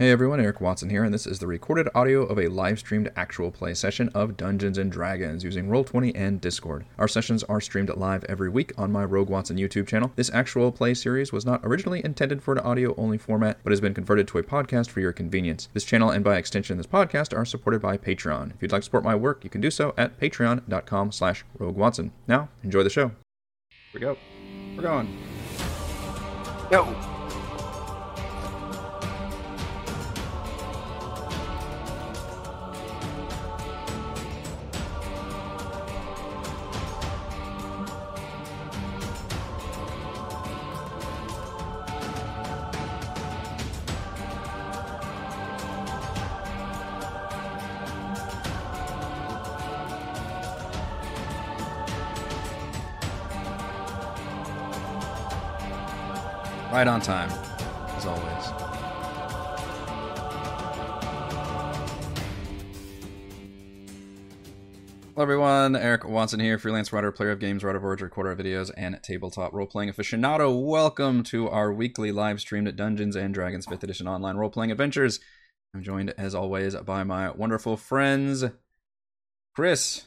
Hey everyone, Eric Watson here, and this is the recorded audio of a live streamed actual play session of Dungeons and Dragons using Roll20 and Discord. Our sessions are streamed live every week on my Rogue Watson YouTube channel. This actual play series was not originally intended for an audio only format, but has been converted to a podcast for your convenience. This channel and by extension this podcast are supported by Patreon. If you'd like to support my work, you can do so at patreon.com slash roguewatson. Now, enjoy the show. Here we go. We're going. Yo. Right on time, as always. Hello, everyone. Eric Watson here, freelance writer, player of games, writer of Origin, recorder of videos, and tabletop role playing aficionado. Welcome to our weekly live streamed Dungeons and Dragons 5th Edition online role playing adventures. I'm joined, as always, by my wonderful friends, Chris,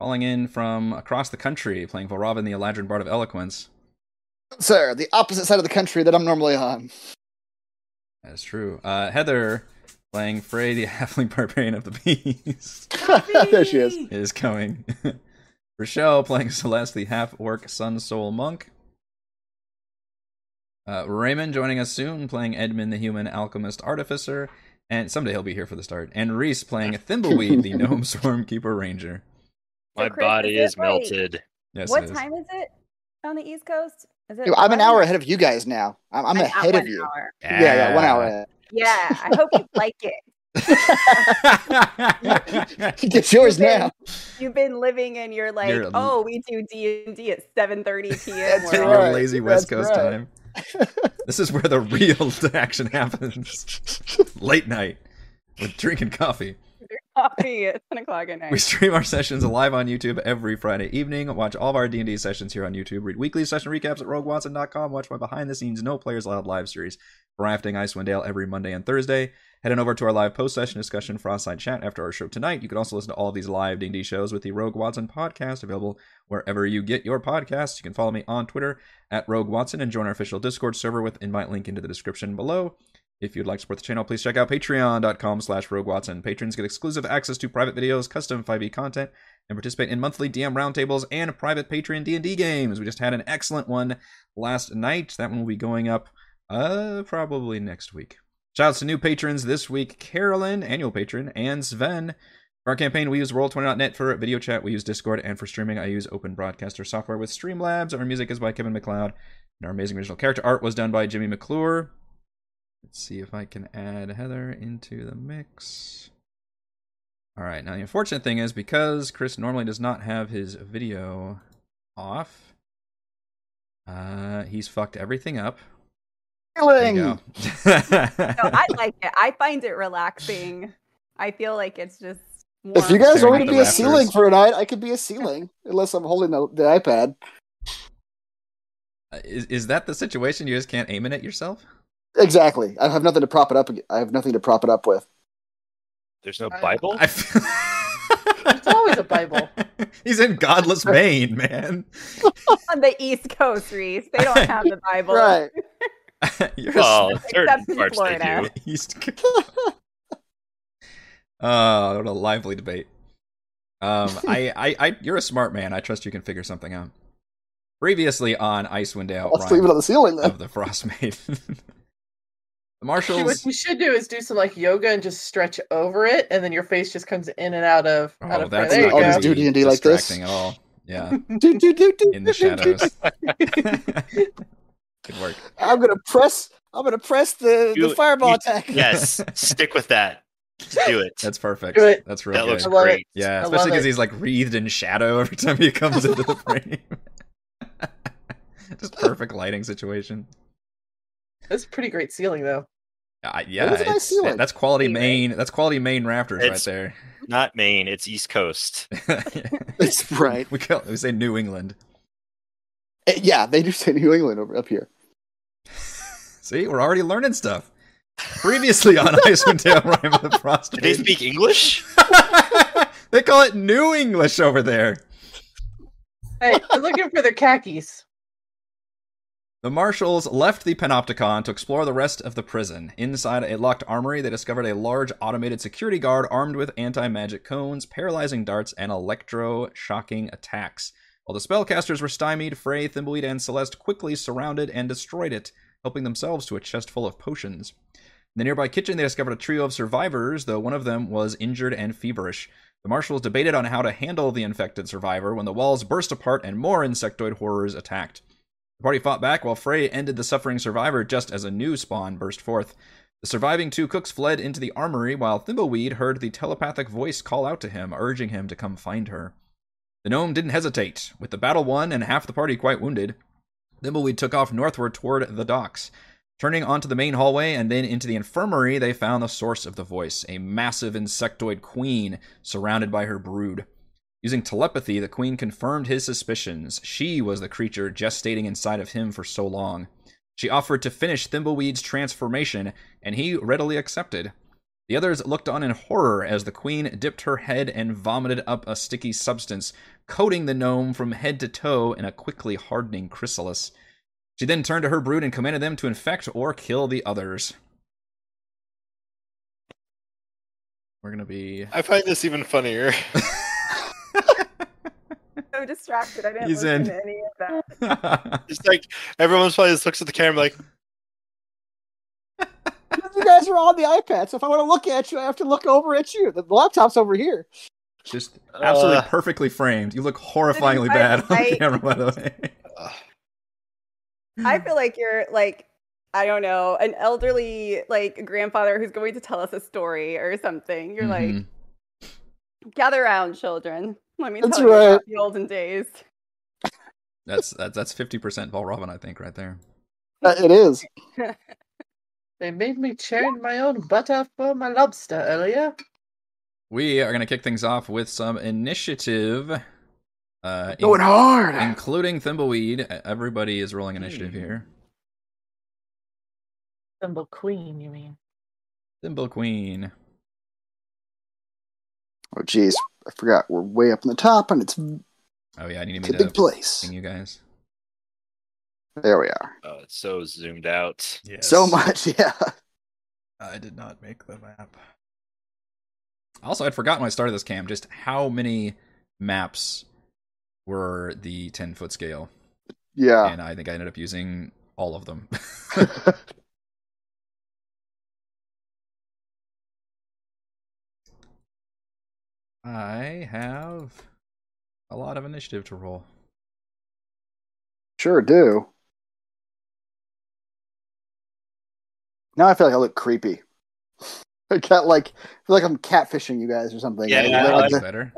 calling in from across the country, playing Volravin, the Eladrin Bard of Eloquence. Sir, the opposite side of the country that I'm normally on. That's true. Uh, Heather playing Frey, the halfling barbarian of the beast, there she is. is coming. Rochelle playing Celeste, the half orc sun soul monk. Uh, Raymond joining us soon, playing Edmund, the human alchemist artificer, and someday he'll be here for the start. And Reese playing Thimbleweed, the gnome stormkeeper ranger. So, My Chris, body is is, it like- melted. Yes, what it is. time is it on the East Coast? Is it? Yo, I'm an hour 11? ahead of you guys now. I'm, I'm An hour- ahead of one you. hour. Yeah, yeah, one hour ahead. Yeah, I hope you like it. Get yours now. You've been living in your like, You're- oh, we do D and D at 7:30 p.m. That's That's We're your right. lazy West That's Coast right. time. this is where the real action happens. Late night with drinking coffee. all coffee at 10 o'clock at We night. stream our sessions live on YouTube every Friday evening. Watch all of our D&D sessions here on YouTube. Read weekly session recaps at roguewatson.com. Watch my behind-the-scenes No Players Allowed live series, Rafting Icewind Dale, every Monday and Thursday. Head on over to our live post-session discussion Frostside Chat after our show tonight. You can also listen to all of these live D&D shows with the Rogue Watson podcast available wherever you get your podcasts. You can follow me on Twitter at Rogue Watson and join our official Discord server with invite link into the description below. If you'd like to support the channel, please check out patreon.com slash roguewatson. Patrons get exclusive access to private videos, custom 5e content, and participate in monthly DM roundtables and private Patreon D&D games. We just had an excellent one last night. That one will be going up uh probably next week. Shouts to new patrons this week, Carolyn, annual patron, and Sven. For our campaign, we use Roll20.net for video chat. We use Discord, and for streaming, I use Open Broadcaster software with Streamlabs. Our music is by Kevin McLeod, and our amazing original character art was done by Jimmy McClure. Let's see if I can add Heather into the mix. All right. Now the unfortunate thing is because Chris normally does not have his video off, uh, he's fucked everything up. There you Feeling. go. No, I like it. I find it relaxing. I feel like it's just. If you warm. guys Staring want me to at the be a rafters. ceiling for a night, I could be a ceiling, unless I'm holding the, the iPad. is is that the situation? You just can't aim it at yourself. Exactly. I have nothing to prop it up. ag- I have nothing to prop it up with. There's no I- Bible. I feel... It's always a Bible. He's in godless Maine, man. on the East Coast, Reese, they don't have the Bible. Right. You're a Well, Except certain in parts they Florida. do. East Coast. Oh, what a lively debate. Um, I, I, I, you're a smart man. I trust you can figure something out. Previously on Icewind Dale, Let's leave it Rime on the ceiling then. of the Frostmaiden. the See, What Marshals. you should do is do some like yoga and just stretch over it, and then your face just comes in and out of out Oh, of frame. that's There you not I'll going just to go. do be D&D like this. distracting at all. Yeah, Do, do, do, do, in the do, do, do. shadows. Good work. I'm gonna press. I'm gonna press the, You- the fireball you- attack. Yes, stick with that. Just do it. That's perfect. Do it. That's real that good. looks I love great. Yeah, I love especially because it. he's like wreathed in shadow every time he comes into the frame. Just perfect lighting situation. That's a pretty great ceiling though. Uh, yeah, is a nice it's- ceiling. that- that's quality Anyway. Maine. That's quality Maine rafters It's- right Not Maine. It's East Coast. there. That's right. we call, we say New England. Eh, Yeah, they do say New England over up here. See, we're already learning stuff. Previously on Icewind Dale, Rhyme of the Frost. Do they speak English? they call it New English over there. Hey, they're looking for their khakis. The marshals left the Panopticon to explore the rest of the prison. Inside a locked armory, they discovered a large automated security guard armed with anti magic cones, paralyzing darts, and electro shocking attacks. While the spellcasters were stymied, Frey, Thimbleweed, and Celeste quickly surrounded and destroyed it, helping themselves to a chest full of potions. In the nearby kitchen, they discovered a trio of survivors, though one of them was injured and feverish. The marshals debated on how to handle the infected survivor when the walls burst apart and more insectoid horrors attacked. The party fought back while Frey ended the suffering survivor just as a new spawn burst forth. The surviving two cooks fled into the armory while Thimbleweed heard the telepathic voice call out to him, urging him to come find her. The gnome didn't hesitate. With the battle won and half the party quite wounded, Thimbleweed took off northward toward the docks. Turning onto the main hallway and then into the infirmary, they found the source of the voice a massive insectoid queen surrounded by her brood. Using telepathy, the queen confirmed his suspicions. She was the creature gestating inside of him for so long. She offered to finish Thimbleweed's transformation, and he readily accepted. The others looked on in horror as the queen dipped her head and vomited up a sticky substance, coating the gnome from head to toe in a quickly hardening chrysalis. She then turned to her brood and commanded them to infect or kill the others. We're gonna be. I find this even funnier. so distracted. I didn't He's listen in. to any of that. It's like everyone's probably just looks at the camera like, You guys are on the iPad, so if I want to look at you, I have to look over at you. The laptop's over here. Just absolutely "Ugh." perfectly framed. You look horrifyingly I- bad on I- camera, by the way. I feel like you're like I don't know an elderly like grandfather who's going to tell us a story or something. You're Mhm. Mm-hmm. like gather round, children. Let me That's tell you right. about the olden days. that's that's that's fifty percent Val Robin, I think, right there. Uh, it is. They made me churn my own butter for my lobster earlier. We are gonna kick things off with some initiative. Uh, in- Going hard. including Thimbleweed. E, Everybody is rolling initiative Hmm. here. Thimble Queen, you mean? Thimble Queen. Oh, jeez. I forgot. We're way up in the top, and it's, Oh yeah, I need it's me a big to place. ping you guys. There we are. Oh, it's so zoomed out. Yes. So much, yeah. I did not make the map. Also, I'd forgotten when I started this cam just how many maps were the 10 foot scale, Yeah. and I think I ended up using all of them. I have a lot of initiative to roll. sure do. Now I feel like I look creepy. I got like, I feel like I'm catfishing you guys or something. Yeah, Like, yeah, like I That's the- better.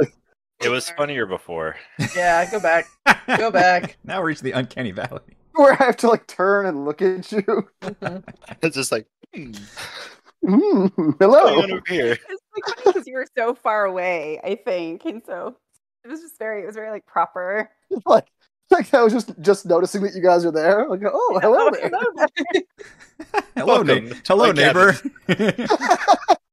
It was funnier before. Yeah, go back. Go back. now we're reaching the uncanny valley. where I have to like turn and look at you. Mhm. it's just like, hmm, Mm, what's going on hello. over here? It's like funny because you were so far away, I think, and so it was just very it was very like proper. like, like I was just just noticing that you guys are there. Like, oh, hello there. Hello, Welcome. neigh- hello neighbor. My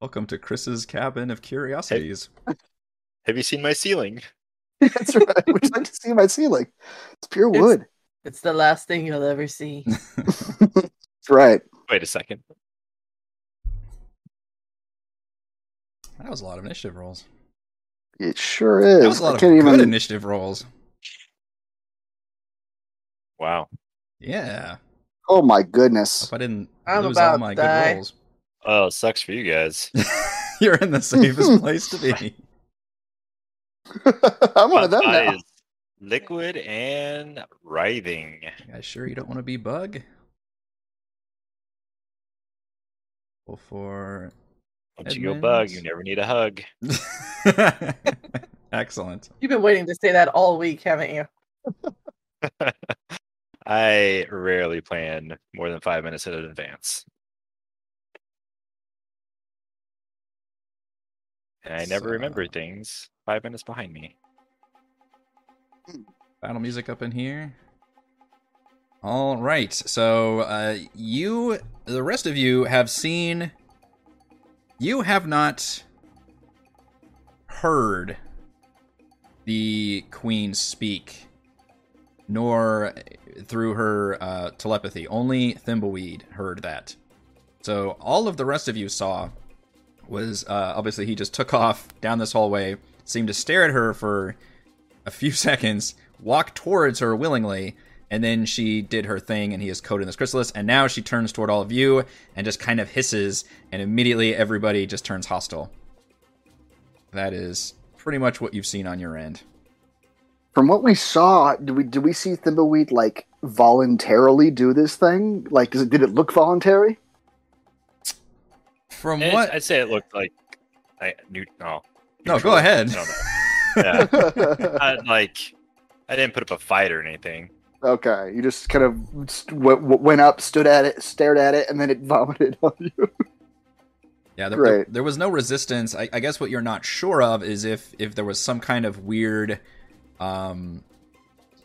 Welcome to Chris's cabin of curiosities. Have you seen my ceiling? That's right. Would you like to see my ceiling? It's pure It's- wood. it's the last thing you'll ever see. That's right. Wait a second. That was a lot of initiative rolls. It sure is. That was a lot I of can't good even. initiative rolls. Wow. Yeah. Oh my goodness. If I didn't I'm lose about all to my die. good rolls, Oh, it sucks for you guys. you're in the safest place to be. I'm one of them That now. is liquid and writhing. I sure you don't want to be bug. Well, for Once you go bug, you Edmonds. never need a hug. excellent. You've been waiting to say that all week, haven't you? I rarely plan more than five minutes in advance. And I never So- remember things five minutes behind me. Battle music up in here. All right. So uh, you, the rest of you, have seen. You have not heard the queen speak, nor through her uh, telepathy. Only Thimbleweed heard that. So all of the rest of you saw was uh, obviously he just took off down this hallway, seemed to stare at her for a few seconds, walked towards her willingly, and then she did her thing and he is coated in this chrysalis and now she turns toward all of you and just kind of hisses and immediately everybody just turns hostile that is pretty much what you've seen on your end From what we saw, do we do we see Thimbleweed like voluntarily do this thing? Like, does it, did it look voluntary? from It- what Eh, I'd say it looked like I new no. no neutral. go ahead I don't know. Yeah. I, like I didn't put up a fight or anything. okay, you just kind of st- w- w- went up, stood at it, stared at it, and then it vomited on you. yeah there, Great. there, there was no resistance I, I guess what you're not sure of is if if there was some kind of weird um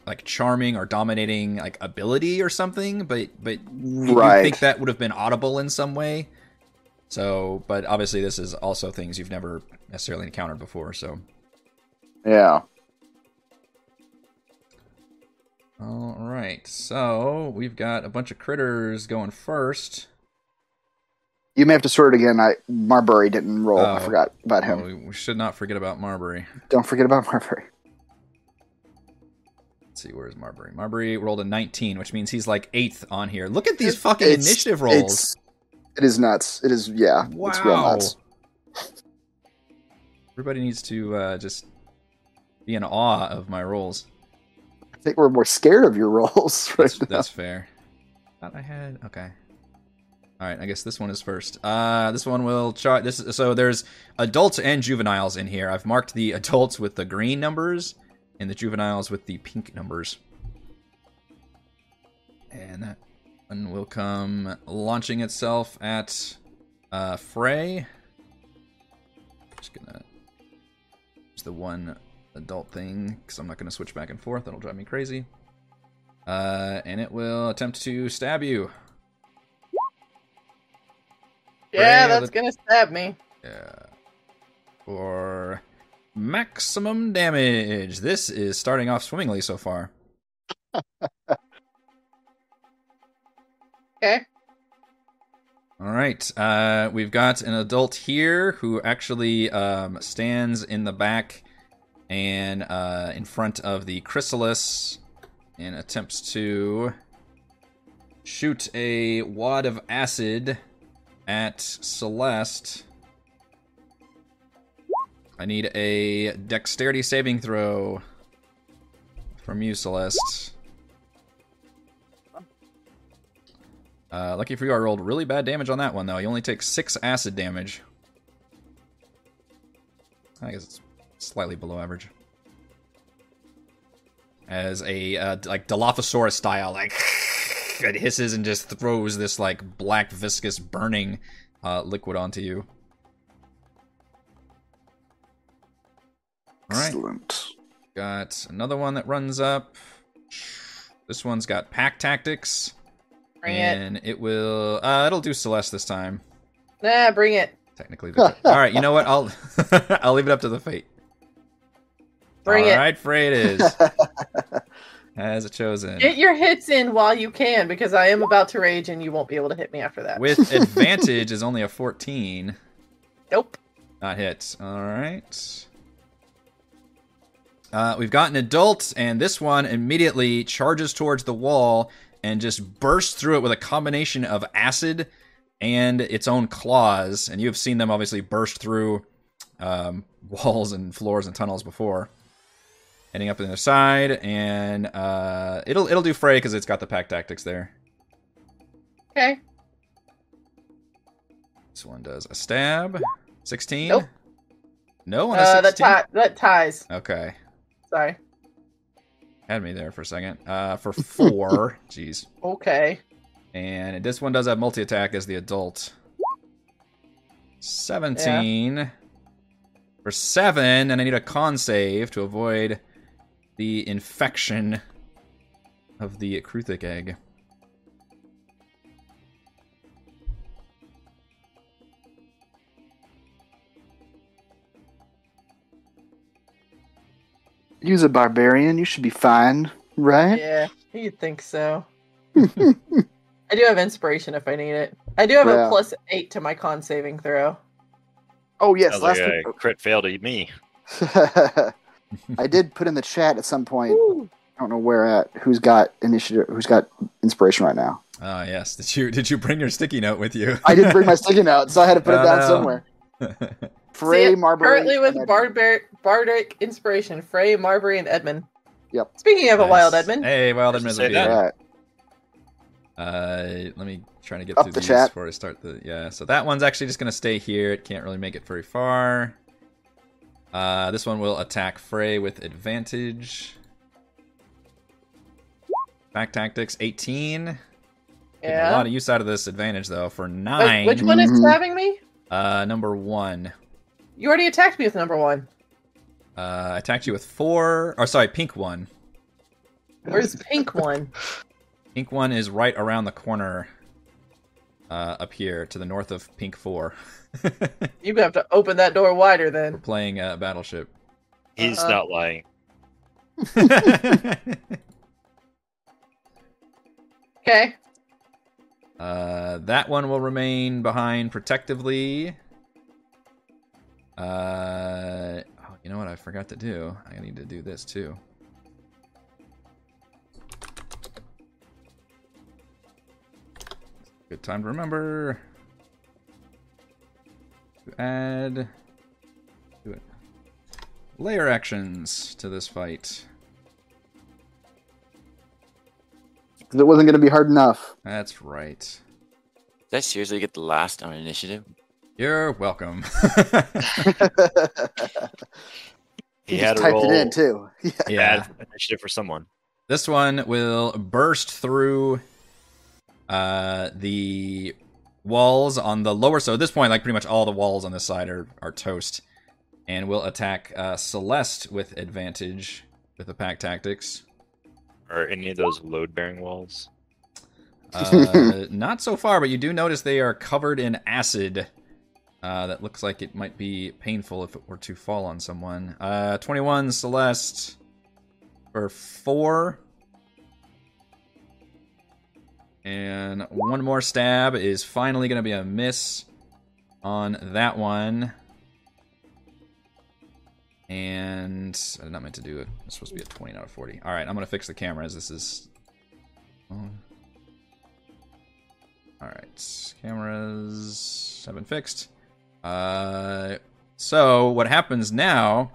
like charming or dominating like ability or something but but you right. think that would have been audible in some way. So, but obviously, this is also things you've never necessarily encountered before. So, yeah. all right. So we've got a bunch of critters going first. You may have to sort it again. I Marbury didn't roll. Oh. I forgot about Oh, him. we, we should not forget about Marbury. Don't forget about Marbury. Let's see, where's Marbury? Marbury rolled a 19, which means he's like eighth on here. Look at these fucking It's- initiative rolls. It's, it is nuts. It is yeah. It's real Wow. nuts. Everybody needs to uh, just be in awe of my rolls. I think we're more scared of your rolls right That's, now. that's fair. Thought I had okay. All right, I guess this one is first. Uh, this one will chart this. is- So there's adults and juveniles in here. I've marked the adults with the green numbers, and the juveniles with the pink numbers. And that one will come launching itself at uh, Frey. Just gonna use the one adult thing because I'm not gonna switch back and forth. That'll drive me crazy. Uh, and it will attempt to stab you. Yeah, Ray of that's the- gonna stab me. Yeah. For maximum damage. This is starting off swimmingly so far. Okay. All right. Uh, we've got an adult here who actually um, stands in the back and uh, in front of the chrysalis and attempts to shoot a wad of acid at Celeste. I need a dexterity saving throw from you, Celeste. Uh, lucky for you, I rolled really bad damage on that one, though. You only take six acid damage. I guess it's slightly below average. As a uh, d- like Dilophosaurus style, like it hisses and just throws this like black viscous burning uh, liquid onto you. All right. Excellent. Got another one that runs up. This one's got pack tactics. Bring it. and it. will uh it'll do Celeste this time. Nah, bring it. Technically. the- All right, you know what? I'll I'll leave it up to the fate. Bring All it. right, Frey it is. As a chosen. Get your hits in while you can, because I am about to rage, and you won't be able to hit me after that. With advantage is only a 14. nope. Not hit. All right. Uh, we've got an adult, and this one immediately charges towards the wall and just bursts through it with a combination of acid and its own claws. And you have seen them obviously burst through um, walls and floors and tunnels before. Heading up the other side, and uh, it'll it'll do Frey because it's got the pack tactics there. Okay. This one does a stab, sixteen. Nope. No, on Oh, a Uh, that sixteen. tie. That ties. okay. Sorry. Had me there for a second. Uh, for four. Jeez. Okay. And this one does have multi attack as the adult. 17 for seven. And I need a con save to avoid the infection of the Kruthic egg. Use a barbarian. You should be fine, right? Yeah, you'd think so. I do have inspiration if I need it. I do have Yeah. a plus eight to my con saving throw. Oh yes, Sounds last like a crit fail to me. I did put in the chat at some point. I don't know where at. Who's got initiative? Who's got inspiration right now? Ah, yes. Did you did you bring your sticky note with you? I didn't bring my sticky note, so I had to put Oh, it down no. somewhere. my. Frey, See, Marbury. Currently with and- barbar- bardic inspiration, Frey, Marbury, and Edmund. Yep. Speaking of a wild Edmund, Hey, wild Nice Edmund. to say would be that. here. Alright. Uh, let me try to get Up through the these chat. before I start the yeah. So that one's actually just gonna stay here. It can't really make it very far. Uh, this one will attack Frey with advantage. Back tactics 18. Getting A yeah. lot of use out of this advantage though for Wait, nine. which one is Mhm. stabbing me? Uh, number one. You already attacked me with number one. Uh, I attacked you with four. Or sorry, pink one. Where's the pink one? Pink one is right around the corner. Uh, up here to the north of pink four. You have to open that door wider then. Playing uh, battleship. He's Uh-uh. not lying. uh, Okay. Uh, that one will remain behind protectively. Uh, oh, you know what? I forgot to do. I need to do this too. Good time to remember. To add do it. layer actions to this fight. It wasn't going to be hard enough. That's right. Did I seriously get the last on initiative? You're welcome. He, He had just a typed roll. it in too. Yeah. yeah. Bad initiative for someone. This one will burst through uh, the walls on the lower. So at this point, like pretty much all the walls on this side are, are toast, and will attack uh, Celeste with advantage with the pack tactics. Or any of those load bearing walls. Uh, not so far, but you do notice they are covered in acid. Uh, that looks like it might be painful if it were to fall on someone. Uh, 21 Celeste for 4. And one more stab is finally going to be a miss on that one. And I did not meant to do it. It's supposed to be a 20, not a 40. All right, I'm going to fix the cameras. This is. Oh. All right, cameras have been fixed. Uh, so what happens now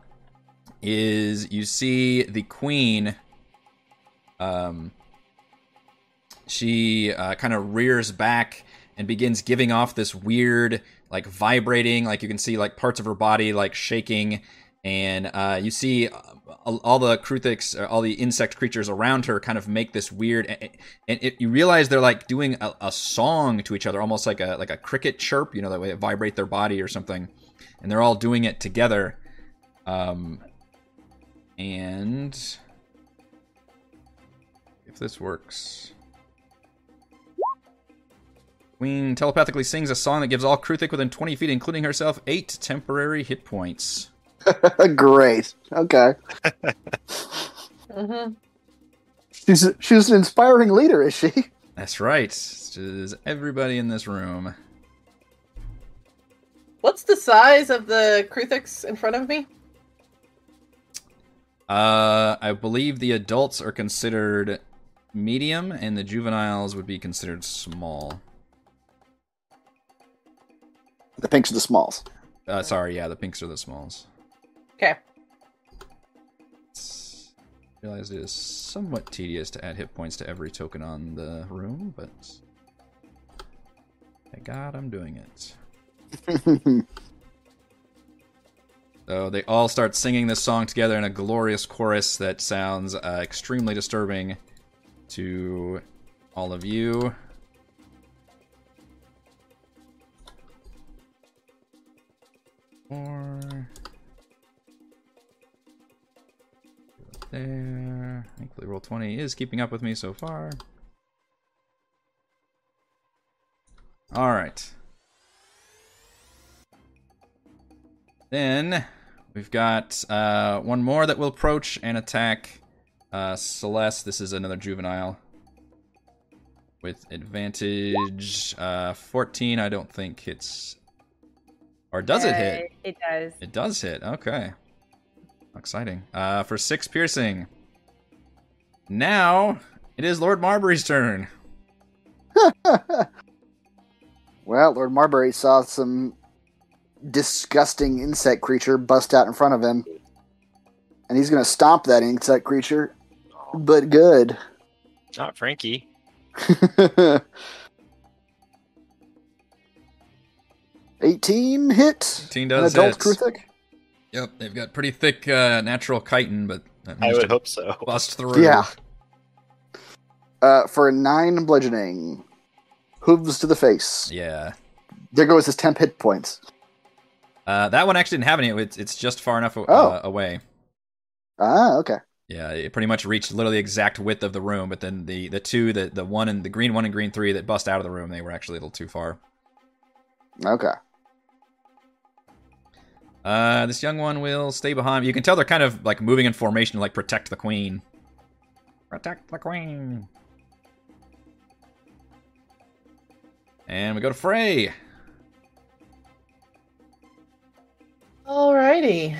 is you see the queen. Um, she uh, kind of rears back and begins giving off this weird, like vibrating, like you can see like parts of her body like shaking, and uh, you see uh, all the Kruthix, uh, all the insect creatures around her, kind of make this weird and it, you realize they're like doing a, a song to each other, almost like a like a cricket chirp, you know, that way it vibrate their body or something, and they're all doing it together. Um, and if this works, Queen telepathically sings a song that gives all Kruthic within 20 feet, including herself, eight temporary hit points. Great. Okay. hmm She's she's an inspiring leader, is she? That's right. This is everybody in this room. What's the size of the Kruthix in front of me? Uh, I believe the adults are considered medium, and the juveniles would be considered small. The pinks are the smalls. Uh, sorry, yeah, the pinks are the smalls. Okay. Realized it is somewhat tedious to add hit points to every token on the room, but thank God I'm doing it. So they all start singing this song together in a glorious chorus that sounds uh, extremely disturbing to all of you. Or there. Thankfully, roll twenty is keeping up with me so far. All right. Then We've got uh, one more that will approach and attack uh, Celeste. This is another juvenile with advantage. Uh, 14, I don't think hits. Or does it hit? It does. It does hit. Okay. Exciting. Uh, for six piercing. Now it is Lord Marbury's turn. Well, Lord Marbury saw some disgusting insect creature bust out in front of him, and he's going to stomp that insect creature, but good. Not Frankie. Eighteen hit. Team An does adult hit. Kruthic. Yep, they've got pretty thick uh, natural chitin, but that I means to would hope so. bust through. Yeah. Uh, for nine bludgeoning, hooves to the face. Yeah. There goes his temp hit points. Uh, that one actually didn't have any. It's, it's just far enough uh, Oh. away. Ah, okay. Yeah, it pretty much reached literally the exact width of the room, but then the, the two, the, the one and the green one and green three that bust out of the room, they were actually a little too far. Okay. Uh, this young one will stay behind. You can tell they're kind of like moving in formation to like protect the queen. Protect the queen. And we go to Frey. Alrighty.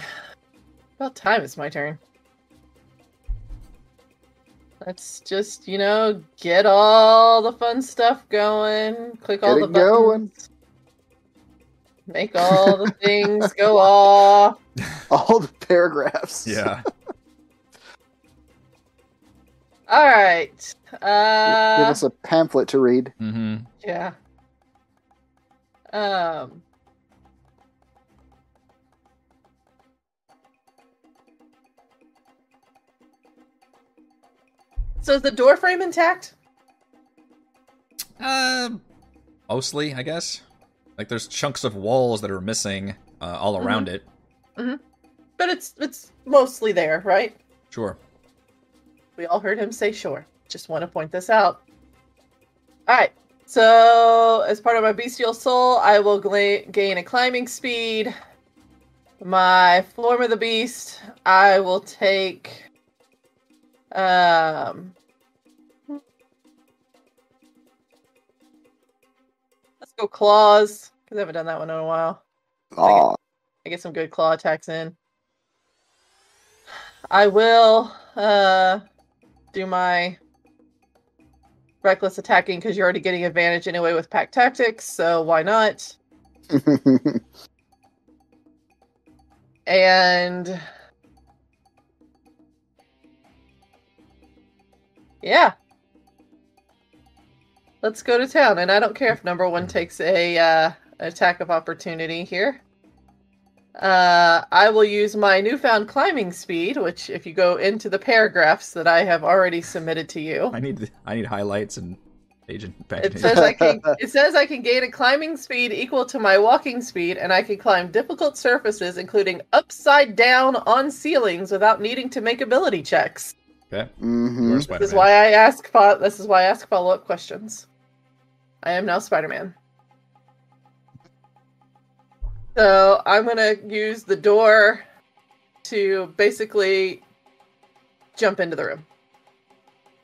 About time it's my turn. Let's just, you know, get all the fun stuff going. Click all Get the it going. buttons. Make all the things go off. All the paragraphs. Yeah. All right. Give Uh, us a pamphlet to read. mm-hmm. yeah. Um. So is the door frame intact? Uh, mostly, I guess. Like there's chunks of walls that are missing uh, all around it. Mm-hmm. But it's it's mostly there, right? Sure. We all heard him say sure. Just want to point this out. All right. So, as part of my bestial soul, I will gla- gain a climbing speed. My form of the beast, I will take um Let's go claws cuz I haven't done that one in a while. Aw. I get some good claw attacks in. I will uh do my reckless attacking because you're already getting advantage anyway with pack tactics, so why not? And yeah. Let's go to town, and I don't care if number one takes a uh, attack of opportunity here. Uh, I will use my newfound climbing speed, which, if you go into the paragraphs that I have already submitted to you, Oh, I need I need highlights and agent it pagination. says I can. It says I can gain a climbing speed equal to my walking speed, and I can climb difficult surfaces, including upside down on ceilings, without needing to make ability checks. okay. You hmm are This is Spider-Man. why I ask. Fo- this is why I ask follow up questions. I am now Spider Man. So I'm gonna use the door to basically jump into the room.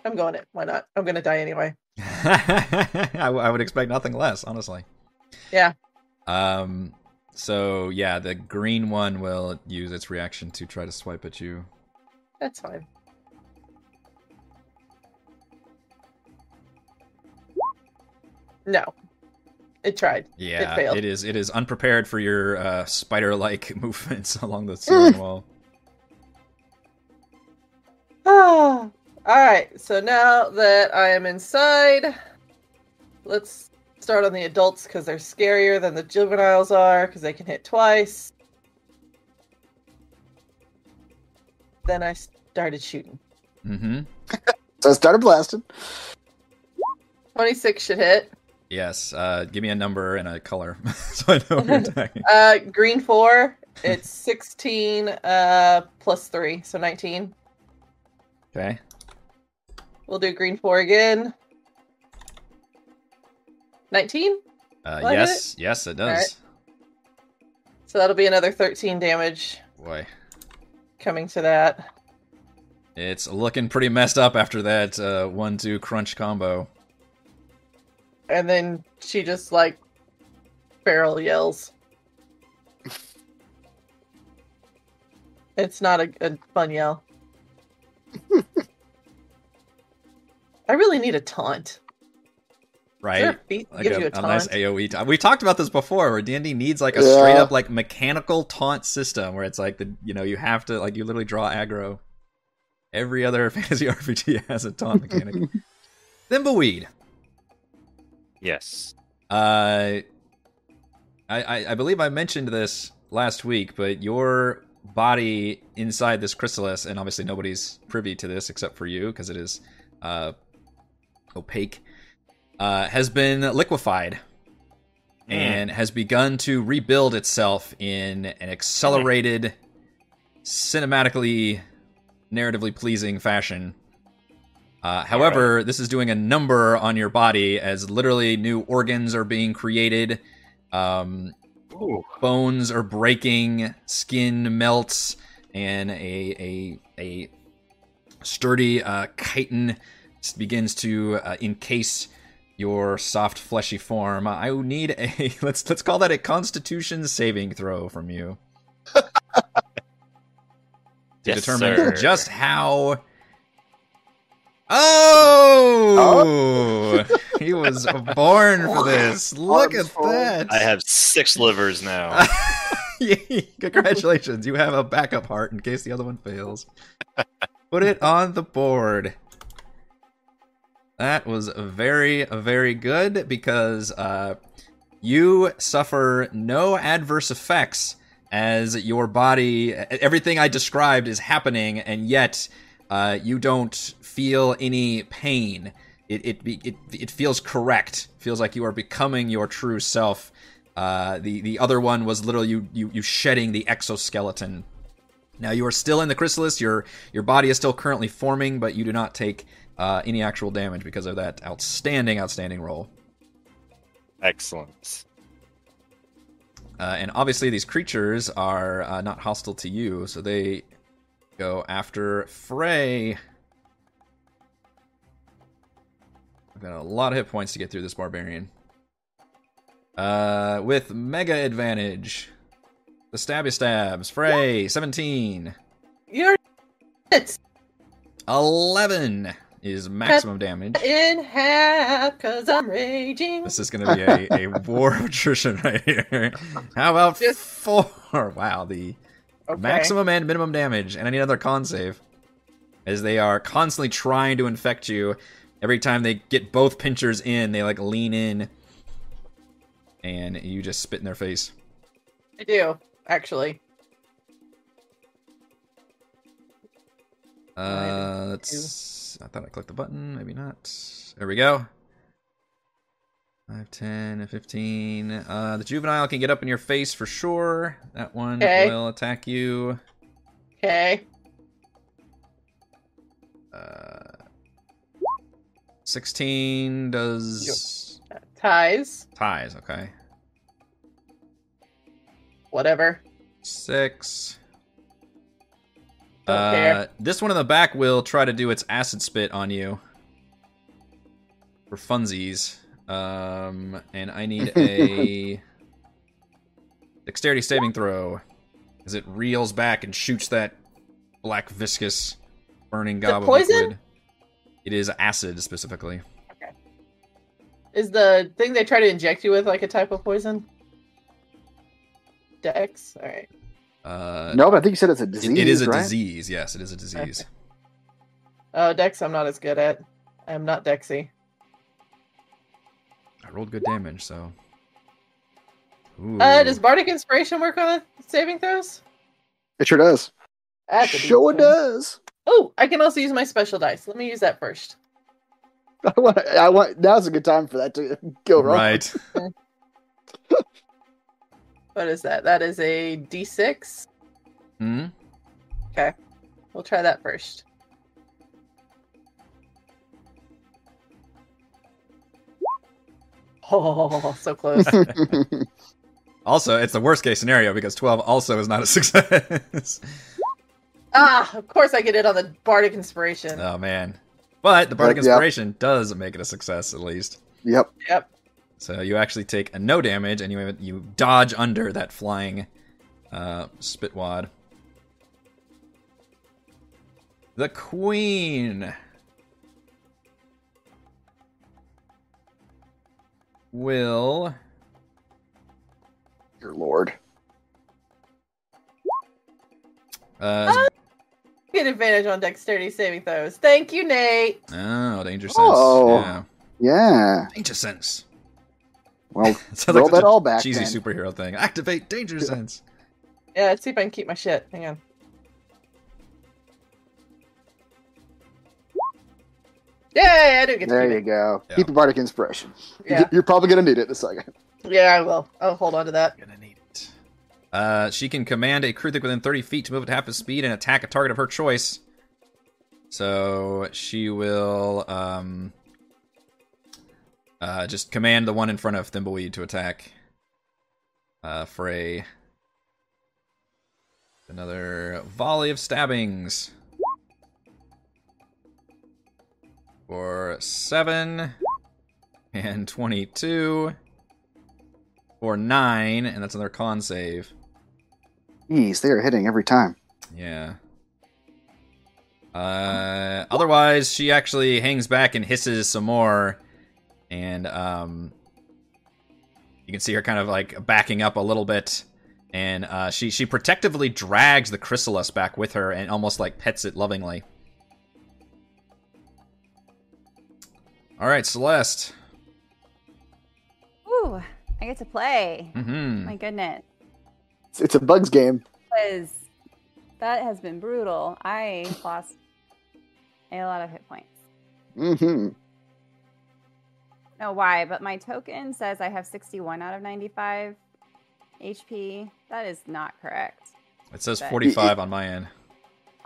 I'm going it. Why not? I'm gonna die anyway. I, w- I would expect nothing less, honestly. Yeah. Um. So yeah, the green one will use its reaction to try to swipe at you. That's fine. No. It tried. Yeah, failed. it is. It is unprepared for your uh, spider-like movements along the ceiling wall. Ah. All right. So now that I am inside, let's start on the adults because they're scarier than the juveniles are because they can hit twice. Then I started shooting. Mm-hmm. So I started blasting. 26 should hit. Yes. Uh, give me a number and a color, so I know what you're attacking. Uh, green four. It's 16 uh, plus three, so 19. Okay. We'll do green four again. 19. Uh, Will I hit yes. Yes, it does. So that'll be another 13 damage. boy. Coming to that. It's looking pretty messed up after that uh, one-two crunch combo. And then she just like barrel yells. It's not a, a fun yell. I really need a taunt. Is there Right. a feat that Like gives a, you a a taunt? nice AOE taunt. We've talked about this before, where D and D needs like a straight Yeah. up like mechanical taunt system, where it's like the you know you have to like you literally draw aggro. Every other fantasy RPG has a taunt mechanic. Thimbleweed. Yes. Uh, I, I I believe I mentioned this last week, but your body inside this chrysalis, and obviously nobody's privy to this except for you because it is uh, opaque, uh, has been liquefied and has begun to rebuild itself in an accelerated, cinematically, narratively pleasing fashion. Uh, however, this is doing a number on your body as literally new organs are being created, um, bones are breaking, skin melts, and a a a sturdy uh, chitin s- begins to uh, encase your soft fleshy form. I would need a let's let's call that a Constitution saving throw from you to Yes, determine sir. just how. Oh, he was born for this. Look Arms at full. that. I have six livers now. Yay, Congratulations, you have a backup heart in case the other one fails. Put it on the board. That was very, very good because uh, you suffer no adverse effects as your body. Everything I described is happening, and yet uh, you don't feel any pain. It it, be, it it feels correct. Feels like you are becoming your true self. Uh, the the other one was literally you, you you shedding the exoskeleton. Now you are still in the chrysalis. Your your body is still currently forming, but you do not take uh, any actual damage because of that outstanding outstanding roll. Excellent. Uh, and obviously these creatures are uh, not hostile to you, so they go after Frey. I've got a lot of hit points to get through this barbarian. Uh, with mega advantage, the stabby stabs. Frey, seventeen. You're it's 11 is maximum damage. in half because I'm raging. This is going to be a, a war of attrition right here. How about Yes. four? Wow, the Okay. maximum and minimum damage, and I need another con save, as they are constantly trying to infect you. Every time they get both pinchers in, they like lean in, and you just spit in their face. I do, actually. Uh, let's. I thought I clicked the button. Maybe not. There we go. 5, 10, 15. Uh, the juvenile can get up in your face for sure. That one Okay. will attack you. Okay. Uh, 16 does Ties. ties. Okay. Whatever. Six. Don't Uh, care. this one in the back will try to do its acid spit on you for funsies. Um, and I need a dexterity saving throw as it reels back and shoots that black viscous burning it gob of poison? liquid. It is acid specifically. Is the thing they try to inject you with like a type of poison? Dex? Alright. Uh, no, but I think you said it's a it- disease. it is a right? disease. Yes, it is a disease. Oh, Dex, I'm not as good at. I'm not Dexy. I rolled good damage, so. Ooh. Uh, does Bardic Inspiration work on saving throws? It sure does. That's a Sure decent. does. Oh, I can also use my special dice. Let me use that first. I want. I want. Now's a good time for that to go wrong. right. What is that? That is a d6. Hmm? We'll try that first. Oh, so close. Also, it's the worst case scenario because 12 also is not a success. Ah, of course I get it on the bardic inspiration. oh, man. But the Bardic Yeah. Inspiration does make it a success, at least. Yep. Yep. So you actually take a no damage and you, you dodge under that flying uh, spitwad. The queen. Will Your lord. uh, is Ah, Get advantage on dexterity saving throws. Thank you, Nate. Oh, danger sense. Oh. Yeah. Yeah. Danger sense. Well, Sounds roll like that such a all back. cheesy then. superhero thing. Activate danger sense. Yeah, let's see if I can keep my shit. Hang on. Yay, I do get to There keep you it. go. Yeah. Keep your bardic inspiration. Yeah. You're- You're probably gonna need it in a second. Yeah, I will. I'll hold on to that. Gonna need it. Uh, she can command a Kruthic within 30 feet to move at half his speed and attack a target of her choice. So she will um, uh, just command the one in front of Thimbleweed to attack uh, for a another volley of stabbings for seven and 22 for nine, and that's another con save. Jeez, they are hitting every time. Yeah. Uh, otherwise, she actually hangs back and hisses some more, and um, you can see her kind of like backing up a little bit, and uh, she she protectively drags the chrysalis back with her and almost like pets it lovingly. All right, Celeste. Ooh, I get to play. Mm-hmm. My goodness. It's, it's a bugs game. Because that has been brutal. I lost a lot of hit points. Mm-hmm. Don't know why, but my token says I have 61 out of 95 HP. That is not correct. It says But- 45 on my end.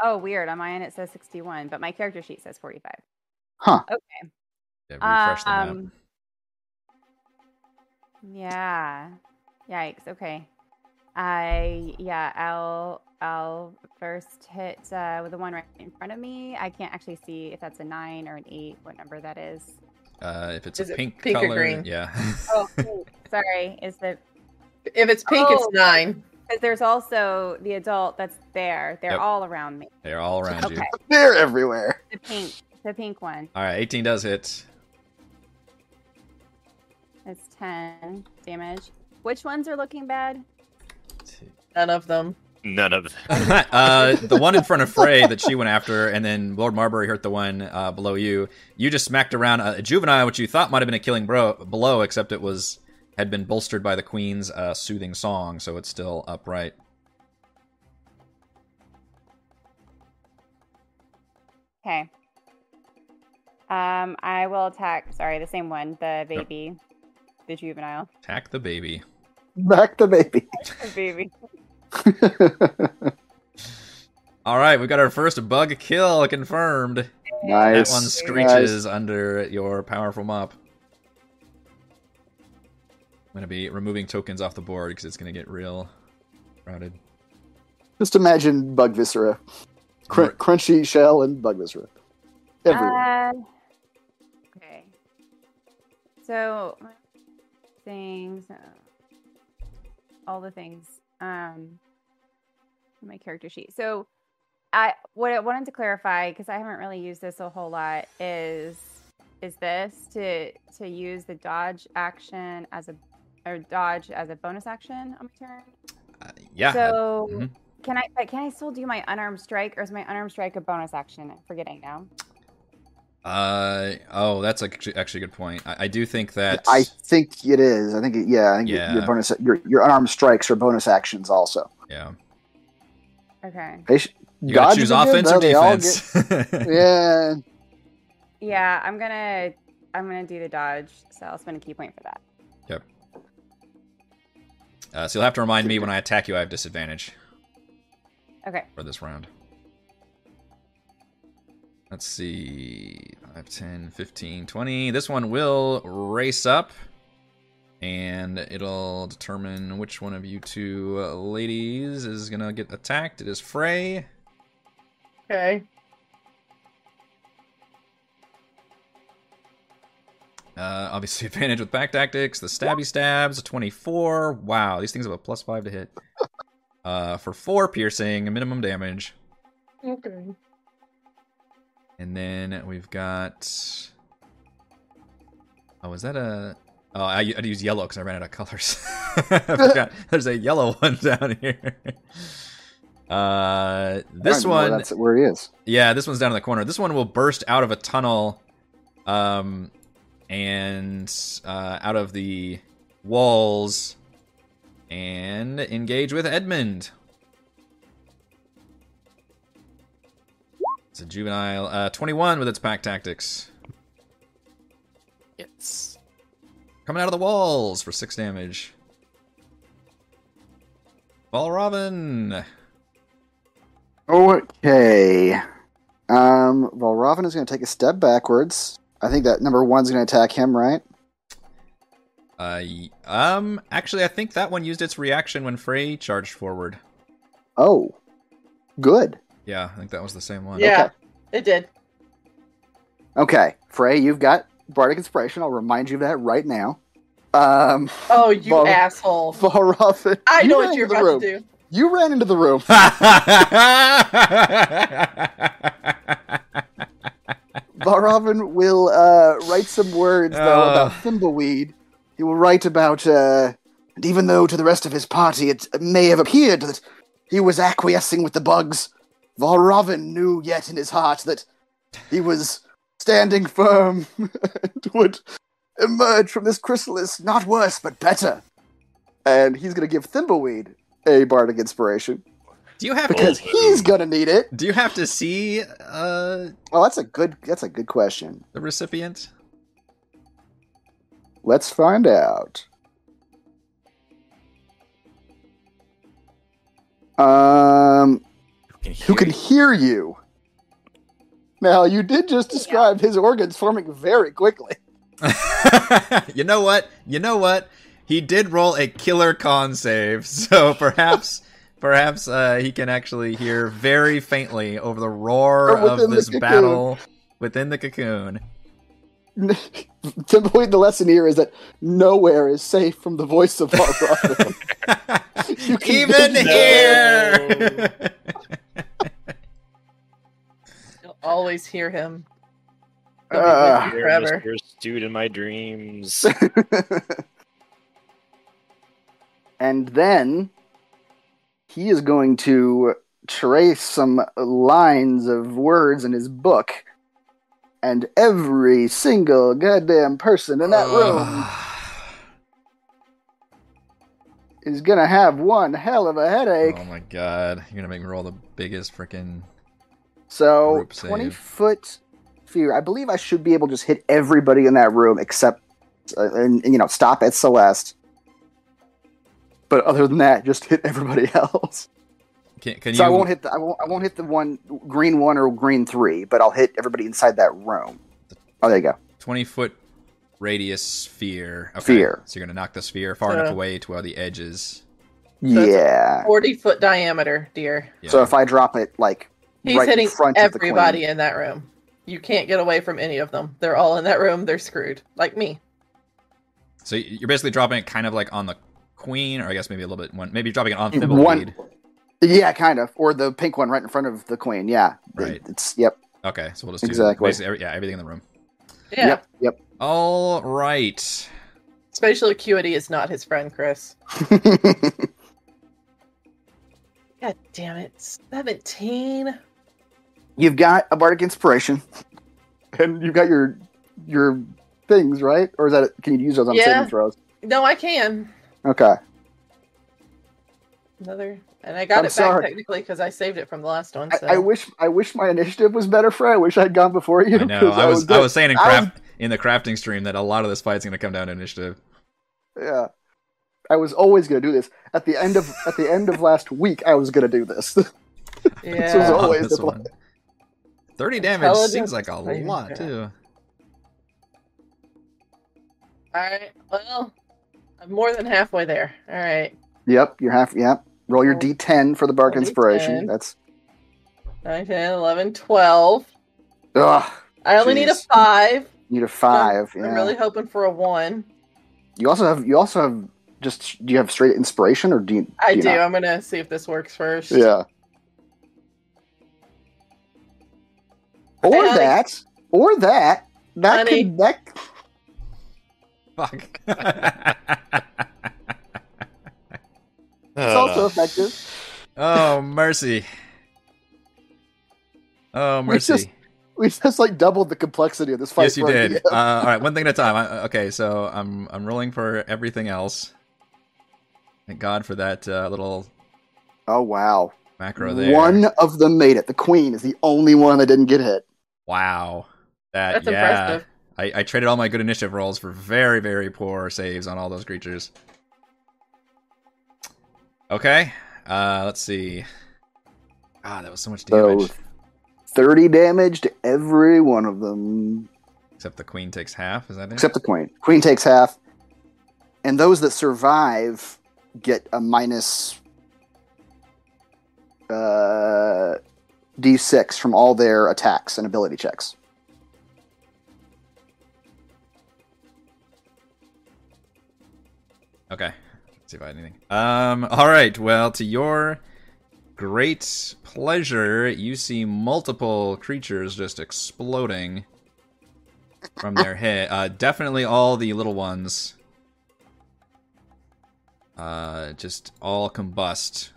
Oh, weird. On my end, it says 61, but my character sheet says 45. Yeah, refresh the map. Um, Yeah. Yikes. Okay. I yeah. I'll I'll first hit uh, with the one right in front of me. I can't actually see if that's a nine or an eight. What number that is? Uh, if it's Is a it pink, pink or color, green? yeah. Oh, sorry. Is the If it's pink, Oh. it's nine. because there's also the adult that's there. They're Yep. all around me. They're all around you. Okay. They're everywhere. The pink. The pink one. All right, 18 does hit. That's ten damage. Which ones are looking bad? None of them. None of them. uh, the one in front of Frey that she went after, and then Lord Marbury hurt the one uh, below you. You just smacked around a, a juvenile, which you thought might have been a killing bro below, except it was had been bolstered by the queen's uh, soothing song, so it's still upright. Okay. Um, I will attack. Sorry, the same one, the baby, the juvenile, Attack the baby. Back the baby. the baby. All right, we've got our first bug kill confirmed. That nice. one screeches under your powerful mop. I'm gonna be removing tokens off the board because it's gonna get real crowded. Just imagine bug viscera, Cr- Right. crunchy shell, and bug viscera. Everywhere. Uh, okay. So things, uh, all the things. Um, my character sheet. So, I what I wanted to clarify because I haven't really used this a whole lot is is this to to use the dodge action as a or dodge as a bonus action on my turn. Uh, yeah, So mhm. can I? But can I still do my unarmed strike, or is my unarmed strike a bonus action? I'm forgetting now. Uh oh, that's ac- actually a good point. I, I do think that I think it is. I think it, yeah. I think your- Yeah. your bonus, your, your unarmed strikes are bonus actions also. yeah, Okay. They sh- you gotta dodge choose is good, offense though. or They all defense. get- yeah, Yeah, I'm gonna I'm gonna do the dodge, so I'll spend a key point for that. uh, so you'll have to remind me when I attack you, I have disadvantage Okay. for this round. Let's see, 5, 10, 15, 20. This one will race up and it'll determine which one of you two uh, ladies is gonna get attacked. It is Frey. Okay. Uh, obviously, advantage with back tactics. The stabby stabs, a 24. Wow, these things have a plus 5 to hit. Uh, for 4 piercing, minimum damage. Okay. And then we've got. Oh, is that a. Oh, I, I'd use yellow because I ran out of colors. I forgot. There's a yellow one down here. Uh, I this don't even know one. That's where he is. Yeah, this one's down in the corner. This one will burst out of a tunnel, um, and uh, out of the walls, and engage with Edmund. It's a juvenile uh, twenty-one with its pack tactics Yes. coming out of the walls for six damage. Valravn. Okay. Um, well, Robin is going to take a step backwards. I think that number one's going to attack him, right? Uh, y- um, actually, I think that one used its reaction when Frey charged forward. Oh, good. Yeah, I think that was the same one. Yeah, it did. Okay, Frey, you've got bardic inspiration. I'll remind you of that right now. Um, Oh, you Vol- asshole. Valravn, I you know ran what you're into the about room. to do. You ran into the room. Valravn will uh, write some words though about Uh. thimbleweed. He will write about, uh, and even though to the rest of his party it may have appeared that he was acquiescing with the bugs, Valravn knew yet in his heart that he was standing firm and would emerge from this chrysalis not worse but better. And he's going to give thimbleweed a bardic inspiration do you have because to, he's going to need it. do you have to see uh Oh, that's a good that's a good question. the recipient? Let's find out. Um, Who can hear? who can hear you? Now, you did just describe his organs forming very quickly. you know what? You know what? He did roll a killer con save, so perhaps perhaps uh, he can actually hear very faintly over the roar Or of Oh, within the this cocoon. battle within the cocoon. the point, the lesson here is that nowhere is safe from the voice of our brother. You can Even do- here. You'll always hear him. Ah. Forever. dude in my dreams. and then he is going to trace some lines of words in his book, and every single goddamn person in that room is gonna have one hell of a headache. Oh my god. You're gonna make me roll the biggest freaking so group save. twenty foot fear. I believe I should be able to just hit everybody in that room except, uh, and, and, you know, stop at Celeste. But other than that, just hit everybody else. Can, can so you I won't hit the I won't, I won't hit the one green one or green three, but I'll hit everybody inside that room. Oh, there you go. 20 foot radius sphere. Okay. Sphere. So you're going to knock the sphere far Yeah. enough away to where the edges. So it's- yeah. 40 foot diameter, dear. Yeah. So if I drop it like He's right hitting in front everybody of in that room. You can't get away from any of them. They're all in that room. They're screwed. Like me. So y- you're basically dropping it kind of like on the queen, or I guess maybe a little bit one. Maybe you're dropping it on Mm, Thimbleweed. one- the queen. Yeah, kind of. Or the pink one right in front of the queen. Yeah. Right. It's yep. Okay, so we'll just do Exactly. basically every, yeah everything in the room. Yeah. Yep. Yep. All right. Spatial acuity is not his friend, Chris. God damn it. 17. you've got a bardic inspiration, and you've got your your things right, or is that can you use those on Yeah. saving throws? No, I can. Okay. Another. And I got I'm it back sorry. technically because I saved it from the last one. I, So. I wish I wish my initiative was better, Fred. I wish I'd gone before you. I know. 'cause I was good. I was saying in I craft in the crafting stream that a lot of this fight's going to come down to initiative. Yeah. I was always gonna do this. At the end of at the end of last week I was gonna do this. yeah. was On always this the plan. one. Thirty damage seems Intelligence like a saving lot throw. too. All right. Well, I'm more than halfway there. All right. Yep, you're half. Yep. Roll Oh. your D10 for the bark Roll inspiration. D10. That's 9, 10, 11, 12. ugh. I only need a Jeez. 5. Need a five. yeah. I'm really hoping for a 1. You also have. You also have. Just do you have straight inspiration or do you? I you do. not? I'm going to see if this works first. Yeah. Or Alex. that. Or that. That Honey. could. That. Fuck. It's also effective. oh mercy. Oh We just- mercy. We just like doubled the complexity of this fight. Yes, you for did. idea. Uh, all right, one thing at a time. I, okay, so I'm I'm rolling for everything else. Thank God for that uh, little Oh wow! macro there. One of them made it. The queen is the only one that didn't get hit. Wow. That That's yeah. impressive. I, I traded all my good initiative rolls for very very poor saves on all those creatures. Okay. Uh, let's see. Ah, that was so much damage. So thirty damage to every one of them Except the queen takes half. Is that it? except the queen. Queen takes half, and those that survive get a minus uh, d6 from all their attacks and ability checks. Okay. Let's see if I had anything. Um, all right. Well, to your great pleasure, you see multiple creatures just exploding from their head. Uh, definitely all the little ones. Uh, just all combust.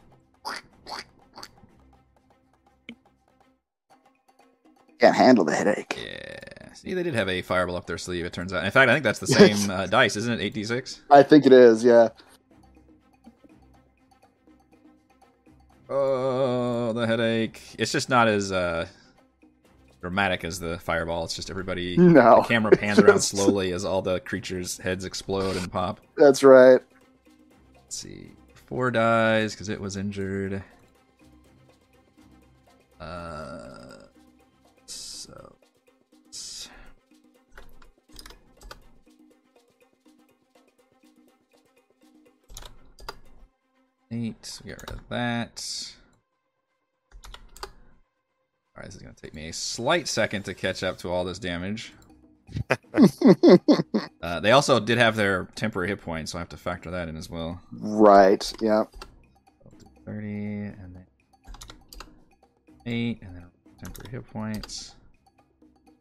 Can't handle the headache. Yeah. See, they did have a fireball up their sleeve, it turns out. In fact, I think that's the same uh, dice, isn't it? 8d6? I think it is. Yeah. Oh, the headache. It's just not as uh, dramatic as the fireball. It's just everybody. The No, camera pans around Just- slowly as all the creatures' heads explode and pop. that's right. Let's see. Four dies because it was injured. Uh, so. s- Eight. We got rid of that. All right, this is going to take me a slight second to catch up to all this damage. Uh, they also did have their temporary hit points, so I have to factor that in as well. Right. Yeah. 30 and then 8 and then temporary hit points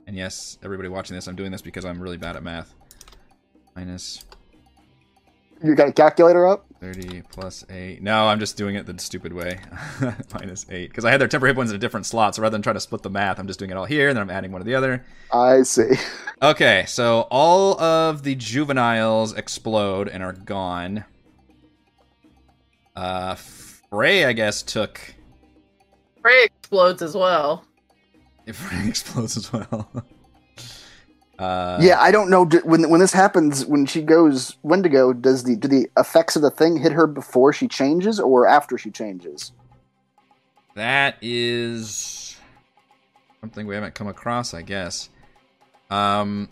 and yes everybody watching this i'm doing this because i'm really bad at math minus You got a calculator up? 30 plus 8 no i'm just doing it the stupid way minus 8 because i had their temporary hit points in a different slot so rather than trying to split the math i'm just doing it all here and then i'm adding one to the other I see. Okay, so all of the juveniles explode and are gone. Uh, Frey, I guess, took. Frey explodes as well. If Frey explodes as well. Uh, yeah, I don't know d- when when this happens. When she goes Wendigo, does the do the effects of the thing hit her before she changes or after she changes? That is something we haven't come across, I guess. Um,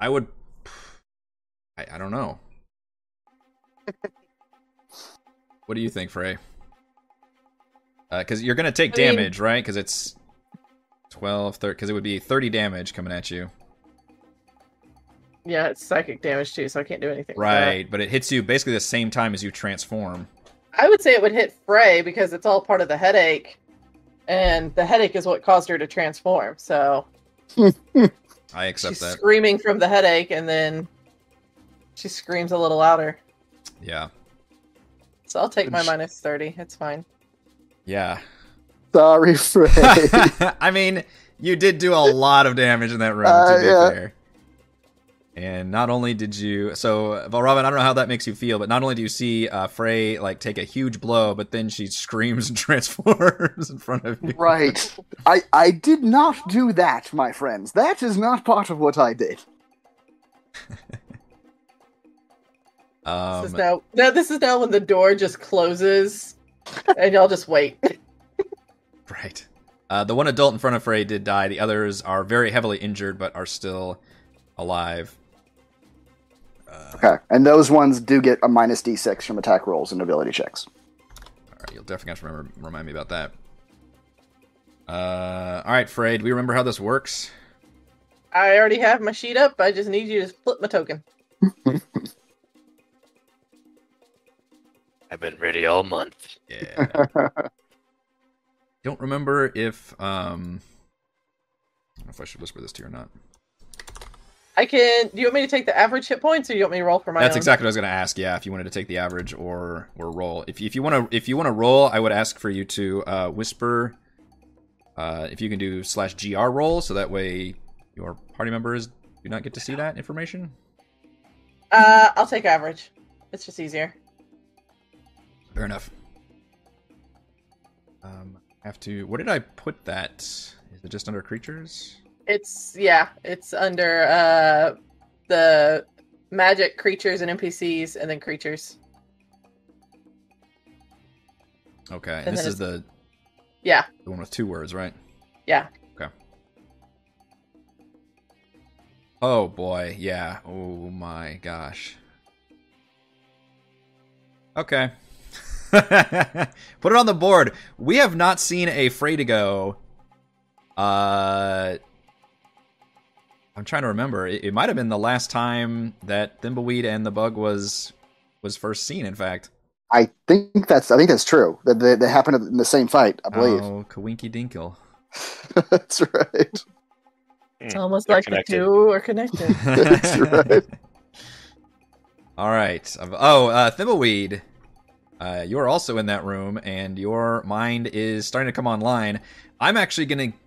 I would. I, I don't know. what do you think, Frey? Because you're going to take I mean- damage, right? Because it's 12, 30. Because it would be 30 damage coming at you. Yeah, it's psychic damage too, so I can't do anything. with that. Right. But it hits you basically the same time as you transform. I would say it would hit Frey because it's all part of the headache. And the headache is what caused her to transform. So I accept she's that. screaming from the headache and then she screams a little louder. Yeah. So I'll take my Good sh- minus 30. It's fine. Yeah. Sorry, Frey. I mean, you did do a lot of damage in that room, Uh, to be yeah. fair. And not only did you, so Valravan, I don't know how that makes you feel, but not only do you see uh, Frey like take a huge blow, but then she screams and transforms in front of you. right. I I did not do that, my friends. That is not part of what I did. Um, this is now, now, this is now when the door just closes and y'all just wait. Right. Uh, the one adult in front of Frey did die. The others are very heavily injured, but are still alive. Uh, Okay. And those ones do get a minus d6 from attack rolls and ability checks. All right, you'll definitely have to remember remind me about that. Uh, all right, Frey, do we remember how this works? I already have my sheet up. I just need you to flip my token. I've been ready all month. Yeah. Don't remember if um, I don't know if I should whisper this to you or not. I can. Do you want me to take the average hit points, or you want me to roll for my? That's own? exactly what I was going to ask. Yeah, if you wanted to take the average or or roll. If if you want to if you want to roll, I would ask for you to uh, whisper. Uh, if you can do slash gr roll, so that way your party members do not get to see that information. Uh, I'll take average. It's just easier. Fair enough. Um, have to. Where did I put that? Is it just under creatures? It's yeah. It's under uh the magic creatures and NPCs, and then creatures. Okay, And and this then is the Yeah, the one with two words, right? Hmm. yeah. Oh boy, yeah. Oh my gosh. Okay. Put it on the board. We have not seen a Freydigo. Uh I'm trying to remember. It, it might have been the last time that Thimbleweed and the bug was was first seen, in fact. I think that's I think that's true. That they, they happened in the same fight, I believe. Oh, Kawinky Dinkle. Oh. that's right. It's almost Hmm. They're like connected. the two are connected. That's right. All right. Oh, uh, Thimbleweed, uh, you're also in that room, and your mind is starting to come online. I'm actually going to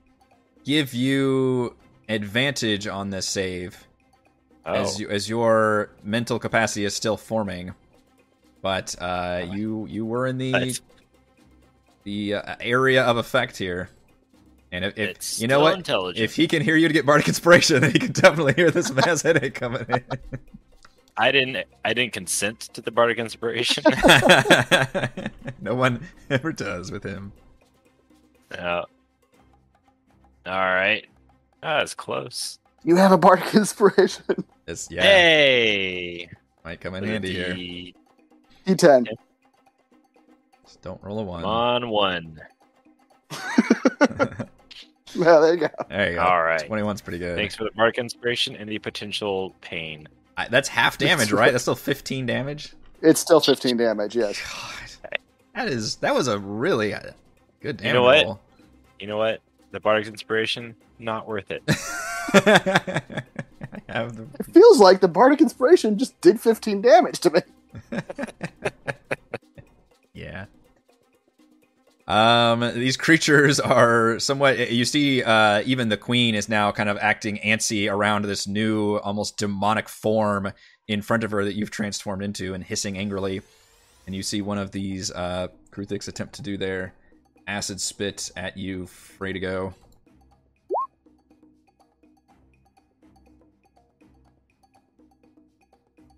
give you advantage on this save Oh, as you, as your mental capacity is still forming. But uh, you you were in the Nice. the uh, area of effect here, and if, if It's you know still what, Intelligent. if he can hear you to get bardic inspiration, then he can definitely hear this man's headache coming in. I didn't, I didn't consent to the bardic inspiration. no one ever does with him. yeah. All right. Ah, That's close. You have a bardic inspiration. It's yeah, Hey. might come in handy here. The- D10. Just don't roll a one. On one. Yeah, there you go. There you go. All right. Twenty-one's pretty good. Thanks for the bardic inspiration and the potential pain. I- that's half damage, right? That's still fifteen damage. It's still 15 damage. Yes. God, that is that was a really uh, good damage You know what? roll. You know what? The bardic inspiration not worth it. I have the It feels like the bardic inspiration just did 15 damage to me. Yeah. Um, these creatures are somewhat. You see, uh, even the queen is now kind of acting antsy around this new, almost demonic form in front of her that you've transformed into, and hissing angrily. And you see one of these uh, Kruthiks attempt to do their acid spit at you, free to go.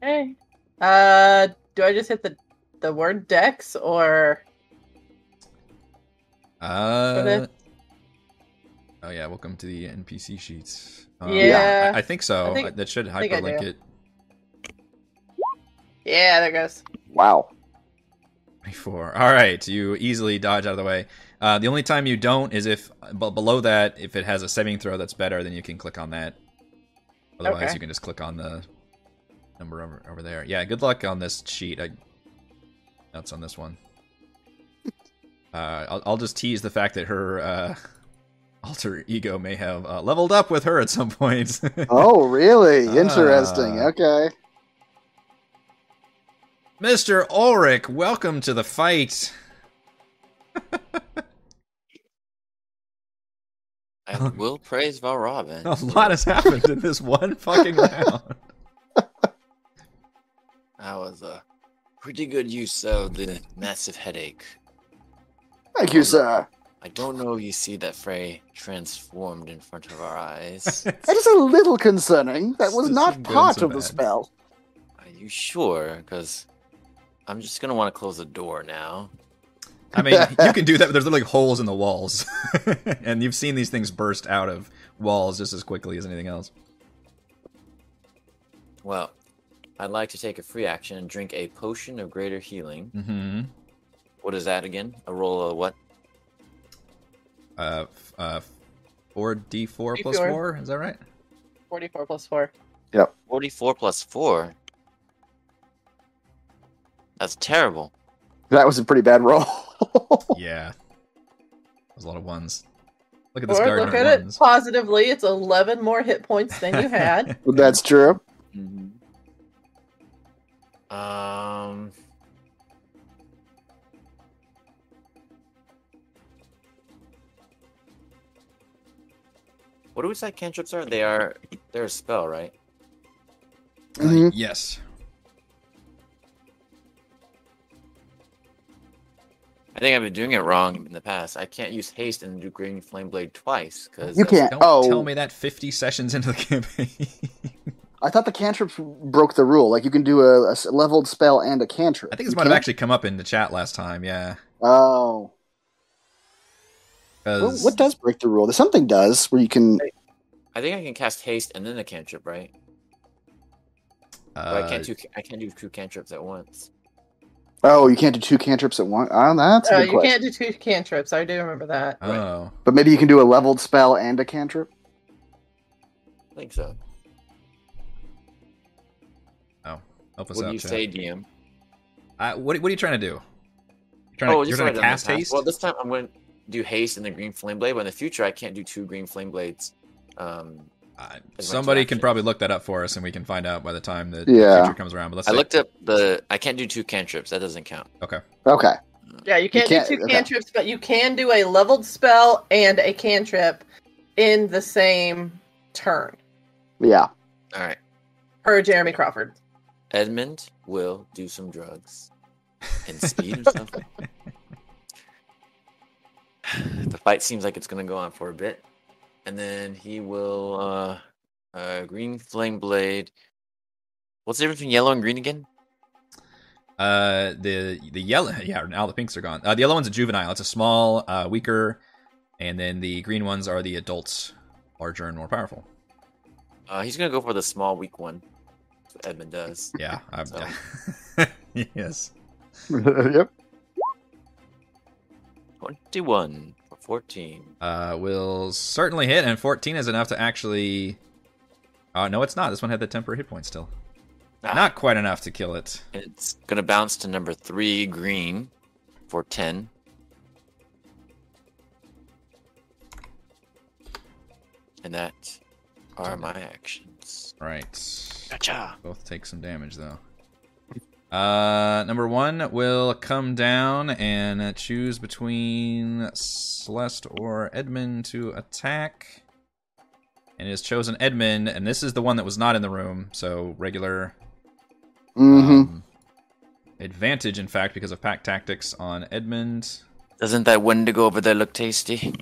hey. Uh, do I just hit the the word dex or Uh, Okay. oh yeah, welcome to the NPC sheets. Um, Yeah. I, I think so. I think- that should think I hyperlink do. it. yeah? There goes. Wow. 24. All right, you easily dodge out of the way. Uh, the only time you don't is if but below that, if it has a saving throw that's better, then you can click on that. Otherwise, Okay. you can just click on the number over, over there. Yeah, good luck on this sheet. I, that's on this one. Uh, I'll, I'll just tease the fact that her uh, alter ego may have uh, leveled up with her at some point. Oh, really? Interesting. Ah. Okay. Mr. Ulrich, welcome to the fight. I will praise Valra then. Um, A lot has happened in this one fucking round. That was a pretty good use of the massive headache. Um, Thank you, sir. I don't know if you see that Frey transformed in front of our eyes. That is a little concerning. That was This not isn't going part so of the bad. spell. Are you sure? Because I'm just gonna want to close the door now. I mean, you can do that, but there's literally holes in the walls. and you've seen these things burst out of walls just as quickly as anything else. Well, I'd like to take a free action and drink a potion of greater healing. Mm-hmm. What is that again? A roll of what? Uh, f- uh, four D four D4. plus four. Is that right? 44 plus 4. 44 plus 4. That's terrible. That was a pretty bad roll. Yeah. There's a lot of ones. Look at this Or garden. look at it positively. It's 11 more hit points than you had. That's true. Um. What do we say cantrips are? They are they're a spell, right? Mhm. Uh, yes. I think I've been doing it wrong in the past. I can't use haste and do green flame blade twice because You can't. Don't Oh, tell me that 50 sessions into the campaign. I thought the cantrips broke the rule. Like you can do a, a s- leveled spell and a cantrip. I think this You might have can't- actually come up in the chat last time. Yeah. Oh, Well, 'Cause- what does break the rule? Something does where you can. I think I can cast haste and then a cantrip, right? uh, But I can't do I can't do two cantrips at once. Oh, you can't do two cantrips at once. Oh, that's a Uh, good you question. can't do two cantrips. I do remember that. Oh. But maybe you can do a leveled spell and a cantrip. I think so. Oh, Help us what out, do you chat. say, DM? Uh, what, what are you trying to do? You're trying, to, you're trying just to like I done in the cast past. haste? Well, this time I'm going to do haste and the green flame blade, but in the future I can't do two green flame blades. Um, Uh, two somebody can actions. probably look that up for us and we can find out by the time the Yeah. future comes around. But let's I see. looked up the I can't do two cantrips. That doesn't count. Okay. Yeah, you can't, can't- do two okay. cantrips, but you can do a leveled spell and a cantrip in the same turn, Yeah. All right. per Jeremy Crawford. Edmund will do some drugs and speed himself. up. the fight seems like it's going to go on for a bit. And then he will uh, uh, green flame blade. What's the difference between yellow and green again? Uh, the the yellow, yeah. Now the pinks are gone. Uh, the yellow one's a juvenile. It's a small, uh, weaker, and then the green ones are the adults, larger and more powerful. Uh, he's going to go for the small, weak one. That's what Edmund does. Yeah. I'm, yes. yep. 21 for 14. Uh, will certainly hit, and 14 is enough to actually. Uh, no, it's not. This one had the temporary hit point still. Ah. Not quite enough to kill it. And it's going to bounce to number three, green, for 10. And that are my actions. Right. Gotcha. Both take some damage though. Uh, number one will come down and choose between Celeste or Edmund to attack, and it has chosen Edmund, and this is the one that was not in the room, so regular Mm-hmm. um, advantage, in fact, because of pack tactics on Edmund. Doesn't that Wendigo over there look tasty?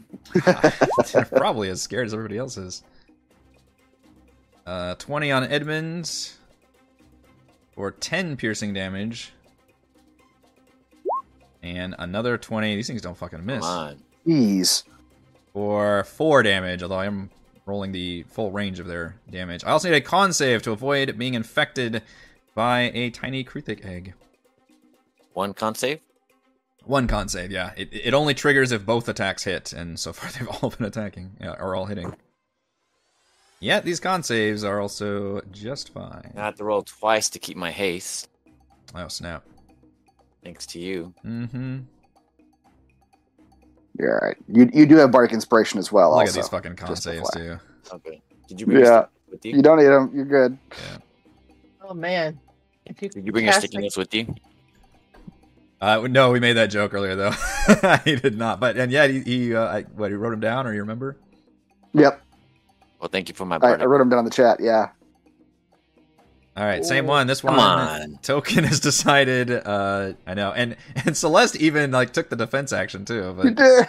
probably as scared as everybody else is. Uh, 20 on Edmonds. Or 10 piercing damage. And another 20. These things don't fucking Come miss. on. Jeez. Or 4 damage, although I am rolling the full range of their damage. I also need a con save to avoid being infected by a tiny Kruthic egg. One con save? One con save, yeah. It, it only triggers if both attacks hit, and so far they've all been attacking, yeah, or all hitting. Yeah, these con saves are also just fine. I have to roll twice to keep my haste, Oh, snap. thanks to you. Mm hmm. You're all right. You you do have bardic inspiration as well. Look also. at these fucking con just a saves, too. Okay. Did you bring your Yeah. sticky notes with you? you don't need them. You're good. Oh, man. If you, Did you bring your cast sticky a- notes with you? Uh, no, we made that joke earlier, though. he did not. But, and yeah, he, he uh, I, what, he wrote him down, or you remember? Yep. Well, thank you for my I, burden. I wrote them down in the chat. Yeah. All right, same one. This Come one, on. Token has decided. Uh, I know, and and Celeste even like took the defense action too. You But did.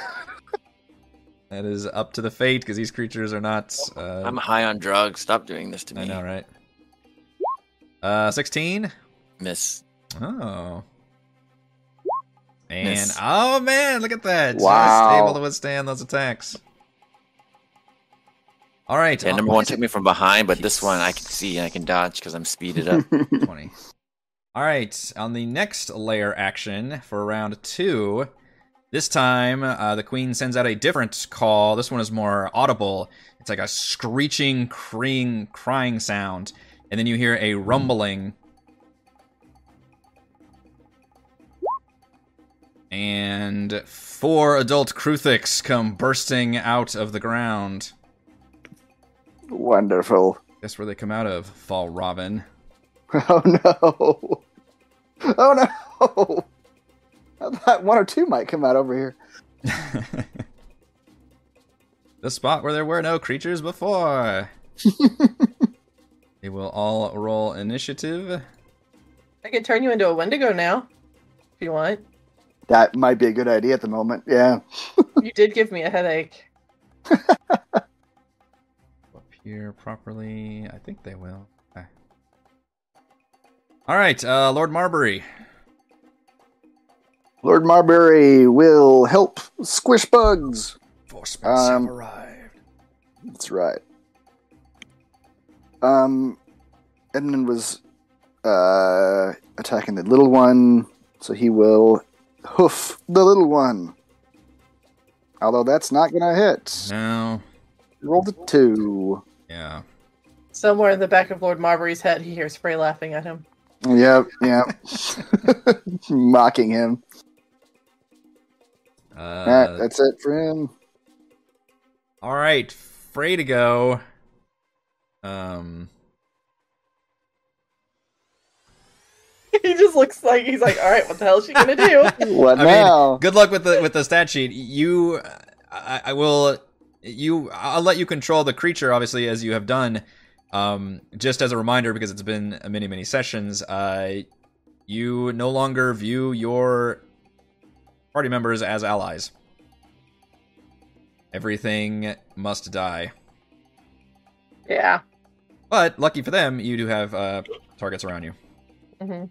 that is up to the fate because these creatures are not. Uh, I'm high on drugs. Stop doing this to me. I know, right? Uh, sixteen. Miss. Oh. And Miss. oh man, look at that! Just Wow. able to withstand those attacks. All right. Yeah, uh, number why one is it took me from behind, but this one I can see and I can dodge because I'm speeded up. 20. All right, on the next layer action for round two, this time uh, the queen sends out a different call. This one is more audible. It's like a screeching, creeing, crying sound, and then you hear a rumbling. And four adult Kruthiks come bursting out of the ground. Wonderful. Guess where they come out of, Fall Robin. Oh no. Oh no. I thought one or two might come out over here. the spot where there were no creatures before. they will all roll initiative. I could turn you into a Wendigo now, if you want. That might be a good idea at the moment. Yeah. you did give me a headache. Appear properly. I think they will. Okay. All right, uh, Lord Marbury. Lord Marbury will help squish bugs. Forcemen Um, have arrived. That's right. Um, Edmund was uh, attacking the little one, so he will hoof the little one. Although that's not gonna hit. No. Roll the two. Yeah. Somewhere in the back of Lord Marbury's head, he hears Frey laughing at him. Yep, yep. Mocking him. Uh, Alright, that's it for him. All right, free to go. Um. he just looks like he's like, all right, what the hell is she gonna do? What I mean, now? good luck with the with the stat sheet. You, I, I will, you. I'll let you control the creature, obviously, as you have done. Um, just as a reminder, because it's been many many sessions. Uh, you no longer view your party members as allies. Everything must die. yeah. But lucky for them, you do have uh, targets around you. hmm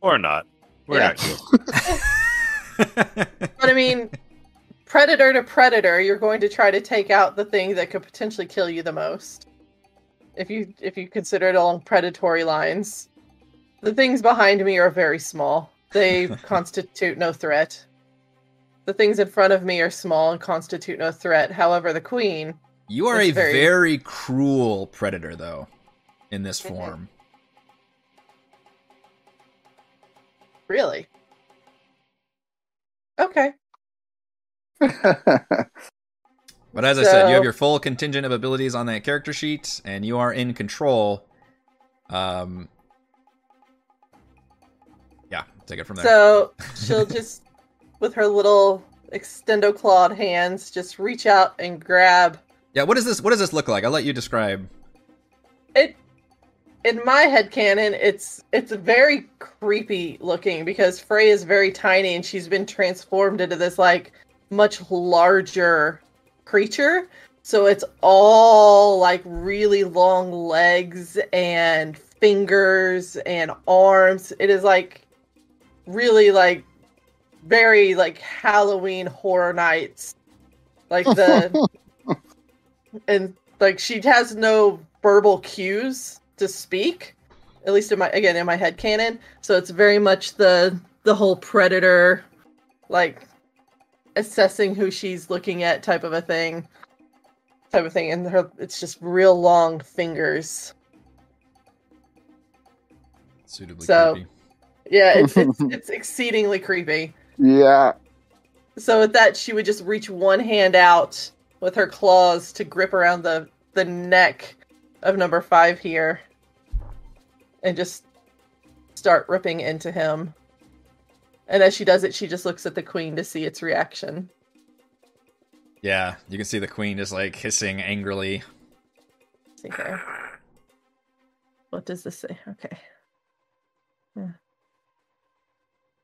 Or not. We're Yeah. not sure. But I mean, predator to predator, you're going to try to take out the thing that could potentially kill you the most. If you if you consider it along predatory lines, the things behind me are very small. They constitute no threat. The things in front of me are small and constitute no threat. However, the queen, you are a It's very- very cruel predator, though, in this Mhm. form. really. Okay. But as I said, you have So- your full contingent of abilities on that character sheet, and you are in control. Um, yeah, take it from there. So she'll just, with her little extendo clawed hands, just reach out and grab. yeah, what does this? What does this look like? I'll let you describe. It in my head canon, it's it's very creepy looking because Frey is very tiny and she's been transformed into this like much larger creature. So it's all like really long legs and fingers and arms. It is like really like very like Halloween horror nights. Like the and like she has no verbal cues to speak. At least in my again in my head canon. So it's very much the the whole predator like assessing who she's looking at type of a thing. Type of thing and her it's just real long fingers. Suitably So- creepy. Yeah, it's it's, it's exceedingly creepy. yeah. So with that, she would just reach one hand out with her claws to grip around the the neck of number five here, and just start ripping into him. And as she does it, she just looks at the queen to see its reaction. Yeah, you can see the queen just like hissing angrily. See here. What does this say? Okay.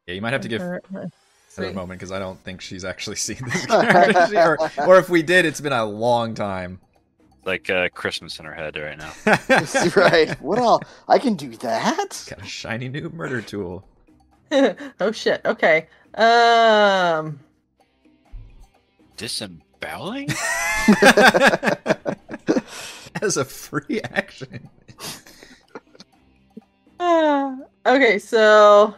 Yeah, you might have to give Her- her- her a see. moment because I don't think she's actually seen this character sheet, or, or if we did, it's been a long time. It's like uh, Christmas in her head right now. That's right. What all? I can do that. Got a shiny new murder tool. oh shit. Okay. Um. Disemboweling? As a free action. Ah, okay, so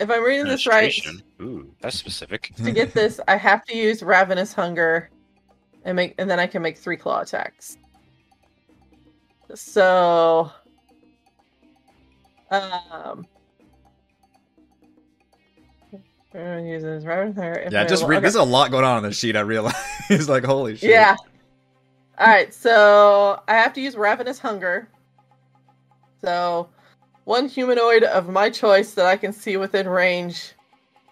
if I'm reading this right, Administration. Ooh, that's specific. to get this, I have to use Ravenous Hunger, and make, and then I can make three claw attacks. So, um, everyone uses Ravenous Hunger. if yeah, they just will- read. okay. There's a lot going on on this sheet. I realize. He's like, holy shit. Yeah. All right, so I have to use Ravenous Hunger. So, one humanoid of my choice that I can see within range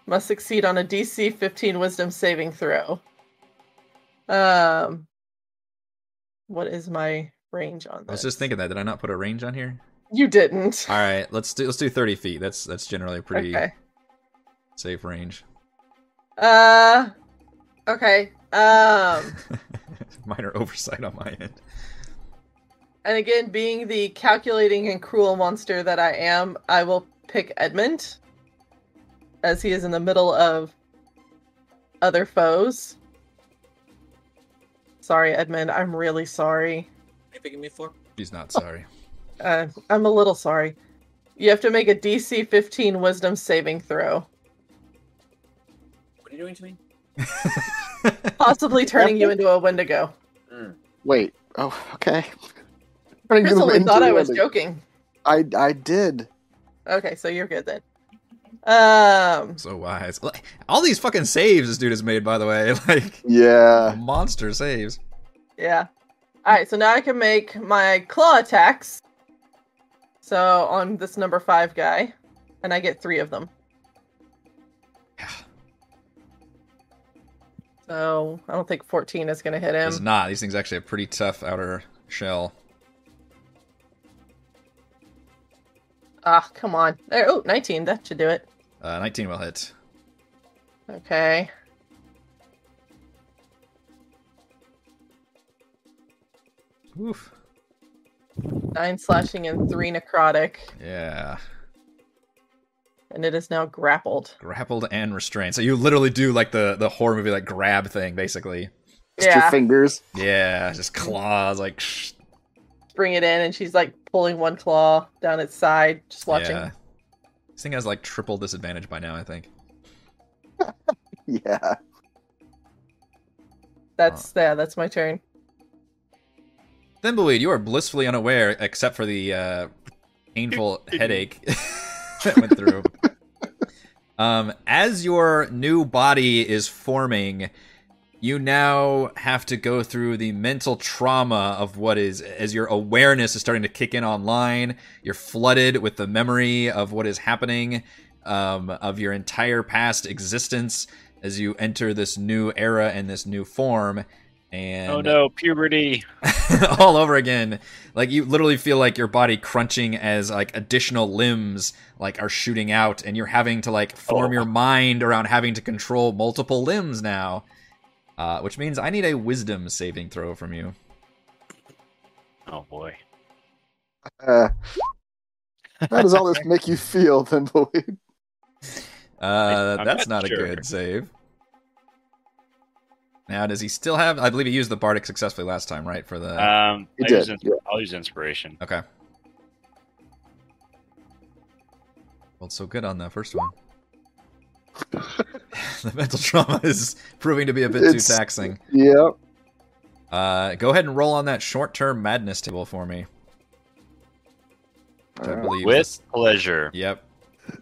must succeed on a DC 15 Wisdom saving throw. Um, what is my range on I was this? just thinking that. Did I not put a range on here? You didn't. All right, let's do let's do 30 feet. That's that's generally a pretty Okay. safe range. Uh, okay. Um. Minor oversight on my end. And again, being the calculating and cruel monster that I am, I will pick Edmund as he is in the middle of other foes. Sorry, Edmund. I'm really sorry. Are you picking me for? He's not sorry. Uh, I'm a little sorry. You have to make a DC 15 wisdom saving throw, What are you doing to me? possibly turning you into a Wendigo. Hmm. Wait. Oh, okay. I Crystal thought I was joking. I, I did. Okay, so you're good then. Um, so wise. All these fucking saves this dude has made, by the way. Like Yeah. monster saves. Yeah. All right, so now I can make my claw attacks. So on this number five guy, and I get three of them. Yeah. So I don't think 14 is going to hit It's him. not. These things actually have pretty tough outer shell. Ah, come on. There. Oh, 19. That should do it. Uh, 19 will hit. Okay. Oof. Nine slashing and three necrotic, Yeah. and it is now grappled. Grappled and restrained. So you literally do like the the horror movie like grab thing basically. Just your yeah. fingers. Yeah, just claws like shh. Bring it in, and she's like pulling one claw down its side, just watching. Yeah. This thing has like triple disadvantage by now, I think. Yeah. That's yeah, that's my turn. Thimbleweed, you are blissfully unaware, except for the uh, painful headache that went through. um, as your new body is forming, you now have to go through the mental trauma of what is, as your awareness is starting to kick in online. You're flooded with the memory of what is happening, um, of your entire past existence as you enter this new era and this new form. And uh, Oh no, puberty. all over again. Like you literally feel like your body crunching as like additional limbs like are shooting out and you're having to like form Oh. your mind around having to control multiple limbs now. Uh, which means I need a wisdom saving throw from you. Oh boy. Uh, how does all this make you feel, Thimbleweed? Uh, I'm that's not not a sure. good save. Now, does he still have? I believe he used the bardic successfully last time, right? For the Um, It I did, use ins- yeah. I'll use inspiration. okay. Well, so good on the first one. the mental trauma is proving to be a bit It's- too taxing. Yeah. Uh, go ahead and roll on that short-term madness table for me. Which I believe With pleasure. Yep.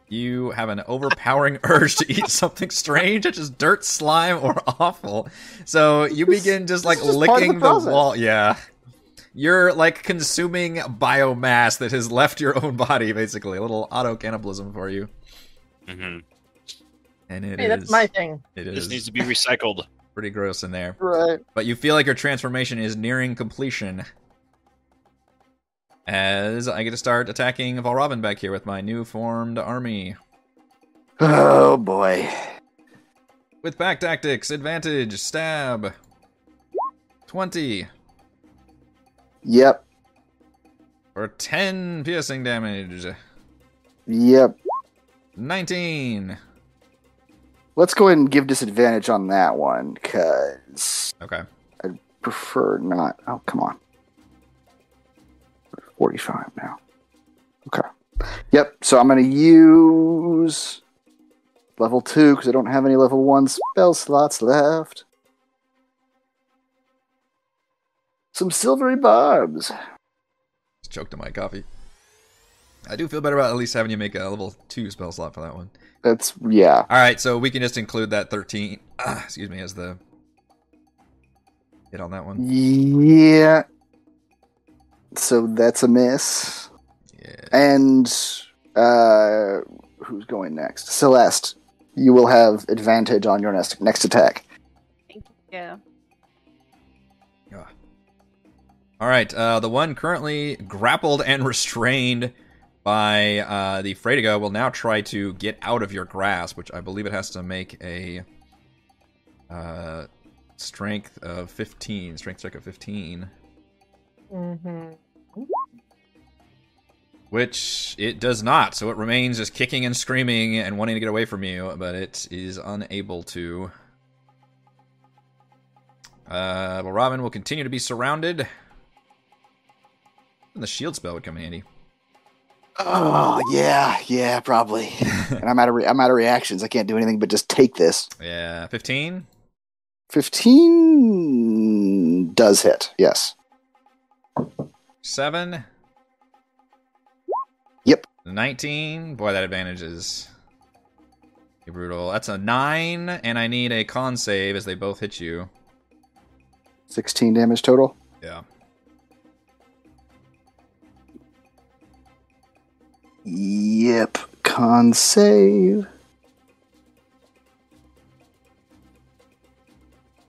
You have an overpowering urge to eat something strange, such as dirt, slime, or awful. So you This- begin just this like is just part of licking the the, process. wall. Yeah. You're like consuming biomass that has left your own body, basically. A little auto cannibalism for you. Mhm. And it is Hey, that's my thing. it This is needs to be recycled. pretty gross in there. Right. But you feel like your transformation is nearing completion. As I get to start attacking Valravn back here with my new formed army. Oh, boy. With back tactics, advantage, stab. 20 Yep. or 10 piercing damage. Yep. 19. Let's go ahead and give disadvantage on that one, because Okay. prefer not. Oh, come on. 45 now. Okay. Yep. So I'm going to use level two because I don't have any level one spell slots left. Some silvery barbs. Just choked on my coffee. I do feel better about at least having you make a level two spell slot for that one. That's, yeah. All right, so we can just include that thirteen. ah, excuse me, as the hit on that one. Yeah. So that's a miss. Yeah. And uh, who's going next? Celeste, you will have advantage on your next next attack. Yeah. All right, uh, the one currently grappled and restrained by uh, the Freydiga will now try to get out of your grasp, which I believe it has to make a uh, strength of 15, strength check of 15, Mm-hmm. which it does not. So it remains just kicking and screaming and wanting to get away from you, but it is unable to. Uh, well, Robin will continue to be surrounded. And the shield spell would come in handy. Oh yeah, yeah, probably. and I'm out of re- I'm out of reactions. I can't do anything but just take this. Yeah, 15? Fifteen does hit. Yes. Seven. Yep. Nineteen. Boy, that advantage is pretty brutal. That's a nine, and I need a con save as they both hit you. Sixteen damage total. Yeah. Yep. Con save.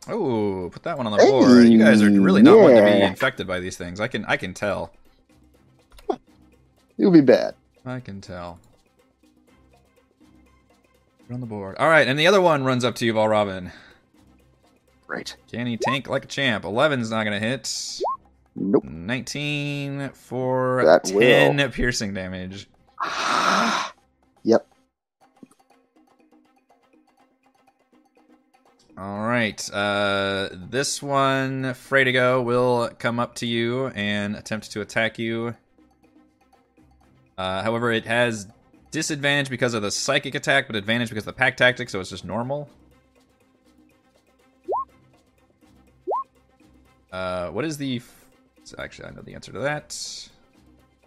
Oh, put that one on the board. You guys are really not wanting to be yeah. infected by these things. I can, I can tell. It'll be bad. I can tell. Put it on the board. All right, and the other one runs up to you, Val Robin. Right. Can he tank like a champ? 11's not going to hit. Nope. 19 for That 10 piercing damage. yep. All right. Uh, this one, Freydigo, will come up to you and attempt to attack you. Uh, however, it has disadvantage because of the psychic attack, but advantage because of the pack tactic, so it's just normal. Uh, what is the. F- so actually, I know the answer to that.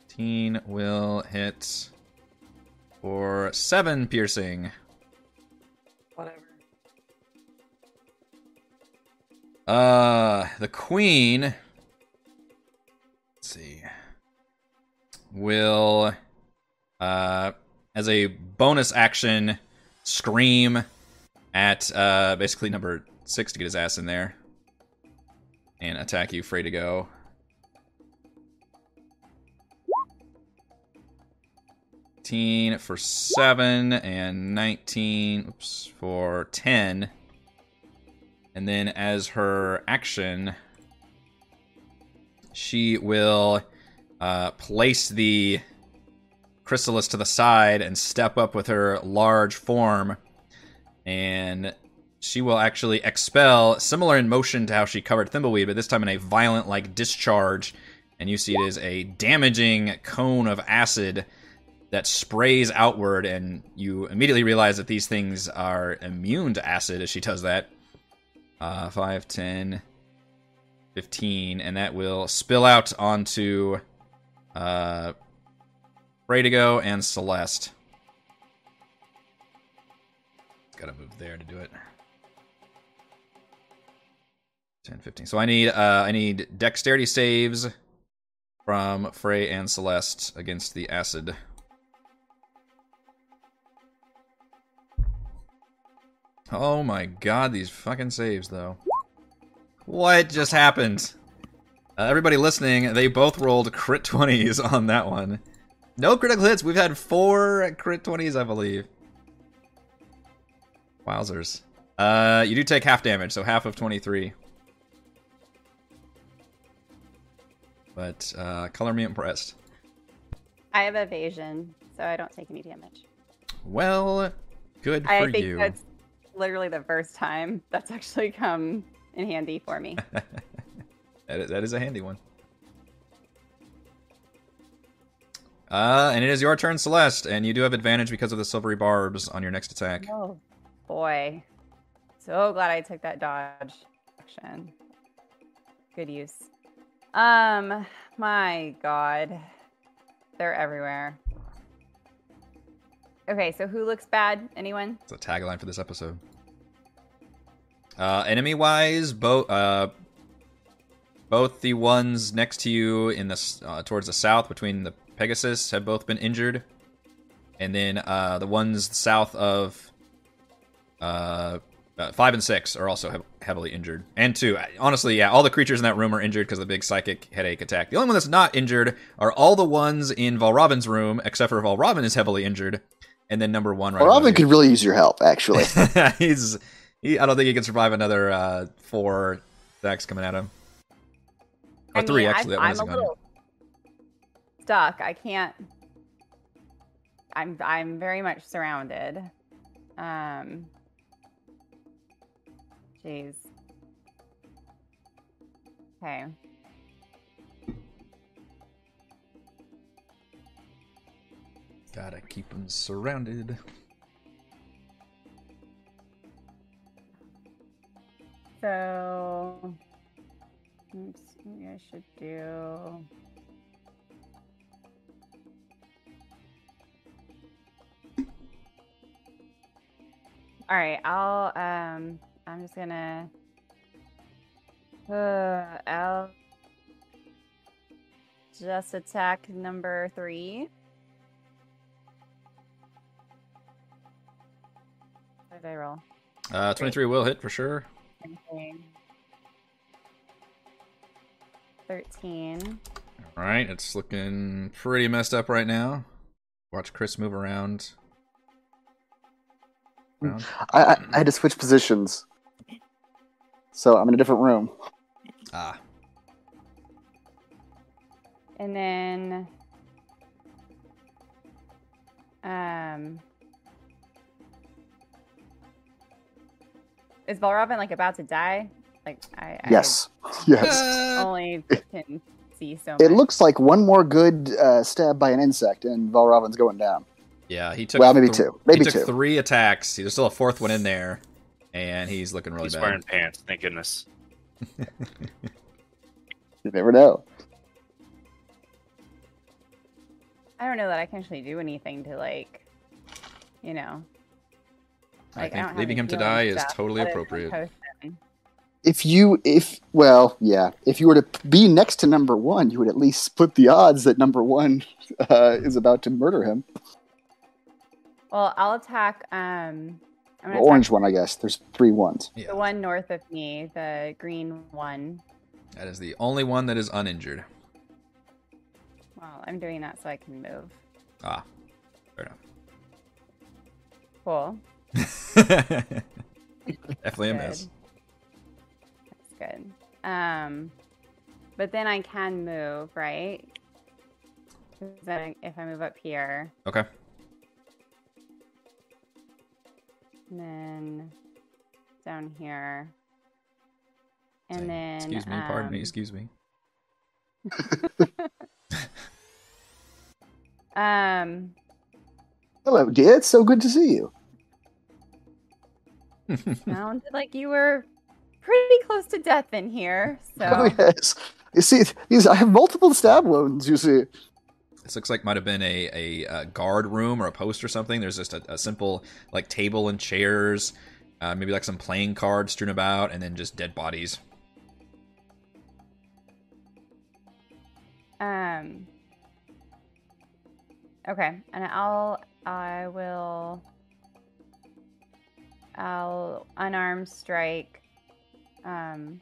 Teen will hit for seven piercing. Whatever. Uh, the queen. Let's see. Will, uh, as a bonus action, scream at uh basically number six to get his ass in there and attack you. Free to go. Teen for seven and nineteen. Oops, for ten. And then as her action, she will uh, place the chrysalis to the side and step up with her large form. And she will actually expel, similar in motion to how she covered Thimbleweed, but this time in a violent, like, discharge. And you see it is a damaging cone of acid that sprays outward, and you immediately realize that these things are immune to acid as she does that uh, 5, 10, 15, and that will spill out onto uh, Freydigo and Celeste. Gotta move there to do it. 10, 15. So I need uh, I need dexterity saves from Frey and Celeste against the acid. Oh my god, these fucking saves though. What just happened? Uh, everybody listening, they both rolled crit 20s on that one. No critical hits. We've had four crit 20s, I believe. Wowzers. Uh, you do take half damage, so half of 23. But uh, color me impressed. I have evasion, so I don't take any damage. Well, good for I think you. that's literally the first time that's actually come in handy for me. That is, that is a handy one. Uh, and it is your turn, Celeste, and you do have advantage because of the silvery barbs on your next attack. Oh. Boy, so glad I took that dodge action. Good use. Um, my god, they're everywhere. Okay, so who looks bad? Anyone? It's a tagline for this episode. Uh, enemy wise, both uh, both the ones next to you in the s- uh, towards the south between the Pegasus have both been injured, and then uh, the ones south of uh, uh, five and six are also hev- heavily injured, and two. I- Honestly, yeah, all the creatures in that room are injured because of the big psychic headache attack. The only one that's not injured are all the ones in Valrobin's room, except for Valrobin is heavily injured, and then number one right. Well, above Robin you. could really use your help, actually. he's he, I don't think he can survive another uh, four attacks coming at him. Or I three, mean, actually. that one I, I'm a isn't gone. little stuck. I can't. I'm I'm very much surrounded. Um. Jeez. Okay. Gotta keep him surrounded. So, oops, maybe I should do. All right, I'll um, I'm just gonna. Uh, I'll just attack number three. What did I roll? Uh, 23 will hit for sure. 13. All right, it's looking pretty messed up right now. Watch Chris move around. Around. Mm. I, I, I had to switch positions. So I'm in a different room. Ah, And then um Is Valrobin like about to die? Like I, I Yes. Yes. only can see so much. It looks like one more good uh, stab by an insect, and Valrobin's going down. yeah, he took. well, maybe thr- two. Maybe he took two. three attacks. There's still a fourth one in there, and he's looking really He's bad. wearing pants. Thank goodness. You never know. I don't know that I can actually do anything to like you know. I like, think don't have any leaving him to healing die is stuff totally other than appropriate. post- If you, if, well, yeah. If you were to be next to number one, you would at least split the odds that number one uh, is about to murder him. Well, I'll attack um I'm The gonna orange attack one, I guess. There's three ones. the Yeah, one north of me, the green one. that is the only one that is uninjured. Well, I'm doing that so I can move. Ah, fair Cool. enough. Definitely a Good. miss. That's good. Um, but then I can move, right? 'Cause Then I- if I move up here, Okay. and then down here, and Saying, then excuse me, pardon me, um, excuse me. Um, Hello, dear. It's so good to see you. sounded like you were pretty close to death in here. Oh, So yes. You see, these, I have multiple stab wounds, you see. This looks like might have been a, a, uh guard room or a post or something. There's just a, a simple like table and chairs, uh, maybe like some playing cards strewn about, and then just dead bodies. Um. Okay, and I'll I will I'll unarmed strike um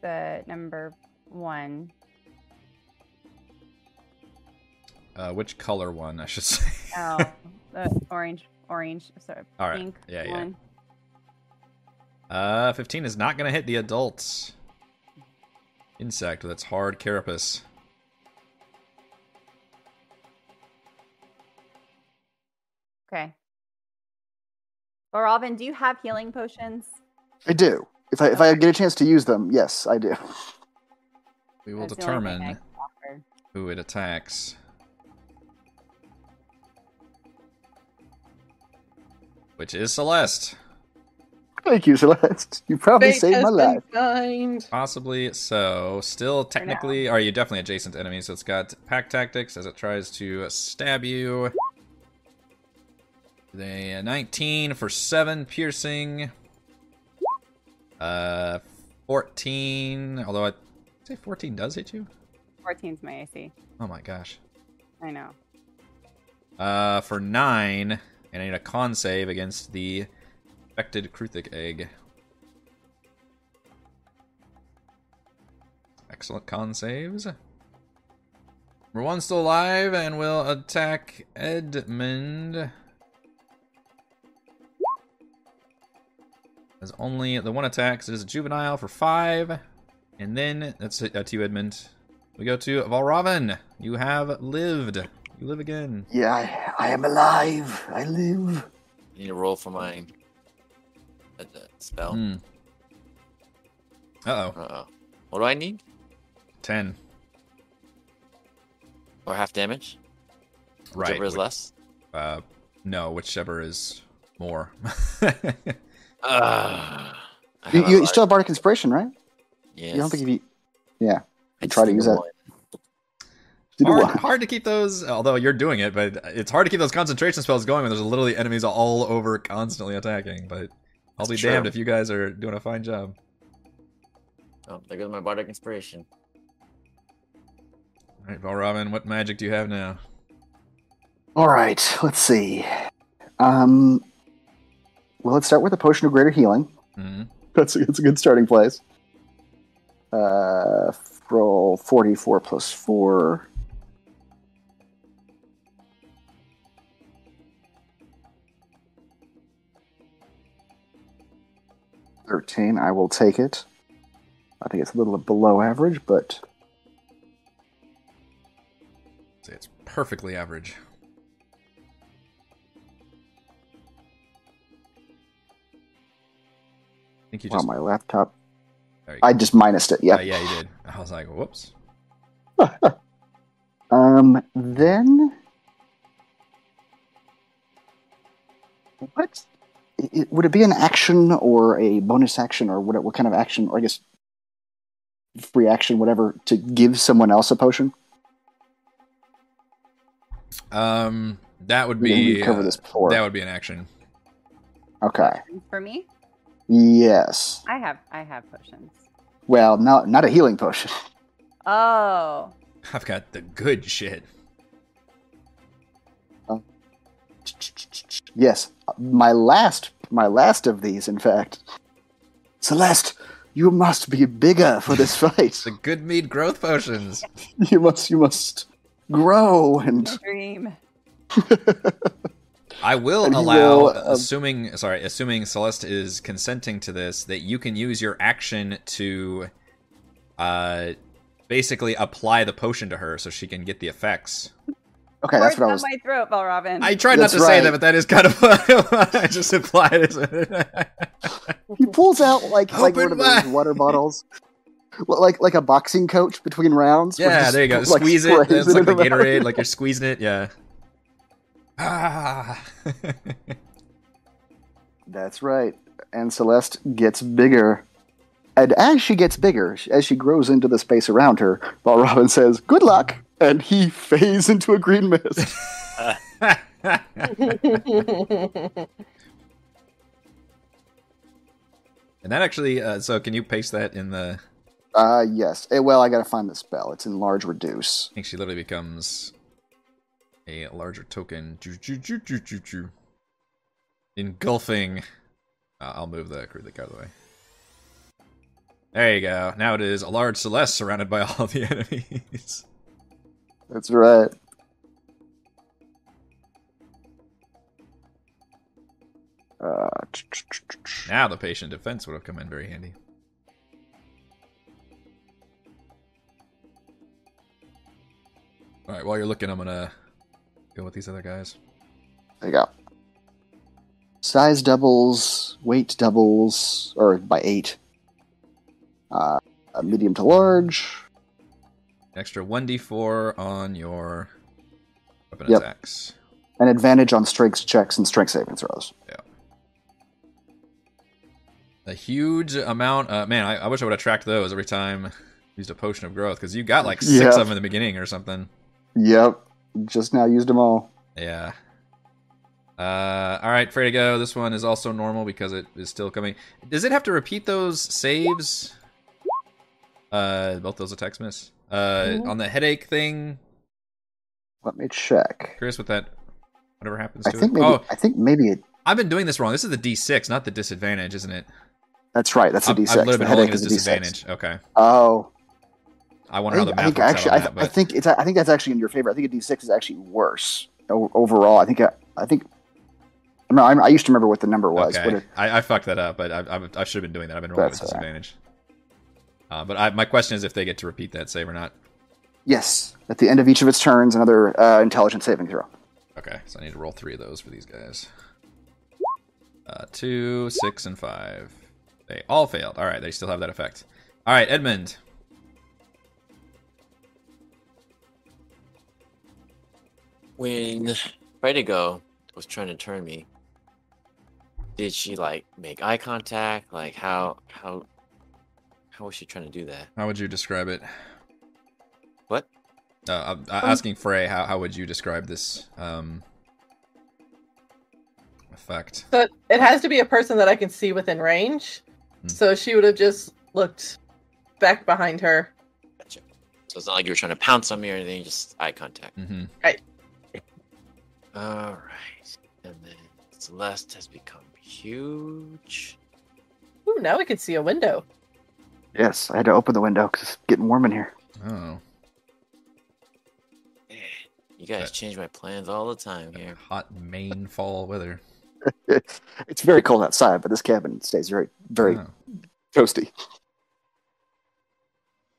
the number one. Uh, which color one I should say? Oh, the orange orange sorry All right. pink Yeah, yeah. one. Uh, 15 is not gonna hit the adult insect with its hard carapace. Okay. Well, Robin, do you have healing potions? I do. If I if I get a chance to use them, yes, I do. We will That's the only thing I determine can offer. who it attacks. Which is Celeste. Thank you, Celeste. You probably Fate saved has my been life. kind. Possibly so. Still technically, are you definitely adjacent enemy? So it's got pack tactics as it tries to stab you. They 19 for seven piercing. Uh, 14. Although I say 14 does hit you. 14's my AC. Oh my gosh. I know. Uh, for nine, and I need a con save against the infected Kruthic egg. Excellent con saves. We're one still alive, and will attack Edmund. As only the one attacks, it is a juvenile for five, and then that's it, uh, to you, Edmund. We go to Valravan. You have lived. You live again. Yeah, I, I am alive. I live. I need to roll for my uh, uh, spell. Hmm. Uh oh. Uh oh. What do I need? 10. Or half damage? Right. Whichever is which- less. Uh, no, whichever is more. Uh, You, you still have bardic inspiration, right? yes. You don't think you I try to use just need that. one. you do hard, what? hard to keep those, although you're doing it, but it's hard to keep those concentration spells going when there's literally enemies all over constantly attacking. But I'll That's be true. damned if you guys are doing a fine job. Oh, there goes my bardic inspiration. All right, Valravan, what magic do you have now? All right, let's see. Um, well, let's start with a potion of greater healing. hmm That's a, that's a good starting place. Uh, roll 44 plus 4. Thirteen, I will take it. I think it's a little below average, but Say it's perfectly average. I think you wow, just. my laptop. there you go. I just minused it. Uh, Yeah. yeah, you did. I was like, whoops. Um, then. What? It- it- would it be an action or a bonus action or what, what kind of action, or I guess free action, whatever, to give someone else a potion? Um, that would We didn't be cover uh, this before. That would be an action. Okay. For me, Yes. I have I have potions. Well, not, not a healing potion. Oh, I've got the good shit. Yes, my last, my last of these, in fact. Celeste, you must be bigger for this fight. The good mead growth potions. you must, you must grow and dream. I will And he allow, will, um, assuming sorry, assuming Celeste is consenting to this, that you can use your action to, uh, basically apply the potion to her so she can get the effects. Okay, Words that's what I on was. my throat, Valravin. I tried That's not to say right. that, but that is kind of what I just implied. isn't it? He pulls out like like one Open of those wide. water bottles, Well, like like a boxing coach between rounds. where he yeah, just, there you go. like, Squeeze it. sprays It's like in the the mouth. Gatorade. Like you're squeezing it. Yeah. Ah. That's right. And Celeste gets bigger, and as she gets bigger, sh- as she grows into the space around her, Paul Robin says, "Good luck," and he fades into a green mist. And that actually, uh, so can you paste that in the? uh I yes. Eh, well, I gotta find the spell. It's in large reduce. think she literally becomes a larger token, Choo, choo, choo, choo, choo, choo. engulfing. Uh, I'll move the crew out of the way. There you go. Now it is a large Celeste surrounded by all the enemies. That's right. Uh, tch, tch, tch, tch, tch. now the patient defense would have come in very handy. All right, while you're looking, I'm gonna go with these other guys. There you go. Size doubles, weight doubles, or by eight. uh, a medium to large. Extra 1d4 on your weapon Yep. attacks. An advantage on strength checks and strength saving throws. A huge amount. Uh, man, I, I wish I would have tracked those every time I used a potion of growth because you got like six Yeah. of them in the beginning or something. Yep. Just now used them all. Yeah. Uh, all right, free to go. This one is also normal because it is still coming. Does it have to repeat those saves? Uh, both those attacks miss. Uh, on the headache thing, Mm-hmm. Let me check. curious what that whatever happens I to think it. maybe. Oh, I think maybe it. I've been doing this wrong. This is the D6, not the disadvantage, isn't it? That's right. That's a I've, D6. I've literally The been holding headache it as is a D6. disadvantage. Okay. Oh, I I wonder think, how the I math think works actually, out I, on that, I but think it's. I think that's actually in your favor. I think a D6 is actually worse o- overall. I think. I, I think. I, remember, I used to remember what the number was. okay. but it- I, I fucked that up, but I, I, I should have been doing that. I've been rolling with That's all right. disadvantage. Uh, but I, my question is if they get to repeat that save or not. yes, at the end of each of its turns, another uh, intelligence saving throw. Okay, so I need to roll three of those for these guys. Uh, two, six, and five. They all failed. All right, they still have that effect. All right, Edmund. When Fredigo was trying to turn me, did she like make eye contact? Like how how how was she trying to do that? How would you describe it? What? Oh. Uh, I'm, I'm asking Frey, how, how would you describe this um, effect? So it has to be a person that I can see within range. Hmm. So she would have just looked back behind her. Gotcha. So it's not like you were trying to pounce on me or anything, just eye contact. Mm-hmm. All right. And then Celeste has become huge. Ooh, now we can see a window. Yes, I had to open the window because it's getting warm in here. Oh, Man, You guys change my plans all the time here. hot Maine fall weather. it's very cold outside, but this cabin stays very, very Oh. toasty.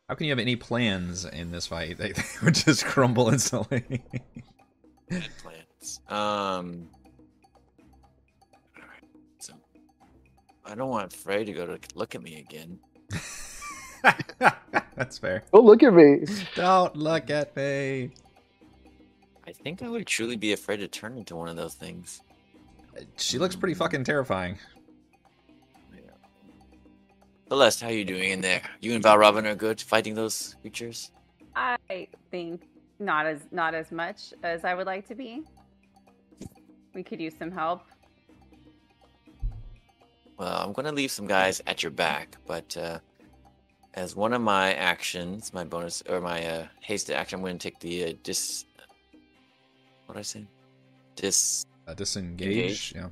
How can you have any plans in this fight? They, they would just crumble instantly. Bad plans. Um. all right, So I don't want Frey to go to look at me again. That's fair. Oh, look at me. Don't look at me. I think I would truly be afraid to turn into one of those things. Hmm. She looks pretty fucking terrifying. Celeste, how you doing in there? You and Val Robin are good fighting those creatures? I think not as not as much as I would like to be. We could use some help. Well, I'm going to leave some guys at your back, but uh, as one of my actions, my bonus or my uh, haste action, I'm going to take the uh, dis. What did I say? Dis. Uh, disengage. Engage. Yeah.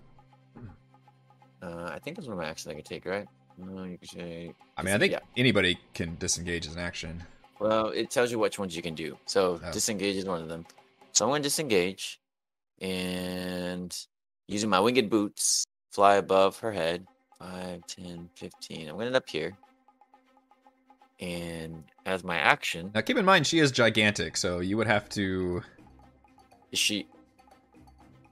Uh, I think that's one of my actions I can take, right? No, you can say. I mean, I think Yeah. anybody can disengage as an action. Well, it tells you which ones you can do. So Oh. disengage is one of them. So I'm going to disengage, and using my winged boots, fly above her head. 5, 10, 15. I'm going to end up here. And as my action, Now, keep in mind, she is gigantic, so you would have to. is she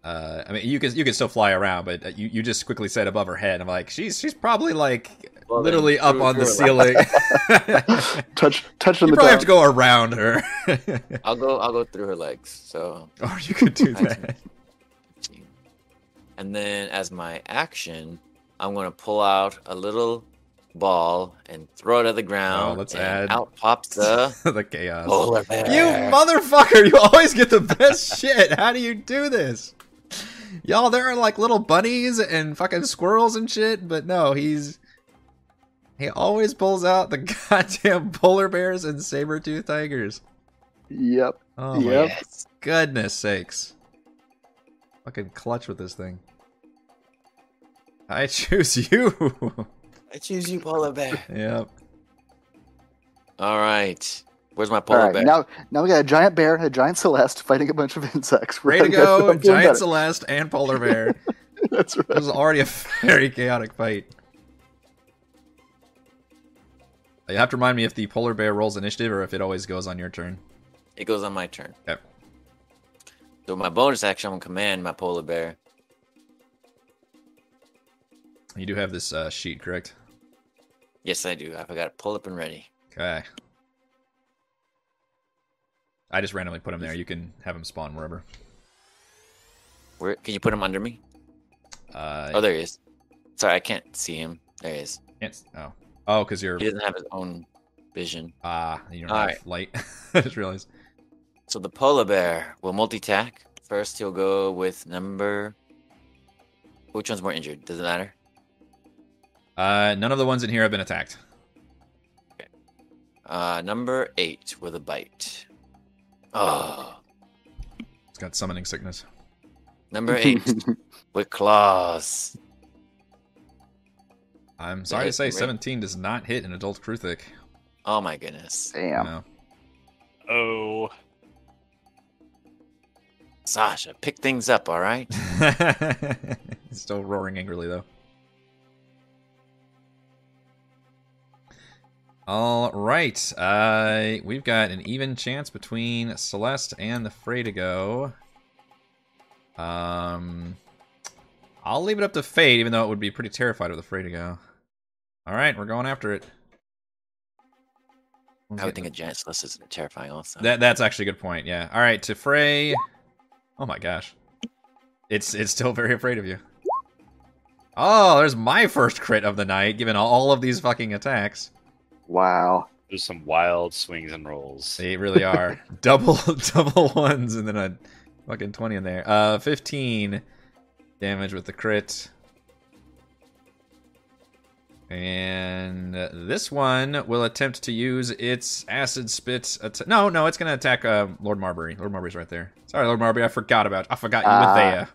Uh, I mean, you can you can still fly around, but uh, you, you just quickly said above her head. I'm like, she's she's probably like well, then, literally up screw- on the screw her. ceiling. touch, touch on you the probably top. have to go around her, I'll go. I'll go through her legs. So or Oh, you could do I that. can- 15. And then as my action, I'm gonna pull out a little ball and throw it at the ground. Oh, let's and add- Out pops the the chaos. polar bear. You motherfucker, you always get the best shit. How do you do this? Y'all, there are like little bunnies and fucking squirrels and shit, but no, he's. He always pulls out the goddamn polar bears and saber tooth tigers. Yep. Oh my Yep. Yes. goodness sakes. Fucking clutch with this thing. I choose you. I choose you, polar bear. yep. All right. Where's my All polar right. bear? Now, now we got a giant bear and a giant Celeste fighting a bunch of insects. Ready Right, I to guess go, I'm feeling Giant better. Celeste and Polar Bear. That's right. this is already a very chaotic fight. You have to remind me if the polar bear rolls initiative or if it always goes on your turn. It goes on my turn. Yep. So my bonus action, I'm gonna command my polar bear. You do have this uh, sheet, correct? Yes, I do. I've got it pulled up and ready. Okay. I just randomly put him there. You can have him spawn wherever. Where can you put him under me? Uh, Oh, there he is. Sorry, I can't see him. There he is. can't- oh, oh, because you're He doesn't have his own vision. ah, you don't All have light. I just realized. So the polar bear will multi-tack. First, he'll go with number. Which one's more injured? Does it matter? Uh, none of the ones in here have been attacked. Uh, number eight with a bite. Oh, It's got summoning sickness. number eight with claws. I'm sorry to hit say, rate. 17 does not hit an adult Kruthic. Oh my goodness, Damn. No. Oh. Sasha, pick things up, all right? He's still roaring angrily, though. All right. Uh, we've got an even chance between Celeste and the Fray to go. Um, I'll leave it up to fate, even though it would be pretty terrified with the Fray to go. All right, we're going after it. I would think a giant celeste is terrifying, also. That that's actually a good point. Yeah. All right, to Frey. Oh my gosh, it's it's still very afraid of you. Oh, there's my first crit of the night, given all of these fucking attacks. Wow. There's some wild swings and rolls. They really are double double ones, and then a fucking twenty in there. Uh, fifteen damage with the crit. And this one will attempt to use its acid spit. Att- no, no, it's gonna attack uh, Lord Marbury. Lord Marbury's right there. Sorry, Lord Marbury, I forgot about. I forgot you Ah.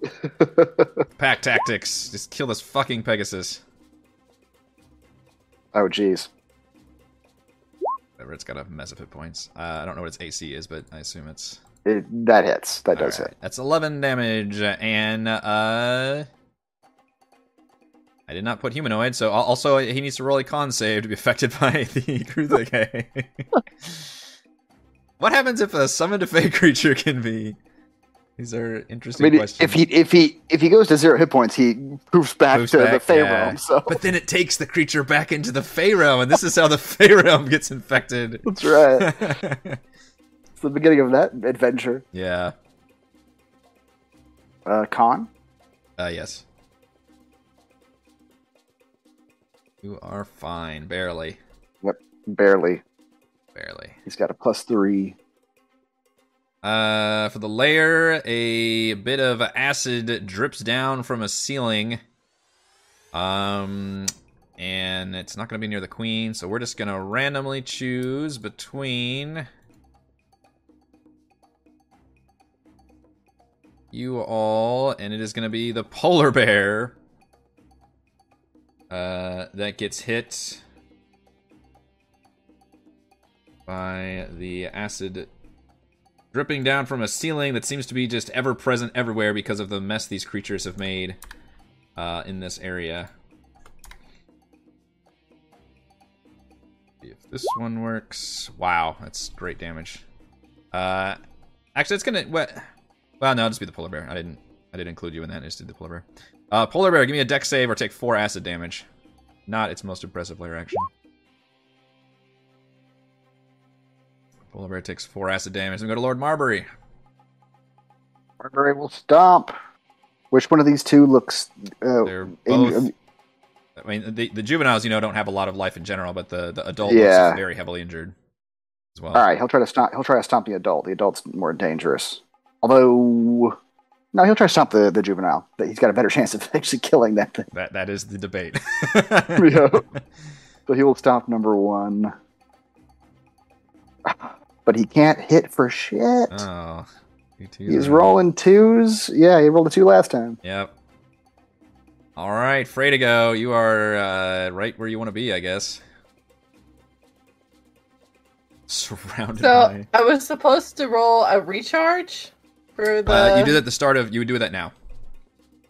with Thea. Pack tactics. Just kill this fucking Pegasus. Oh, geez. Whatever, it's got a mess of hit points. Uh, I don't know what its AC is, but I assume it's It, that hits. That All does right, That's 11 damage, and uh, I did not put humanoid, so al- also he needs to roll a con save to be affected by the Kruthic. what happens if a summoned to fey creature can be? These are hit. I interesting mean, questions. if he if he if he goes to zero hit points, he poofs back Poofs to the back, Fey yeah. realm. So But then it takes the creature back into the fey realm, and this is how the fey realm gets infected. that's right. it's the beginning of that adventure. yeah. Uh, con. Uh, yes. You are fine, barely, Barely. barely. He's got a plus three. Uh, for the layer, a bit of acid drips down from a ceiling. Um, and it's not going to be near the queen, so we're just going to randomly choose between. You all, and it is going to be the polar bear. Uh, that gets hit by the acid dripping down from a ceiling that seems to be just ever present everywhere because of the mess these creatures have made uh, in this area. See If this one works, wow, that's great damage. Uh, actually, it's gonna. What? Well, no, it'll just be the polar bear. I didn't. I didn't include you in that. I just did the polar bear. Uh, polar bear, give me a deck save or take four acid damage. Not its most impressive layer action. Polar bear takes four acid damage. And we go to Lord Marbury. Marbury will stomp. Which one of these two looks? Uh, They're in- both. I mean, the, the juveniles, you know, don't have a lot of life in general, but the, the adult Yeah. is very heavily injured as well. All right, he'll try to stomp. He'll try to stomp the adult. The adult's more dangerous. Although, no, he'll try to stomp the, the juvenile. But he's got a better chance of actually killing that thing. That that is the debate. Yeah. So he will stomp number one. But he can't hit for shit. Oh, you two he's are- rolling twos. Yeah, he rolled a two last time. Yep. All right, free to go. You are uh, right where you want to be, I guess. Surrounded So by. I was supposed to roll a recharge for the. Uh, you do that at the start of. You would do that now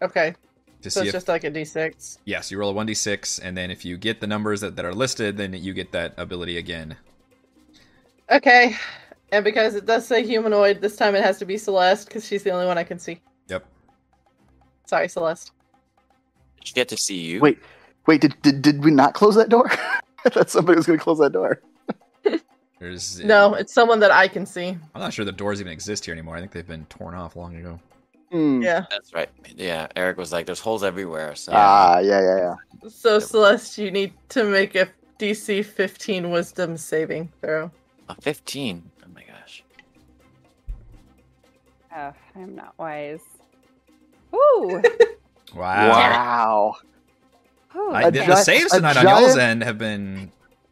Okay, to so see it's if just like a d6. Yes, you roll a 1d6, and then if you get the numbers that, that are listed, then you get that ability again. Okay, and because it does say humanoid, this time it has to be Celeste because she's the only one I can see. Yep. Sorry, Celeste. Did she get to see you? Wait. Wait, did, did, did we not close that door? I thought somebody was going to close that door. There's No, it's someone that I can see. I'm not sure the doors even exist here anymore. I think they've been torn off long ago. Hmm. Yeah. That's right. Yeah, Eric was like, "There's holes everywhere." So Ah, yeah, yeah, yeah. So Celeste, you need to make a DC 15 Wisdom saving throw. a 15. Oh my gosh. Oh, I'm not wise. Ooh. Wow. Wow. Ooh, I, the, A the gi- saves a tonight on y'all's giant- end have been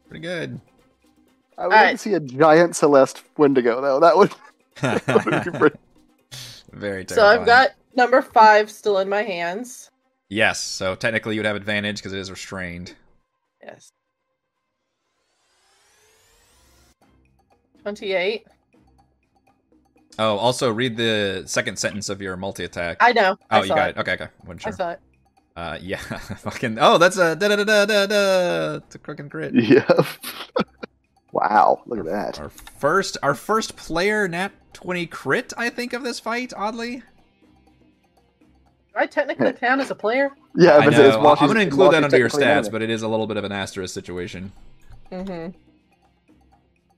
pretty good. I would All like to right. see a giant Celeste Wendigo, though. That would. Very terrifying. So I've got number five still in my hands. Yes, so technically you'd have advantage because it is restrained. Yes. 28. Oh, also read the second sentence of your multi attack. I know. Oh, I you saw got it. Okay, okay. Wasn't I sure. saw it. Uh, yeah, fucking. Oh, that's a da da da da da da. It's a crook and crit. Yep. wow. Look at that. Our first, our first player nat twenty crit. I think of this fight. Oddly, Do I technically count as a player? Yeah, I but know. it's while I'm she's- going to include while that she's under your technically stats, on but it is a little bit of an asterisk situation. Mm-hmm.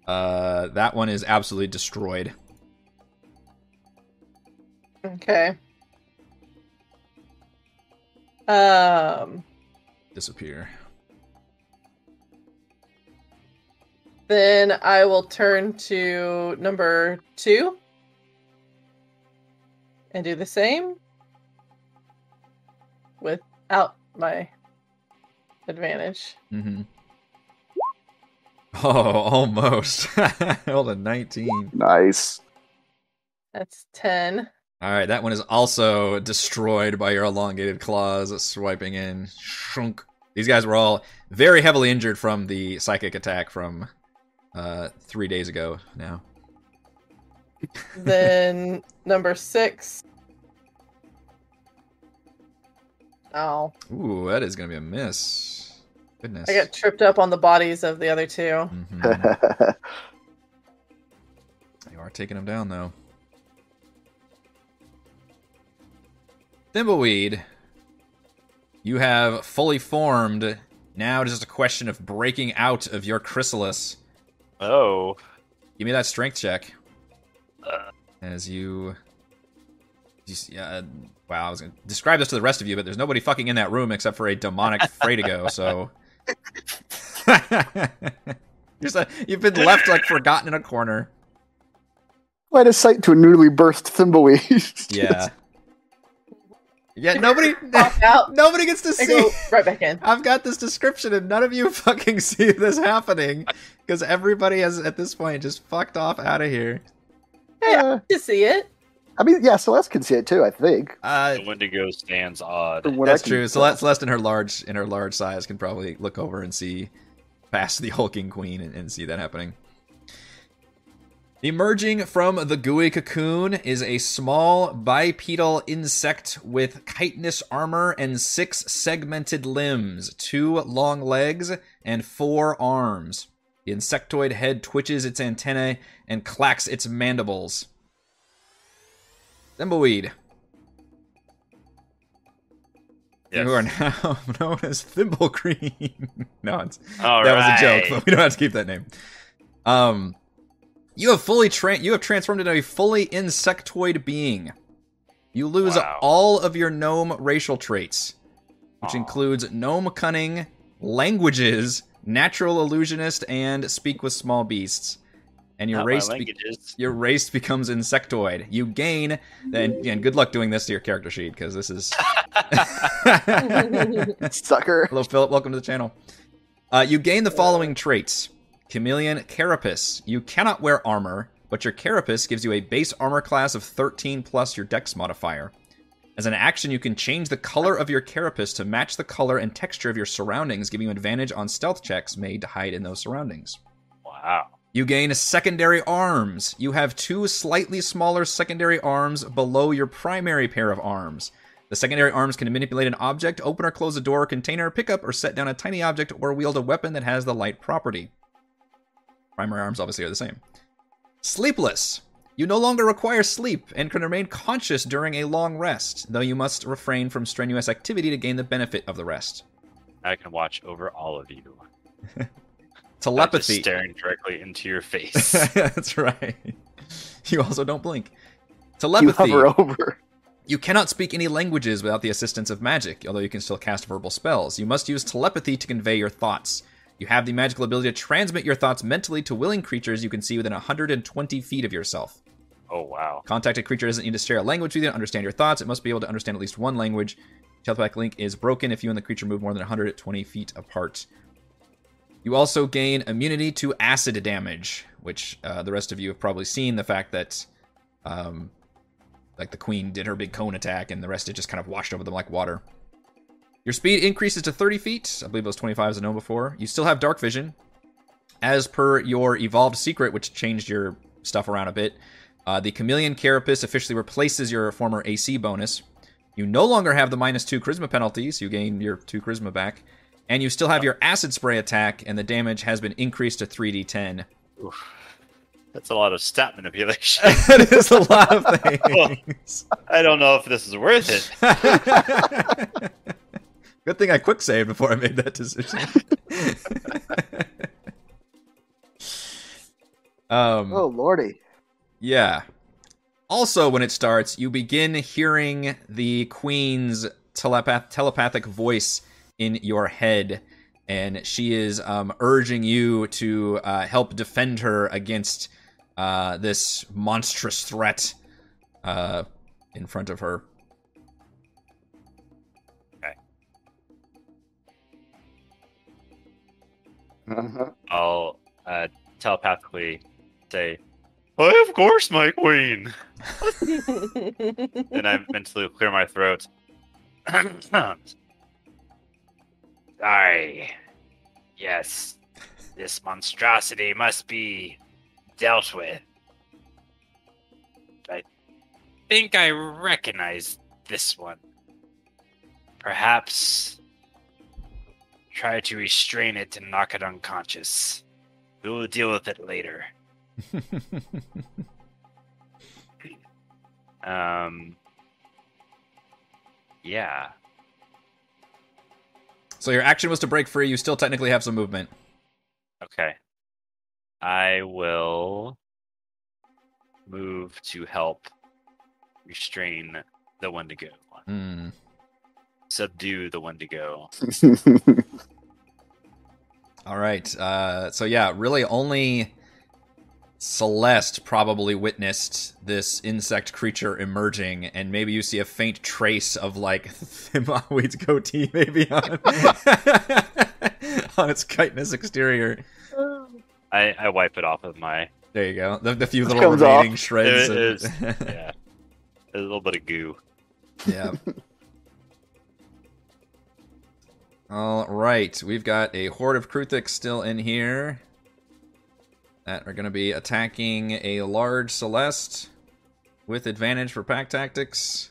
Uh, that one is absolutely destroyed. Okay. Um. Disappear. Then I will turn to number two and do the same without my advantage. Mm-hmm. Oh, almost. Hold a nineteen. it. Nice. That's 10. All right, that one is also destroyed by your elongated claws swiping in. Shrunk. These guys were all very heavily injured from the psychic attack from uh, three days ago. Now, then number six. Oh, ooh, that is gonna be a miss. Goodness. I got tripped up on the bodies of the other two. Mhm. you are taking them down though. Thimbleweed, you have fully formed. Now it is just a question of breaking out of your chrysalis. Oh. Give me that strength check. Uh. As you, you see, uh, wow, I was gonna describe this to the rest of you, but there's nobody fucking in that room except for a demonic Freydigo. So, You're so- you've been left like forgotten in a corner. Quite a sight to a newly birthed thimbleweed. Yeah. Yeah, nobody, Pop out nobody gets to and see. go right back in. I've got this description, and none of you fucking see this happening because everybody has at this point just fucked off out of here. Yeah. To see it. I mean, yeah, Celeste can see it too, I think. Uh, The Wendigo stands odd. From what That's I can true. tell. Celeste, Celeste in her large in her large size can probably look over and see past the hulking queen and, and see that happening. Emerging from the gooey cocoon is a small bipedal insect with chitinous armor and six segmented limbs, two long legs, and four arms. The insectoid head twitches its antennae and clacks its mandibles. Thimbleweed. Yes. who are now known as Thimble Green. no, it's, All that was a right. joke, but we don't have to keep that name. Um, you have fully tra- you have transformed into a fully insectoid being. You lose Wow. all of your gnome racial traits, which Aw. includes gnome cunning, languages, natural illusionist, and speak with small beasts. And your Not my race be- languages. your race becomes insectoid. You gain, and, and good luck doing this to your character sheet because this is. Sucker. Hello, Philip. Welcome to the channel. Uh, you gain the following traits Chameleon Carapace. You cannot wear armor, but your Carapace gives you a base armor class of 13 plus your dex modifier. As an action, you can change the color of your Carapace to match the color and texture of your surroundings, giving you advantage on stealth checks made to hide in those surroundings. Wow. You gain secondary arms. You have two slightly smaller secondary arms below your primary pair of arms. The secondary arms can manipulate an object, open or close a door or container, pick up or set down a tiny object, or wield a weapon that has the light property. Primary arms obviously are the same. Sleepless. You no longer require sleep and can remain conscious during a long rest, though you must refrain from strenuous activity to gain the benefit of the rest. I can watch over all of you. Not just Telepathy. staring directly into your face. That's right. You also don't blink. You Telepathy. hover over. You cannot speak any languages without the assistance of magic, although you can still cast verbal spells. You must use telepathy to convey your thoughts. You have the magical ability to transmit your thoughts mentally to willing creatures you can see within 120 feet of yourself. oh wow. Contact a creature doesn't need to share a language with you to understand your thoughts. It must be able to understand at least one language. Telepathic link is broken if you and the creature move more than 120 feet apart. You also gain immunity to acid damage, which uh, the rest of you have probably seen. The fact that, um, like the queen did her big cone attack, and the rest it just kind of washed over them like water. Your speed increases to 30 feet. I believe it was 25 as I know before. You still have dark vision, as per your evolved secret, which changed your stuff around a bit. Uh, the Chameleon Carapace officially replaces your former AC bonus. You no longer have the minus two charisma penalty, so you gain your two charisma back. And you still have your acid spray attack, and the damage has been increased to 3d10. That's a lot of stat manipulation. that is a lot of things. I don't know if this is worth it. Good thing I quick saved before I made that decision. um, Oh lordy. Yeah. Also, when it starts, you begin hearing the queen's telepath telepathic voice in your head, and she is um, urging you to uh, help defend her against uh, this monstrous threat uh, in front of her. Uh-huh. I'll uh, telepathically say, Why, of course, my queen. and I mentally clear my throat. I, yes, this monstrosity must be dealt with. I think I recognize this one. Perhaps try to restrain it and knock it unconscious. We will deal with it later. Um, yeah. so your action was to break free. You still technically have some movement. Okay. I will move to help restrain the one to go, Hmm. subdue the one to go. All right. Uh, so yeah, really only Celeste probably witnessed this insect creature emerging, and maybe you see a faint trace of like Thimaweed's goatee, maybe on, on its chitinous exterior. I, I wipe it off of my. There you go. The, the few It little comes remaining off. shreds. There it of- Yeah. A little bit of goo. yeah. All right, we've got a horde of Kruthiks still in here that are going to be attacking a large Celeste with advantage for pack tactics.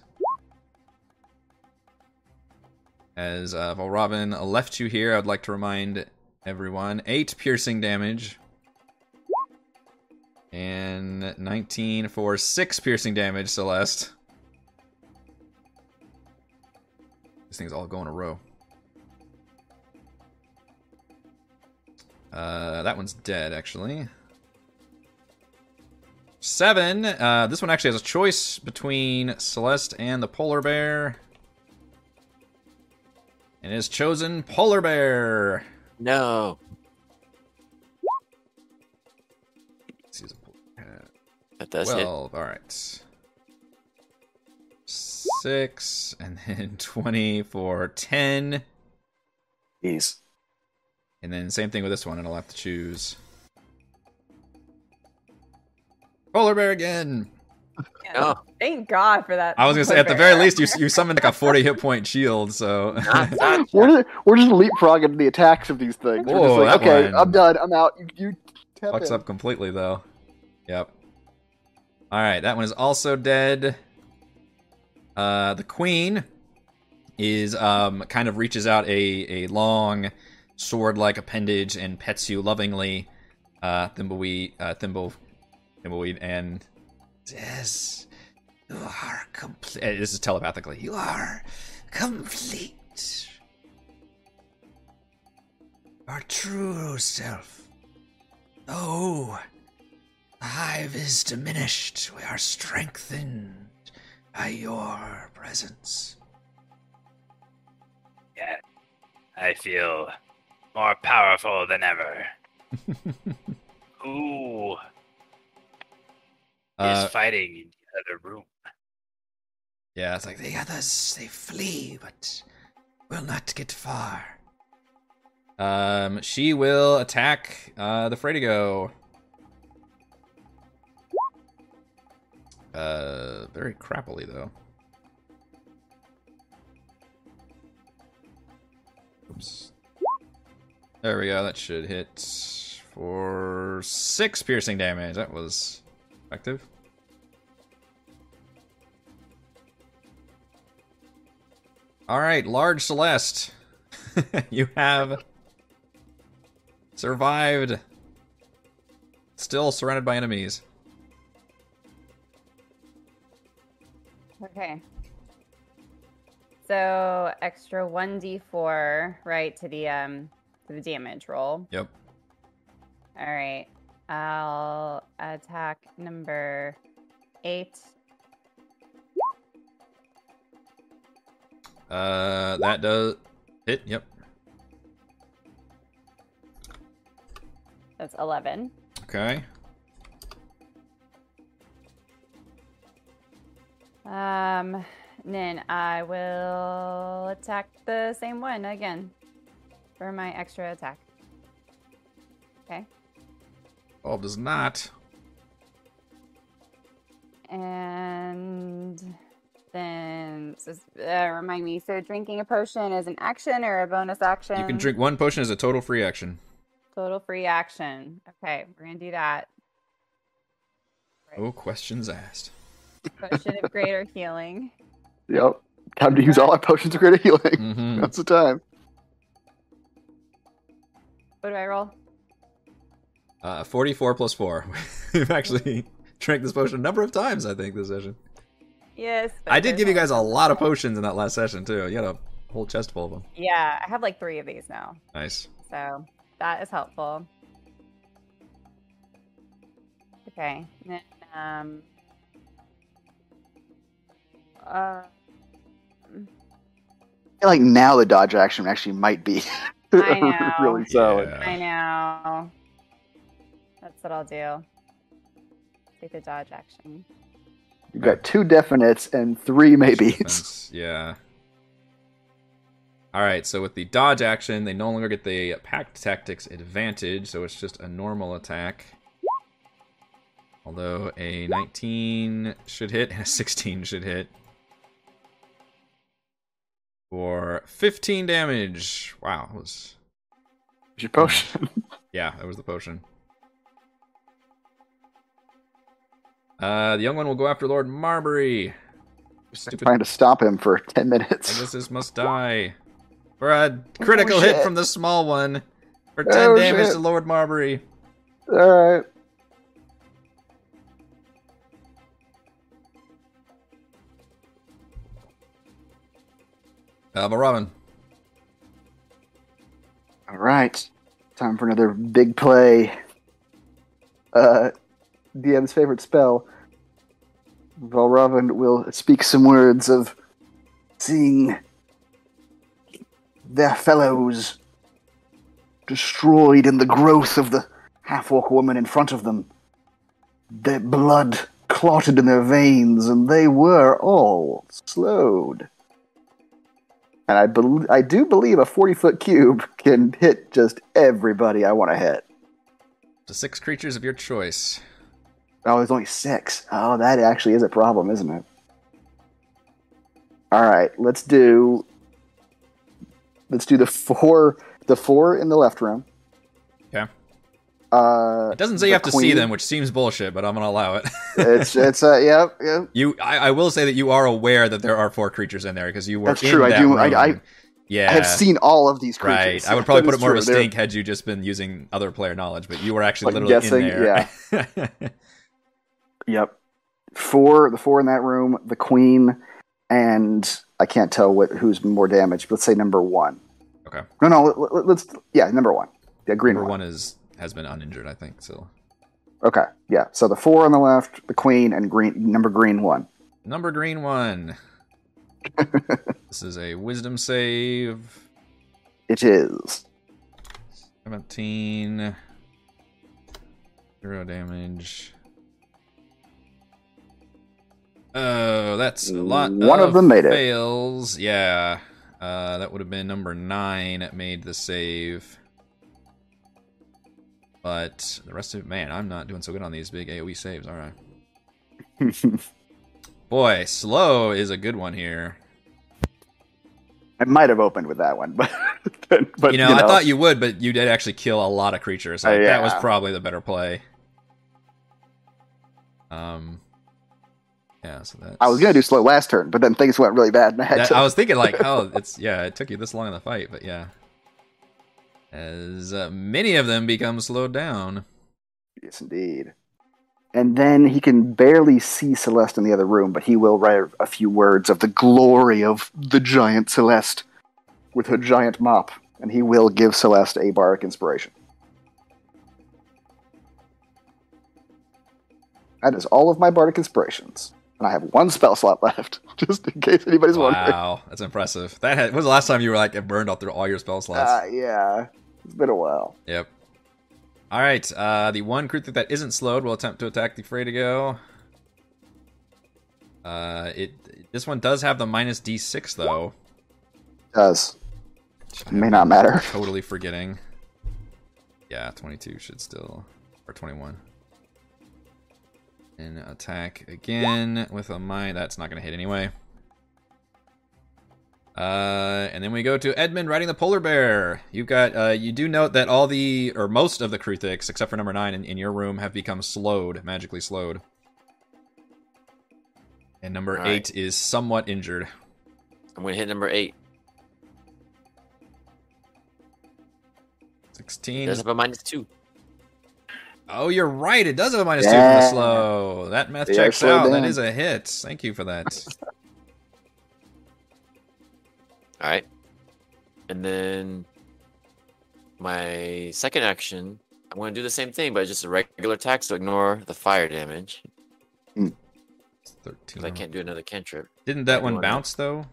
As uh, Val Robin left you here, I'd like to remind everyone eight piercing damage and 19 for six piercing damage, Celeste. These things all go in a row. Uh, that one's dead, actually. Seven. Uh, this one actually has a choice between Celeste and the polar bear. And it has chosen polar bear. No. Let's use a polar bear. That does hit. 12. All right. Six, and then 20 for 10. Jeez. And then same thing with this one, and I'll have to choose. Polar bear again. No, Thank God for that. I was gonna say, at the very least, you you summoned like a forty hit point shield. So not that. we're, we're just leapfrogging the attacks of these things. We're Whoa, just like, that okay, one. I'm done. I'm out. You, you tap fucks in. up completely though. Yep. All right, that one is also dead. Uh, the queen is um kind of reaches out a a long sword like appendage and pets you lovingly. Uh, Thimbleweed, uh, Thimble, Thimbleweed, and yes, you are complete. This is telepathically. You are complete. our true self. Though the hive is diminished, we are strengthened by your presence. I feel more powerful than ever. Who Uh, is fighting in the other room? yeah, It's like the others, they flee, but will not get far. Um, she will attack uh, the Fredigo. Uh, very crappily though. Oops. There we go. That should hit for six piercing damage. That was effective. All right, large Celeste. you have survived. Still surrounded by enemies. Okay. So extra one d four right to the um to the damage roll. Yep. All right. I'll attack number eight. Uh, that does hit. Yep. That's eleven. Okay. Um, then I will attack the same one again for my extra attack. Twelve does not. And then so, uh, remind me. So drinking a potion is an action or a bonus action? You can drink one potion as a total free action. Total free action. Okay, we're gonna do that. Oh, questions asked. Potion of greater healing. Yep. Time to use all our potions of greater healing. hmm That's the time. What do I roll? Uh, forty-four plus four. We've actually drank this potion a number of times. I think this session. Yes. but I did there's give you only- guys a lot of potions in that last session too. You had a whole chest full of them. Yeah, I have like three of these now, Nice. so that is helpful. Okay. and Then, um. Uh, I feel like now the dodge action actually might be I know. really solid. Oh, Yeah. I know. That's what I'll do. Take the dodge action. You've got two definites and three maybes. Defense, yeah. All right, so with the dodge action, they no longer get the packed tactics advantage, so it's just a normal attack. Although a 19 should hit and a 16 should hit. For 15 damage. Wow, that was Use Your potion. yeah, that was the potion. Uh, the young one will go after Lord Marbury. Stupid Trying to stop him for ten I guess minutes. this must die. For a critical Oh, hit shit. from the small one. For 10 Oh, damage shit. to Lord Marbury. All right. Uh, but Robin. All right. Time for another big play. Uh, DM's favorite spell. Valravn will speak some words of seeing their fellows destroyed in the growth of the half orc woman in front of them. Their blood clotted in their veins, and they were all slowed. And I bel I do believe a 40 foot cube can hit just everybody I want to hit. To six creatures of your choice. Oh, there's only six. Oh, that actually is a problem, isn't it? All right, let's do. Let's do the four. The four in the left room. Okay. Uh, It doesn't say the you have to see queen. them, which seems bullshit, but I'm going to allow it. it's it's uh yep yep. you, I, I will say that you are aware that there are four creatures in there because you were That's in true, I that do- I- room. I- yeah. I have seen all of these Right. creatures. I would probably That put is it more of a true. They're- stink had you just been using other player knowledge, but you were actually Like literally in guessing, there. Yeah. Yep. Four, the four in that room, the queen, and I can't tell what who's more damaged. But let's say number one. No, no. Let, let, let's. Yeah, number one. Yeah, green Number one. one is has been uninjured, I think. So Okay. Yeah. So the four on the left, the queen, and green number green one. number green one. this is a wisdom save. It is. 17. Zero damage. Oh, that's a lot. One of them made it. fails. Yeah. Uh, that would have been number nine that made the save. But the rest of it, man, I'm not doing so good on these big AoE saves. All right. I Boy, slow is a good one here. might have opened with that one, but but, but you know, I thought you would, but you did actually kill a lot of creatures. Uh, Like, That was yeah. probably the better play. Um, yeah. So that's, I was gonna do slow last turn, but then things went really bad, and I had That, to. I was thinking like, oh, it's yeah, it took you this long in the fight, but yeah. As uh, many of them become slowed down. Yes, indeed. And then he can barely see Celeste in the other room, but he will write a few words of the glory of the giant Celeste with her giant mop, and he will give Celeste a bardic inspiration. That is all of my bardic inspirations, and I have one spell slot left, just in case anybody's wondering. Wow, that's impressive. That had, when was the last time you were like it burned off through all your spell slots. Uh, yeah, it's been a while. Yep. All right. Uh, the one creature that isn't slowed will attempt to attack the Freydigo. Uh, it this one does have the minus d6 though. does which I may am not matter. Totally forgetting. Yeah, 22 should still or 21. And attack again with a mine. That's not gonna hit anyway. Uh, and then we go to Edmund riding the polar bear. You've got uh, you do note that all the or most of the Kruthiks, except for number nine in, in your room, have become slowed, magically slowed. And number All right. eight is somewhat injured. I'm gonna hit number eight. It Sixteen. does have a minus two. Oh, you're right. It does have a minus two from Yeah. the slow. That math They are checks slowed out. That down. is a hit. Thank you for that. All right. And then my second action, I'm going to do the same thing, but it's just a regular attack, so ignore the fire damage Thirteen. because I can't do another cantrip. Didn't that one Everyone- bounce though?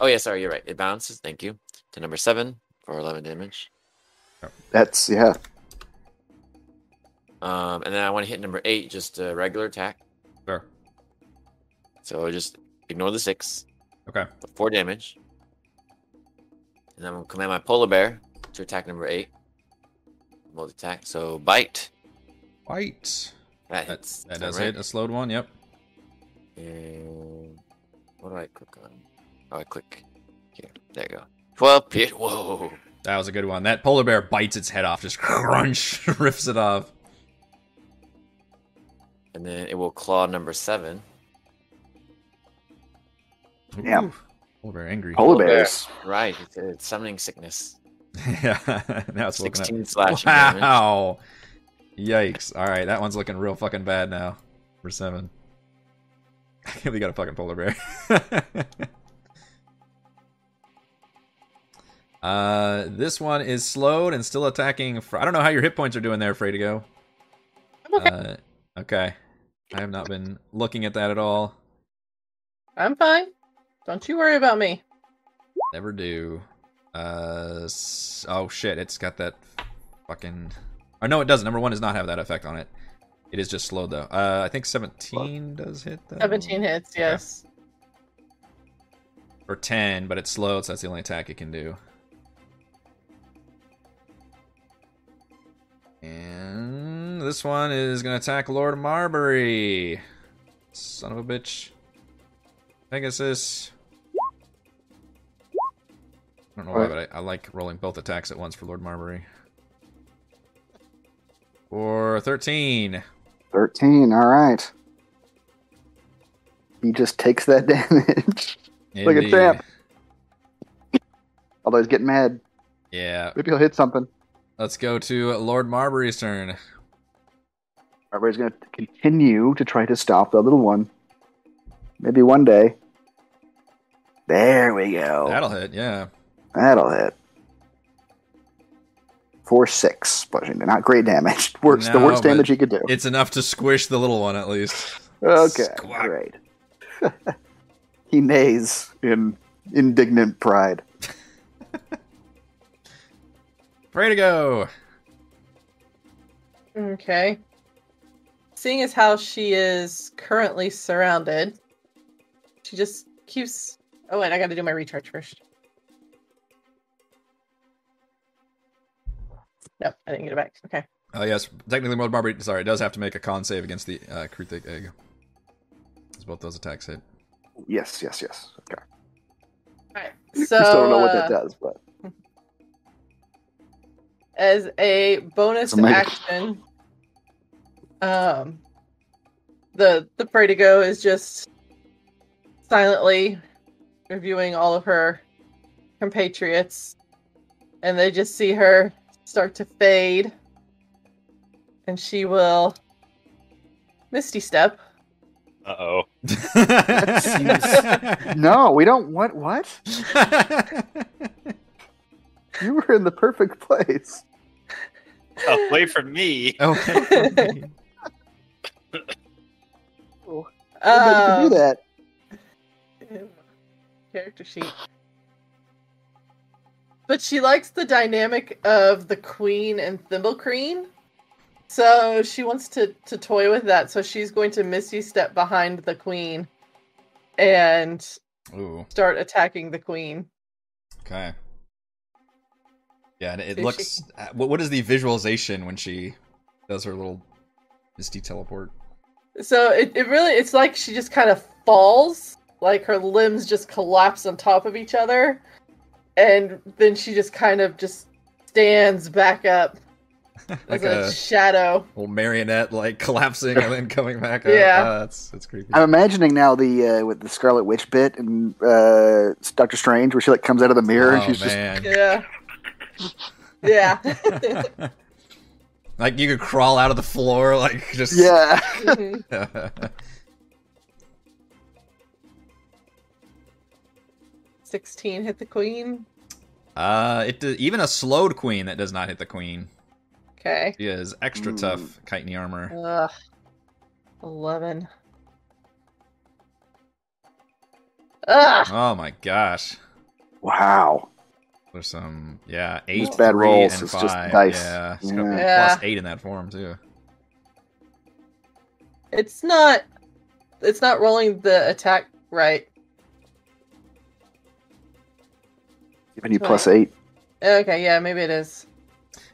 Oh, yeah, sorry, you're right. It bounces. Thank you. To number seven for 11 damage. That's yeah. Um, and then I want to hit number eight, just a regular attack. Sure. So just ignore the six. Okay. for Four damage. And I'm going to command my polar bear to attack number eight. Both attack. So bite. White. That That, hits. that All does right. hit a slowed one. Yep. And what do I click on? Oh, I click here. There you go. 12 pit. Whoa. That was a good one. That polar bear bites its head off. Just crunch, rips it off. And then it will claw number seven. Yeah. Ooh. Polar bear angry. Polar Polar bear. bears. Right. It's, it's summoning sickness. yeah. now it's looking 16 up. slash damage. Wow. Yikes. All right, that one's looking real fucking bad now. Number seven. I can't believe we got a fucking polar bear. uh, this one is slowed and still attacking. Fr- I don't know how your hit points are doing there, Freydigo. I'm okay. Uh, okay. I have not been looking at that at all. I'm fine. Don't you worry about me. Never do. Uh, s- oh shit, it's got that fucking. Oh no, it doesn't. Number one does not have that effect on it. It is just slowed though. Uh, I think seventeen does hit though. 17 hits, Okay. yes. or ten, but it's slowed, so that's the only attack it can do. And this one is gonna attack Lord Marbury. Son of a bitch. Pegasus. I don't know why, but I, I like rolling both attacks at once for Lord Marbury. Or 13. 13, all right. He just takes that damage. Look at Indeed. that. Although he's getting mad. Yeah. Maybe he'll hit something. Let's go to Lord Marbury's turn. Everybody's going to continue to try to stop the little one. Maybe one day. There we go. Oh. That'll hit, yeah. That'll hit. for six splashing. Not great damage. Worst the No, worst but damage you could do. It's enough to squish the little one at least. Okay, Squawk. great. he neighs in indignant pride. Pray to go. Okay. Seeing as how she is currently surrounded, she just keeps. Oh, and I got to do my recharge first. Nope, I didn't get it back. Okay. Oh yes, technically, World Barbary. Sorry, does have to make a con save against the uh, Kruthig egg. As both those attacks hit. Yes, yes, yes. Okay. All right. We So, still don't know what uh, that does, but as a bonus It's a mega. action, um, the the pray to go is just silently reviewing all of her compatriots, and they just see her start to fade, and she will misty step. Uh oh. no, we don't want what? You were in the perfect place. Away from Oh, me. Oh, okay. Uh, Everybody can do Um, that. character sheet. But she likes the dynamic of the queen and Thimblecreen. So she wants to, to toy with that. So she's going to Misty step behind the queen and Ooh. start attacking the queen. Okay. Yeah, and it So looks. uh, What what is the visualization when she does her little misty teleport? So it, it really it's like she just kind of falls, like her limbs just collapse on top of each other, and then she just kind of just stands back up like as a, a shadow. little marionette, like collapsing and then coming back up. Yeah. Ah, that's that's creepy. I'm imagining now the uh, with the Scarlet Witch bit and uh, Doctor Strange, where she like comes out of the mirror and Oh, she's man. Yeah. Yeah. like you could crawl out of the floor, like just just yeah. Mhm. Sixteen hit the queen. uh, it do- even a slowed queen that does not hit the queen. Okay. She is extra Mm. tough, chitiny armor. Ugh. Eleven. Ugh. Oh my gosh, Wow. there's some yeah eight These bad three, rolls, and it's five. just dice. Yeah, it's got Yeah. Yeah. plus eight in that form too. It's not. It's not rolling the attack right. Giving you plus eight. Okay. Yeah. Maybe it is.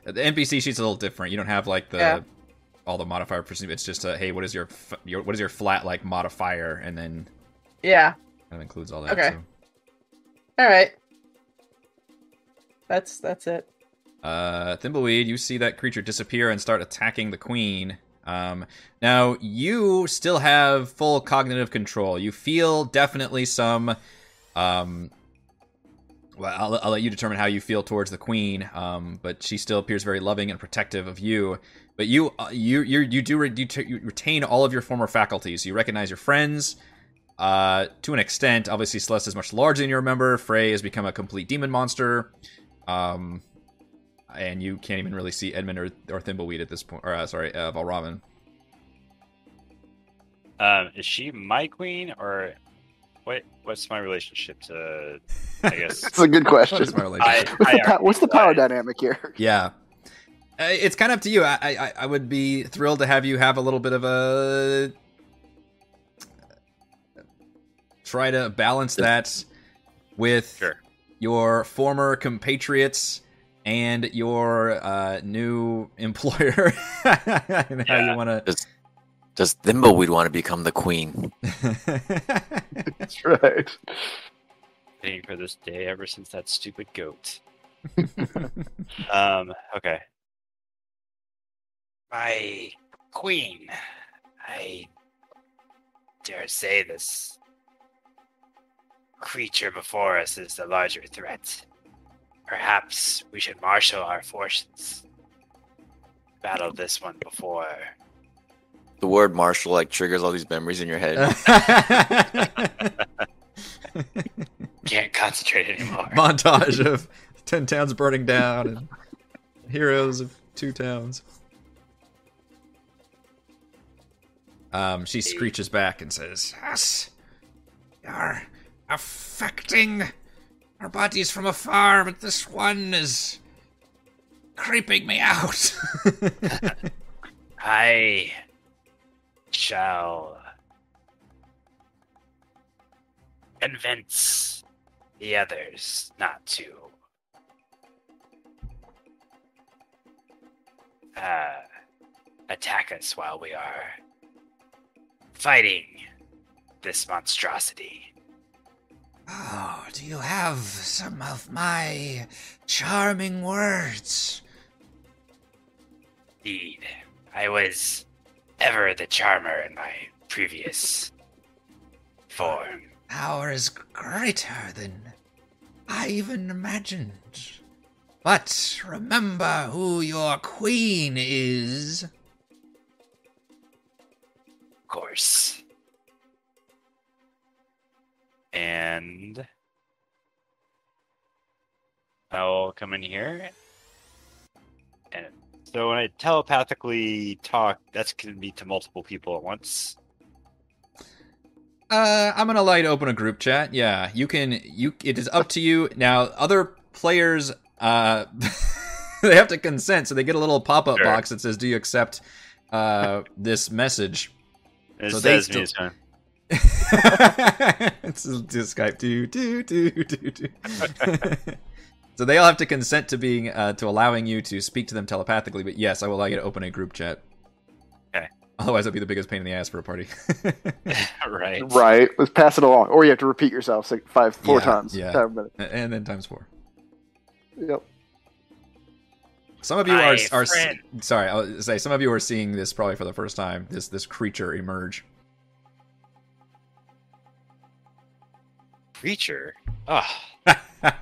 Uh, The NPC sheet's a little different. You don't have like the Yeah. all the modifier percentage. It's just a hey, what is your, f- your what is your flat like modifier, and then Yeah. kind of includes all that. Okay. so. All right. That's that's it. Uh, Thimbleweed, you see that creature disappear and start attacking the queen. Um, now you still have full cognitive control. You feel definitely some. Um, well, I'll, I'll let you determine how you feel towards the queen. Um, but she still appears very loving and protective of you. But you, uh, you, you, you do re- you, t- you retain all of your former faculties. You recognize your friends. Uh, to an extent, obviously Celeste is much larger than you remember. Frey has become a complete demon monster. Um, and you can't even really see Edmund or, or Thimbleweed at this point. Or uh, sorry, uh, Valravn. Um, is she my queen or what? What's my relationship to? I guess. That's a good What question. is my I, relationship? What's I the, po- what's the power already- dynamic here? Yeah, Uh, it's kind of up to you. I, I I would be thrilled to have you have a little bit of a try to balance that with Sure. your former compatriots and your uh, new employer and how you Yeah. want to. Does Thimbleweed want to become the queen? That's right. Waiting for this day ever since that stupid goat. Um. Okay. My queen. I dare say this creature before us is the larger threat. Perhaps we should marshal our forces. Battle this one before. The word martial like triggers all these memories in your head. Can't concentrate anymore. montage of ten towns burning down and Heroes of two towns. Um, she screeches back and says, Us. You're affecting our bodies from afar, but this one is creeping me out. I shall convince the others not to uh, attack us while we are fighting this monstrosity. Oh, do you have some of my charming words? Indeed, I was ever the charmer in my previous form. Power is greater than I even imagined. But remember who your queen is. course. And I'll come in here. And so when I telepathically talk, that's going to be to multiple people at once. Uh, I'm gonna allow you to open a group chat. Yeah, you can. You it is up to you now. Other players, uh, they have to consent, so they get a little pop-up Sure. box that says, "Do you accept uh this message?" It So they says me still- this time. it's just Skype. Do do do do do. so they all have to consent to being uh, to allowing you to speak to them telepathically. But yes, I will allow you to open a group chat. Okay. Otherwise, it'll be the biggest pain in the ass for a party. right. Right. Let's pass it along. Or you have to repeat yourself six, five, four Yeah, times. yeah. Five minutes. and then times four. Yep. Some of you My are are friend. sorry. I will say some of you are seeing this probably for the first time. This this creature emerge. Creature. Ah,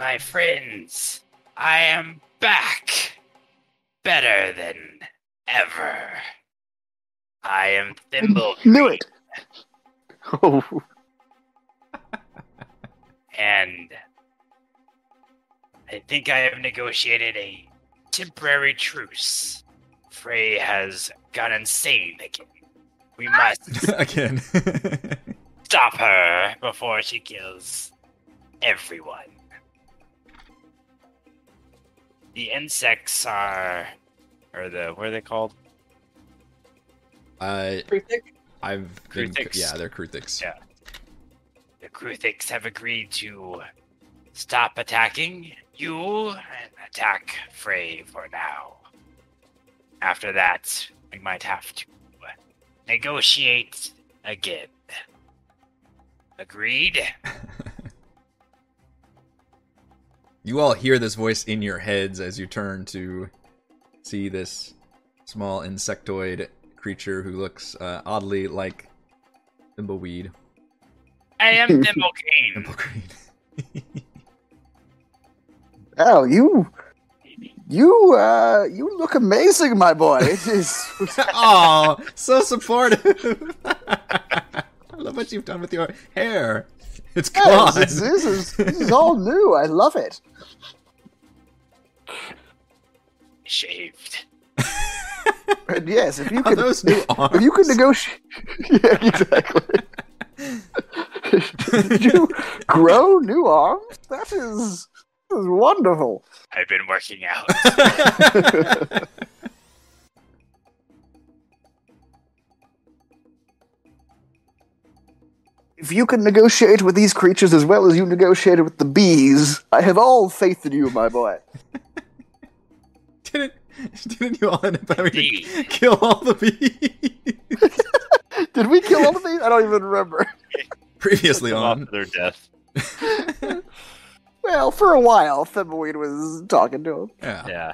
my friends, I am back. Better than ever. I am Thimble. Knew it. Oh, and I think I have negotiated a temporary truce. Frey has gone insane again. We must Again. stop her before she kills everyone. The insects are, or the what are they called? uh, Prefect? I've been, Kruthiks. yeah, they're Kruthiks. Yeah. The Kruthiks have agreed to stop attacking you and attack Frey for now. After that, we might have to negotiate again. Agreed? You all hear this voice in your heads as you turn to see this small insectoid creature who looks uh, oddly like Thimbleweed. I am Dimblecane. Thimblegreen. Al, you, you, uh, you look amazing, my boy. It is. Aw, so supportive. I love what you've done with your hair. It's gone. Yes, it's- this is this is all new. I love it. Shaved. And yes, if you Are could, those new if arms? you could negotiate, yeah, exactly. Did you grow new arms? That is, that is wonderful. I've been working out. If you can negotiate with these creatures as well as you negotiated with the bees, I have all faith in you, my boy. didn't, didn't you all end up having to Indeed. kill all the bees? Did we kill all of these? I don't even remember. Previously Off on. to their death. Well, for a while, Thimbleweed was talking to him. Yeah, Yeah.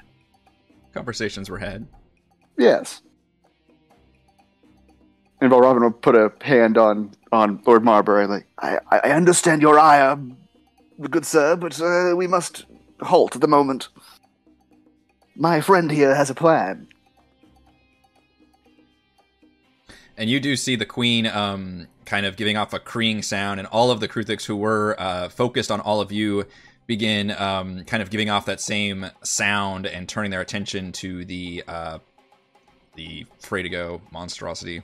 conversations were had. Yes. And Valravn will put a hand on on Lord Marbury, like, I, I I understand your ire, good sir, but uh, we must halt at the moment. My friend here has a plan. and you do see the queen um, kind of giving off a creeing sound, and all of the Kruthiks who were uh, focused on all of you begin um, kind of giving off that same sound and turning their attention to the uh, the free to go monstrosity.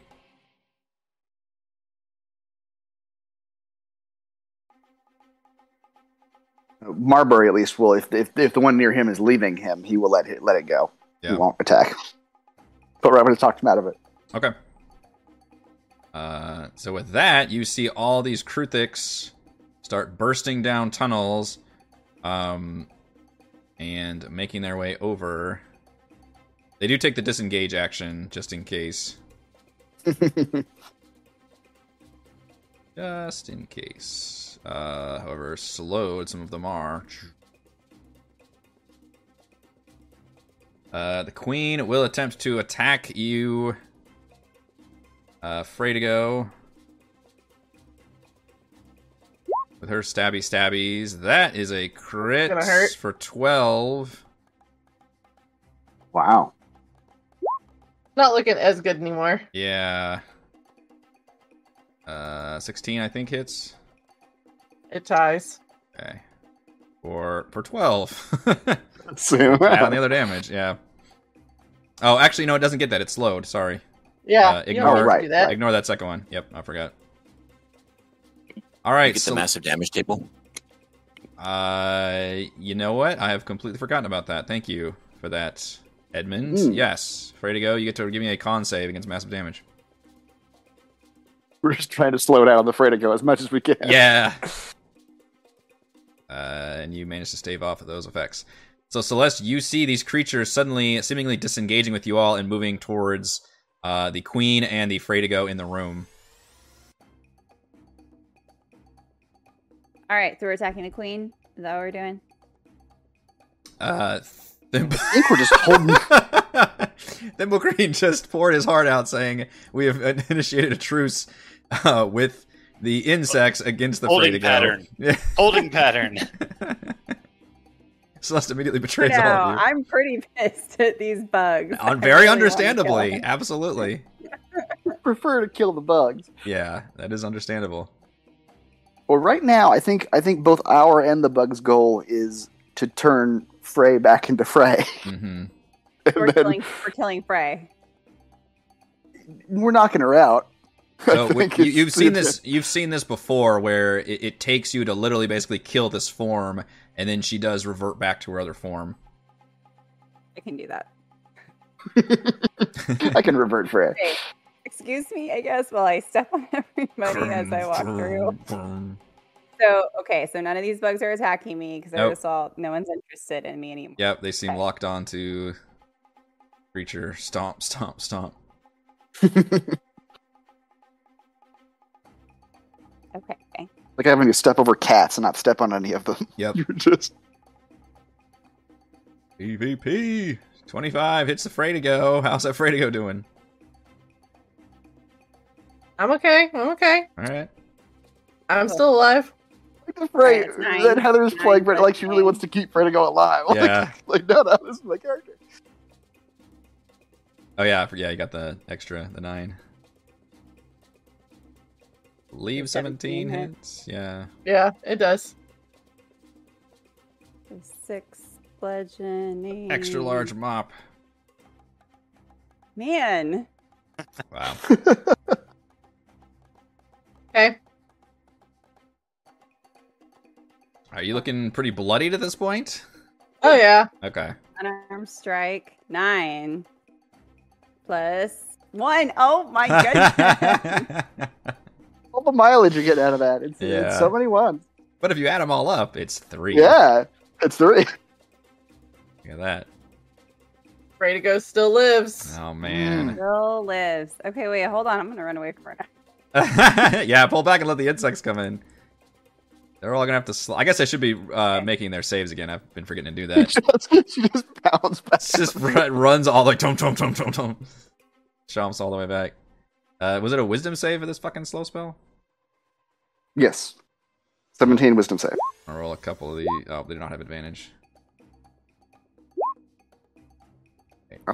Marbury at least will. If, if if the one near him is leaving him, he will let it, let it go. Yeah. He won't attack. But Robert has talked him out of it. Okay. Uh, so with that, you see all these Kruthiks start bursting down tunnels, um, and making their way over. They do take the disengage action just in case. Just in case. Uh, however, slowed some of them are. Uh, the queen will attempt to attack you. Uh, free to go. With her stabby stabbies. That is a crit Gonna hurt. for 12. Wow. Not looking as good anymore. Yeah. Uh, 16, I think, hits. It ties. Okay. For, for 12. So, Add on the other damage, yeah. Oh, actually, no, it doesn't get that. It's slowed. Sorry. Yeah. Uh, you don't ignore- have to do that. Ignore that second one. Yep, I forgot. All right. Get the so- massive damage table. Uh, you know what? I have completely forgotten about that. Thank you for that, Edmund. Mm. Yes, free to go. You get to give me a con save against massive damage. we're just trying to slow down on the freight to go as much as we can. Yeah. Uh, and you manage to stave off those effects. So Celeste, you see these creatures suddenly, seemingly disengaging with you all and moving towards uh, the queen and the free to go in the room. All right, so we're attacking the queen. Is that what we're doing? Uh, I think we're just holding. Thimble Green just poured his heart out, saying, "We have initiated a truce uh, with the insects against the free Holding to pattern. go." Holding pattern. Celeste immediately betrays no, all of you. I'm pretty pissed at these bugs. I On very really wanna kill understandably, them. absolutely. prefer to kill the bugs. Yeah, that is understandable. Well, right now, I think I think both our and the bugs' goal is to turn Frey back into Frey. hmm We're And then killing, we're killing Frey. we're knocking her out. I So w- think you, it's you've seen pretty- this. You've seen this before, where it, it takes you to literally basically kill this form, and then she does revert back to her other form. I can do that. I can revert Frey. Excuse me, I guess, while I step on everybody as I walk through. So, okay, so none of these bugs are attacking me because I Nope. just saw no one's interested in me anymore. Yep, they seem Okay. locked onto creature. Stomp, stomp, stomp. Okay. Like having to step over cats and not step on any of them. Yep. You're just EVP 25 hits the fray to go. How's that fray to go doing? I'm okay. I'm okay. All right. I'm still alive. Frey. that's nine. That Heather's Nine playing Frey plus like she really nine. wants to keep Frey to go alive. Like- Yeah. like no, no, this is my character. Oh yeah, yeah, you got the extra, the 9. Leave 17 17 hits. Yeah. Yeah, it does. so Six bludgeoning. Extra large mop. Man. Wow. Okay. Are you looking pretty bloodied at this point? Oh yeah. Okay. Unarmed strike. Nine. Plus one. Oh my goodness. All the mileage you get out of that. It's, Yeah. it's so many ones. but if you add them all up, it's 3. Yeah. It's three. Look at that. Ready to go still lives. Mm. Oh man. Still lives. Okay, wait, hold on. I'm going to run away from her now. yeah, pull back and let the insects come in. They're all gonna have to. Sl- I guess I should be uh, Okay. making their saves again. I've been forgetting to do She that. just, she just bounds back. It's just r- runs all like tom tom tom tom tom. Chomps all the way back. Uh, was it a wisdom save for this fucking slow spell? Yes. Seventeen wisdom save. I'll roll a couple of the. Oh, they do not have advantage.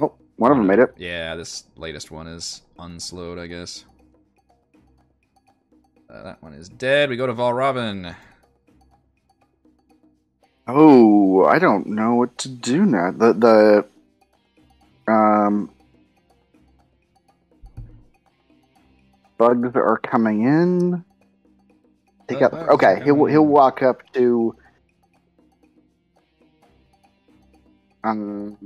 Oh, one of them made it. Yeah, this latest one is unslowed, I guess. Uh, that one is dead. We go to Valravin. Oh, I don't know what to do now. The the um bugs are coming in. They The got bugs are okay. He'll coming he'll in. walk up to um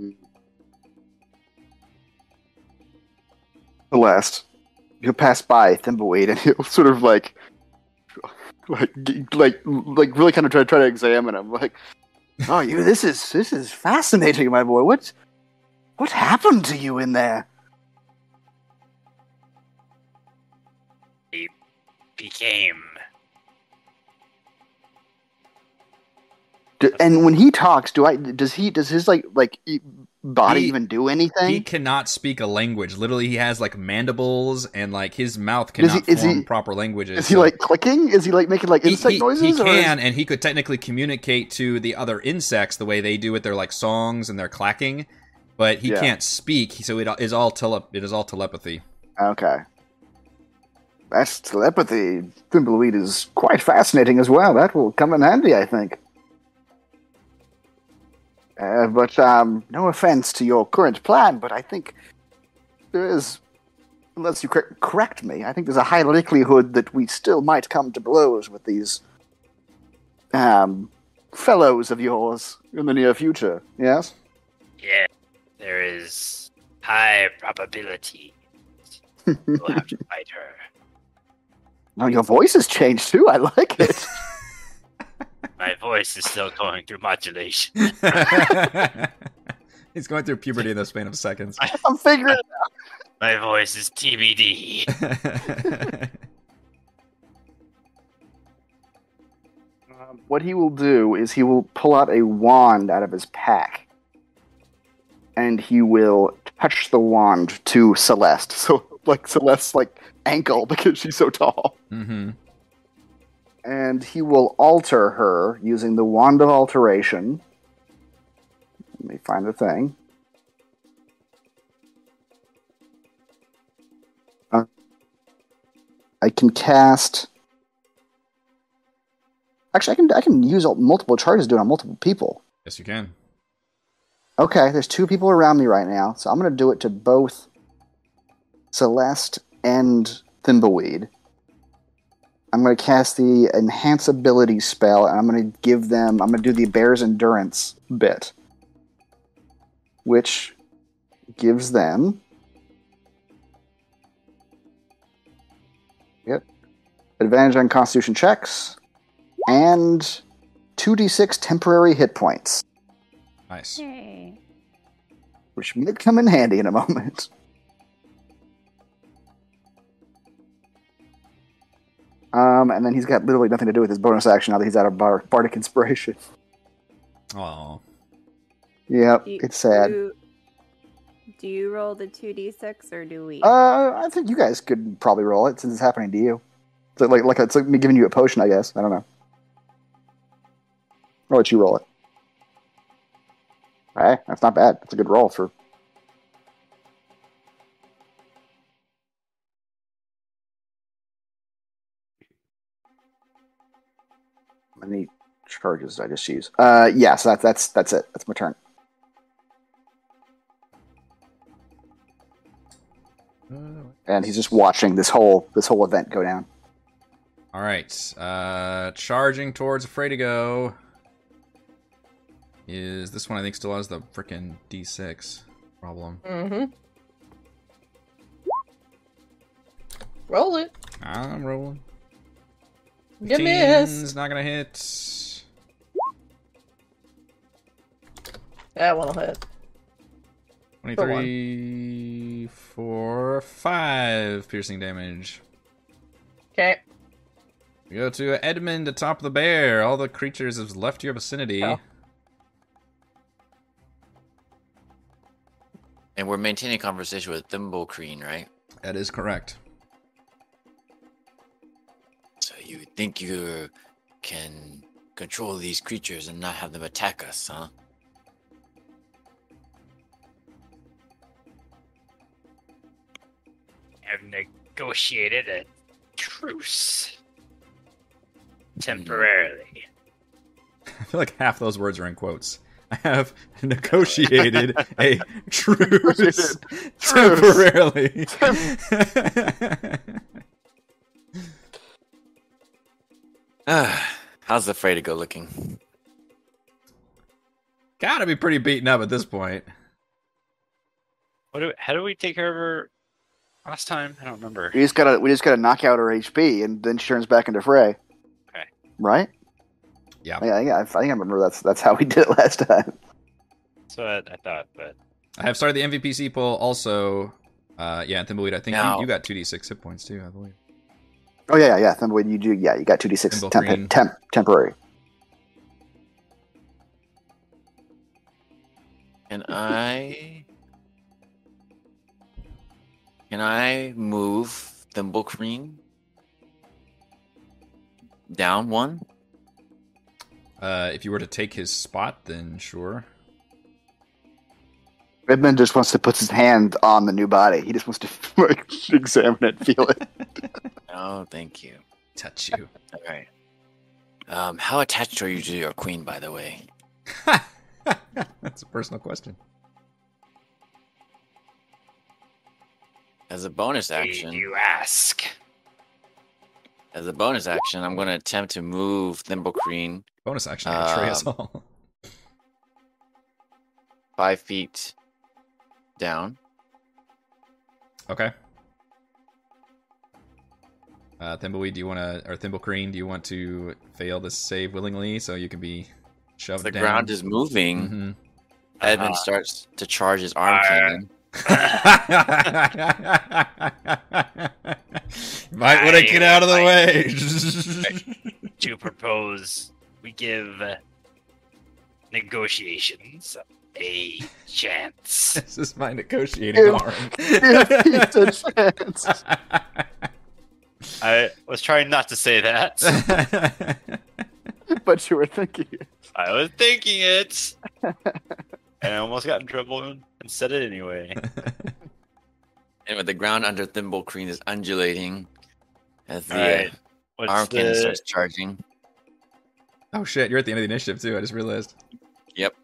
the last. He'll pass by Thimbleweed and he'll sort of like like g- like like really kind of try try to examine him like oh you this is this is fascinating my boy what what happened to you in there Became. Do- and when he talks do i does he does his like like e- body He- even do He anything cannot speak a language. Literally, he has like mandibles and like his mouth Does he- cannot is form he- proper languages. is he so- like clicking is he like making like uh, He- insect he, noises He or is- can, and he could technically communicate to the other insects the way they do with their like songs and their clacking, but he Yeah. can't speak. So it is all tele- it is all telepathy. okay that's telepathy thimbleweed is quite fascinating as well that will come in handy i think Uh, but um, no offense to your current plan, but I think there is, unless you cor- correct me, I think there's a high likelihood that we still might come to blows with these um, fellows of yours in the near future. Yes. Yeah, there is high probability we'll have to fight her. Now your voice has changed too. I like it. My voice is still going through modulation. He's going through puberty in the span of seconds. I'm figuring. My voice is TBD. Um, what he will do is he will pull out a wand out of his pack, and he will touch the wand to Celeste. So like Celeste's like ankle because she's so tall, hmm and he will alter her using the wand of alteration. Let me find the thing. Uh, I can cast. Actually, I can I can use all- multiple charges doing on multiple people. Yes, you can. Okay, there's two people around me right now, so I'm gonna do it to both Celeste and Thimbleweed. I'm gonna cast the enhance ability spell, and I'm gonna give them. I'm gonna do the bear's endurance bit, which gives them. Yep, advantage on Constitution checks, and two d6 temporary hit points Nice. Yay. which might come in handy in a moment. Um, and then he's got literally nothing to do with his bonus action now that he's out of bar- bardic inspiration. Oh, Yep, Do you- it's sad. Do, do you roll the 2d6 or do we? Uh, I think you guys could probably roll it since it's happening to you. It's like like it's like me giving you a potion, I guess. I don't know. I'll let you roll it. All right, that's not bad. That's a good roll for. How many charges did I just use? Uh, yes, yeah, so that's that's that's it. That's my turn. And he's just watching this whole this whole event go down. All right. Uh, charging towards Afraid to Go. Is this one, I think, still has the frickin' D6 problem. Mm-hmm. Roll it. I'm rolling. You 15's missed. not gonna hit. That one'll hit. 23, 4, 5 piercing damage. Okay. We go to Edmund atop the bear. All the creatures have left your vicinity. Oh. And we're maintaining conversation with Thimblecreen, right? That is correct. So you think you can control these creatures and not have them attack us, huh? I've negotiated a Hmm. truce temporarily. I feel like half those words are in quotes. I have negotiated a truce temporarily. Ah, how's the freighter go looking? Gotta be pretty beaten up at this point. What do, how do we take care of her last time? I don't remember. We just gotta we just gotta knock out her HP, and then she turns back into Frey. Okay. Right? Yeah. I, I, I think I remember that's that's how we did it last time. That's what I thought, but I have started the MVPC poll also. Uh, yeah, and Thimbleweed, I think No. you, you got 2d6 hit points too, I believe. Oh yeah, yeah, yeah. Thimbleweed, you do. Yeah, you got two d six temp, Thimblegreen. temp temporary. Can I? Can I move Thimblegreen down one? Uh, if you were to take his spot, then sure. Redman just wants to put his hand on the new body. He just wants to like, examine it, feel it. No, Oh, thank you. Touch you. All right. Um, how attached are you to your queen, by the way? That's a personal question. As a bonus you, action, you ask. as a bonus action, I'm going to attempt to move Thimblegreen Bonus action, I betray us Um, all. five feet down. Okay. Uh, Thimbleweed, do you want to, or Thimblecreen, do you want to fail this save willingly so you can be shoved The down? ground is moving. Mhm. Uh-huh. Edmund starts to charge his arm Uh, cannon. Might want to get out of the way. to propose we give negotiations a chance. this is my negotiating Ew. arm. It's a chance. I was trying not to say that. but you were thinking. it. I was thinking it. And I almost got in trouble and said it anyway. Anyway, the ground under Thimblecreen is undulating as the All right. uh, What's arm cannon the, starts charging. oh shit, you're at the end of the initiative too. I just realized. Yep.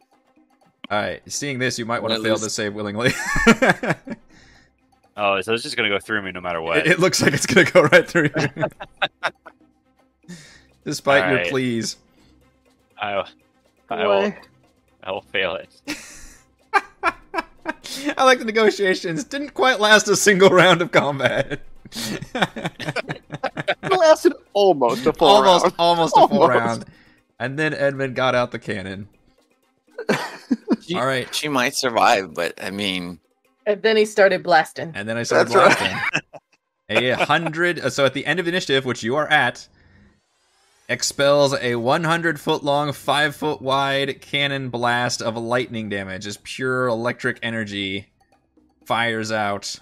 All right, seeing this, you might want to Wanna fail lose- this save willingly. oh, so it's just gonna go through me no matter what. It, it looks like it's gonna go right through you. Despite your Alright. pleas. I, I will, I will fail it. I like the negotiations. Didn't quite last a single round of combat. It lasted almost a full almost, round. almost a full Almost. round. And then Edmund got out the cannon. She, All right. she might survive, but I mean, And then he started blasting. And then I started That's laughing. a hundred. uh, So at the end of initiative, which you are at, expels a 100 foot long, 5 foot wide cannon blast of lightning damage. Just pure electric energy fires out,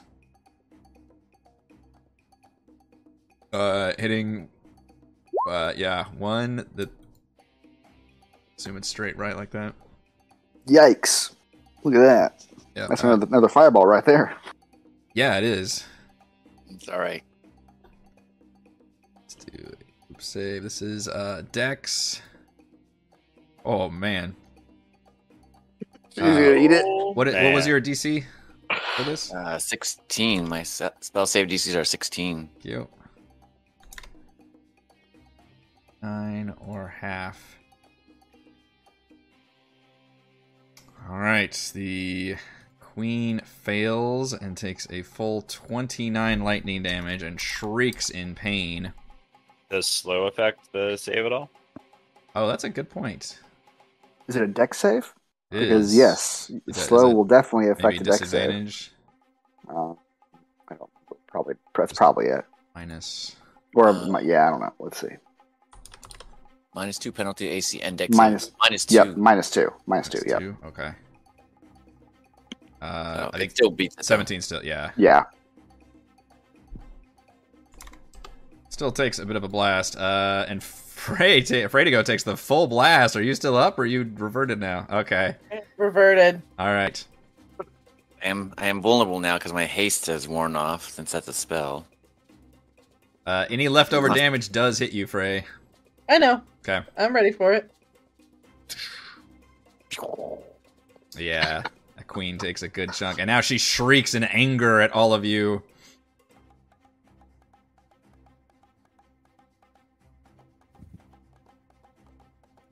uh, hitting. Uh, yeah, one that. Assume it's straight right like that. Yikes! Look at that. Yeah, That's uh, another, another fireball right there. yeah, it is. it's all right. Let's do a group save. This is uh Dex. Oh man. Uh, She's gonna eat it. What what was Man. your DC for this? Uh, 16. My se- spell save DCs are 16. Thank you. Nine or half. All right, the queen fails and takes a full 29 lightning damage and shrieks in pain. Does slow affect the save at all? Oh, that's a good point. Is it a deck save? It Because is. yes, Is that- is slow that will definitely affect Maybe the deck save. disadvantage Uh, I don't probably that's probably it. minus Or Uh, mi- yeah, I don't know. Let's see. Minus two penalty to AC and dex. save. Minus- minus two. Yep, minus two, minus two. That's Yeah, two? Okay. So Uh, I it think still beats it, though. 17 still, yeah. yeah. Still takes a bit of a blast. Uh, and Frey, ta- Freydigo takes the full blast. Are you still up or are you reverted now? Okay. Reverted. All right. I am, I am vulnerable now because my haste has worn off since that's a spell. Uh, any leftover damage does hit you, Frey. I know. Okay. I'm ready for it. Yeah, a queen takes a good chunk, and now she shrieks in anger at all of you.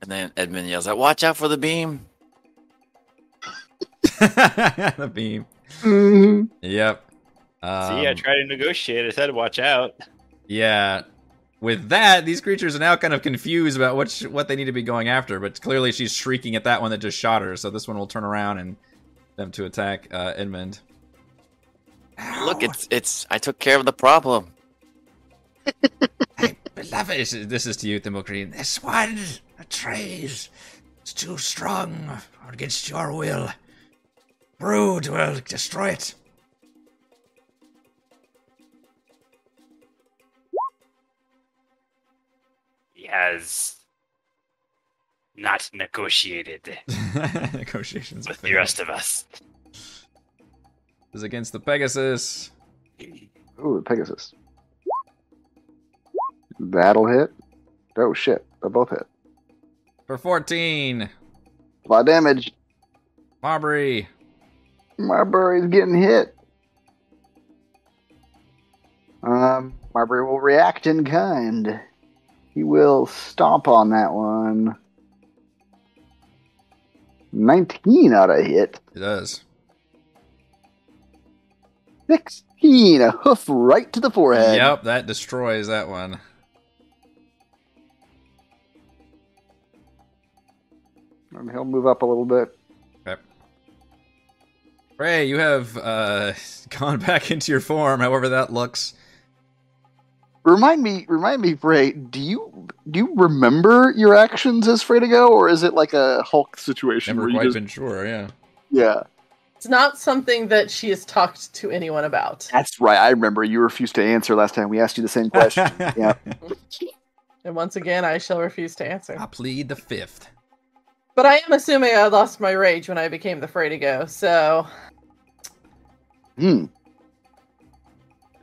And then Edmund yells out, "Watch out for the beam!" the beam. Mhm. Yep. Um, See, I tried to negotiate. I said, "Watch out." Yeah. With that, these creatures are now kind of confused about what sh- what they need to be going after. But clearly, she's shrieking at that one that just shot her. So this one will turn around and attempt to attack uh, Edmund. Look, it's it's. I took care of the problem. Hey, beloved, This is, this is to you, Thimblecreen. this one betrays. It's too strong against your will. Brood will destroy it. He has not negotiated Negotiations with with the rest of us. is against the Pegasus. Ooh, Pegasus. That'll hit. Oh shit, they both hit. For 14, A lot of damage. Marbury. Marbury's getting hit. Um, Marbury will react in kind. He will stomp on that one. 19 out of hit. It does. 16, a hoof right to the forehead. Yep, that destroys that one. And he'll move up a little bit. Ray, you have uh, gone back into your form, however that looks. Remind me, remind me, Frey. Do you do you remember your actions as Frey to go, or is it like a Hulk situation Never where you quite just been sure, yeah. yeah? It's not something that she has talked to anyone about. That's right. I remember you refused to answer last time we asked you the same question. Yeah. And once again, I shall refuse to answer. I plead the fifth. But I am assuming I lost my rage when I became the Frey to go, so hmm.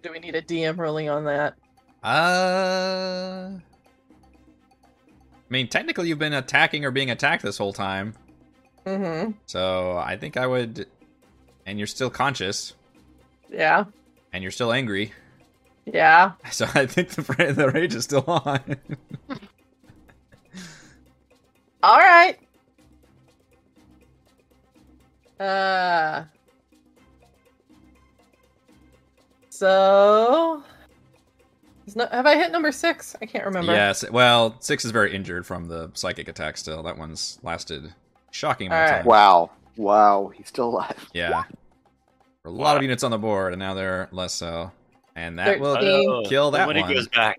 do we need a DM ruling on that? Uh. I mean, technically, you've been attacking or being attacked this whole time, Mm-hmm. so I think I would. And you're still conscious, Yeah. and you're still angry, Yeah. so I think the, fra- the rage is still on. All right. Uh. So. Is no, have I hit number six? I can't remember. yes, well, six is very injured from the psychic attack. Still, that one's lasted shocking amount of Alright. time. Wow. Wow. He's still alive. Yeah. A lot of units on the board, and now they're less so. And that will Thirteen. kill that Nobody one. goes back.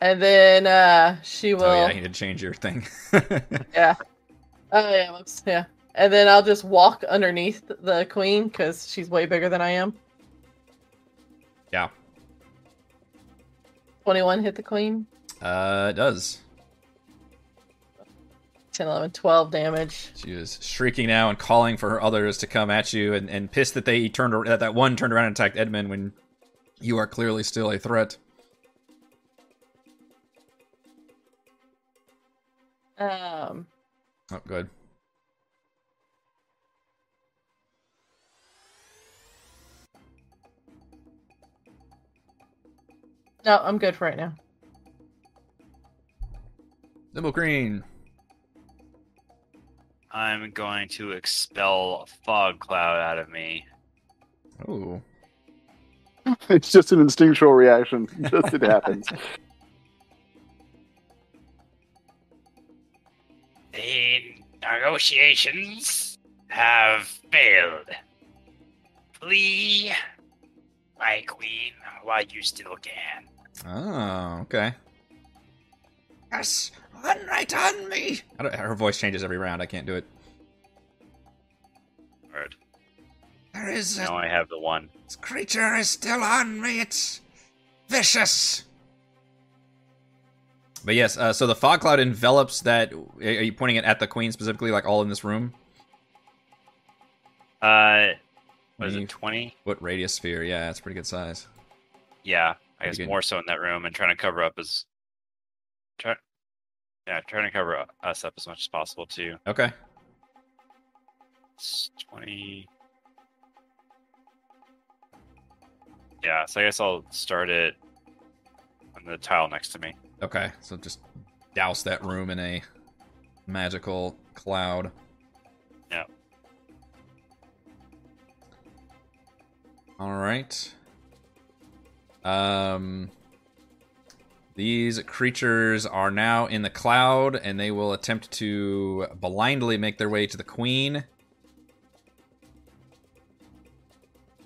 And then uh, she will. Oh yeah, I need to change your thing. Oh yeah, whoops, yeah. And then I'll just walk underneath the queen because she's way bigger than I am. Yeah. Twenty-one hit the queen. uh, it does. 10, 11, 12 damage. She is shrieking now and calling for her others to come at you, and, and pissed that they turned ar- that that one turned around and attacked Edmund when you are clearly still a threat. Um, Oh, good. no, I'm good for right now. Nimble Green. I'm going to expel a fog cloud out of me. Oh, It's just an instinctual reaction. Just it happens. The negotiations have failed. Flee, my queen, while you still can. oh, okay. Yes, run right on me. I don't, her voice changes every round. I can't do it. Alright, There is a Now I have the one. This creature is still on me. It's vicious. But yes, uh, so the fog cloud envelops that. Are you pointing it at the queen specifically, like all in this room? Uh, what is Me. it? Twenty? What radius sphere? Yeah, it's pretty good size. Yeah, I Pretty guess good. more so in that room and trying to cover up is. Try... Yeah, trying to cover u- us up as much as possible too. Okay. It's Twenty. Yeah, so I guess I'll start it on the tile next to me. Okay. So just douse that room in a magical cloud. Yep. All right. Um these creatures are now in the cloud and they will attempt to blindly make their way to the queen.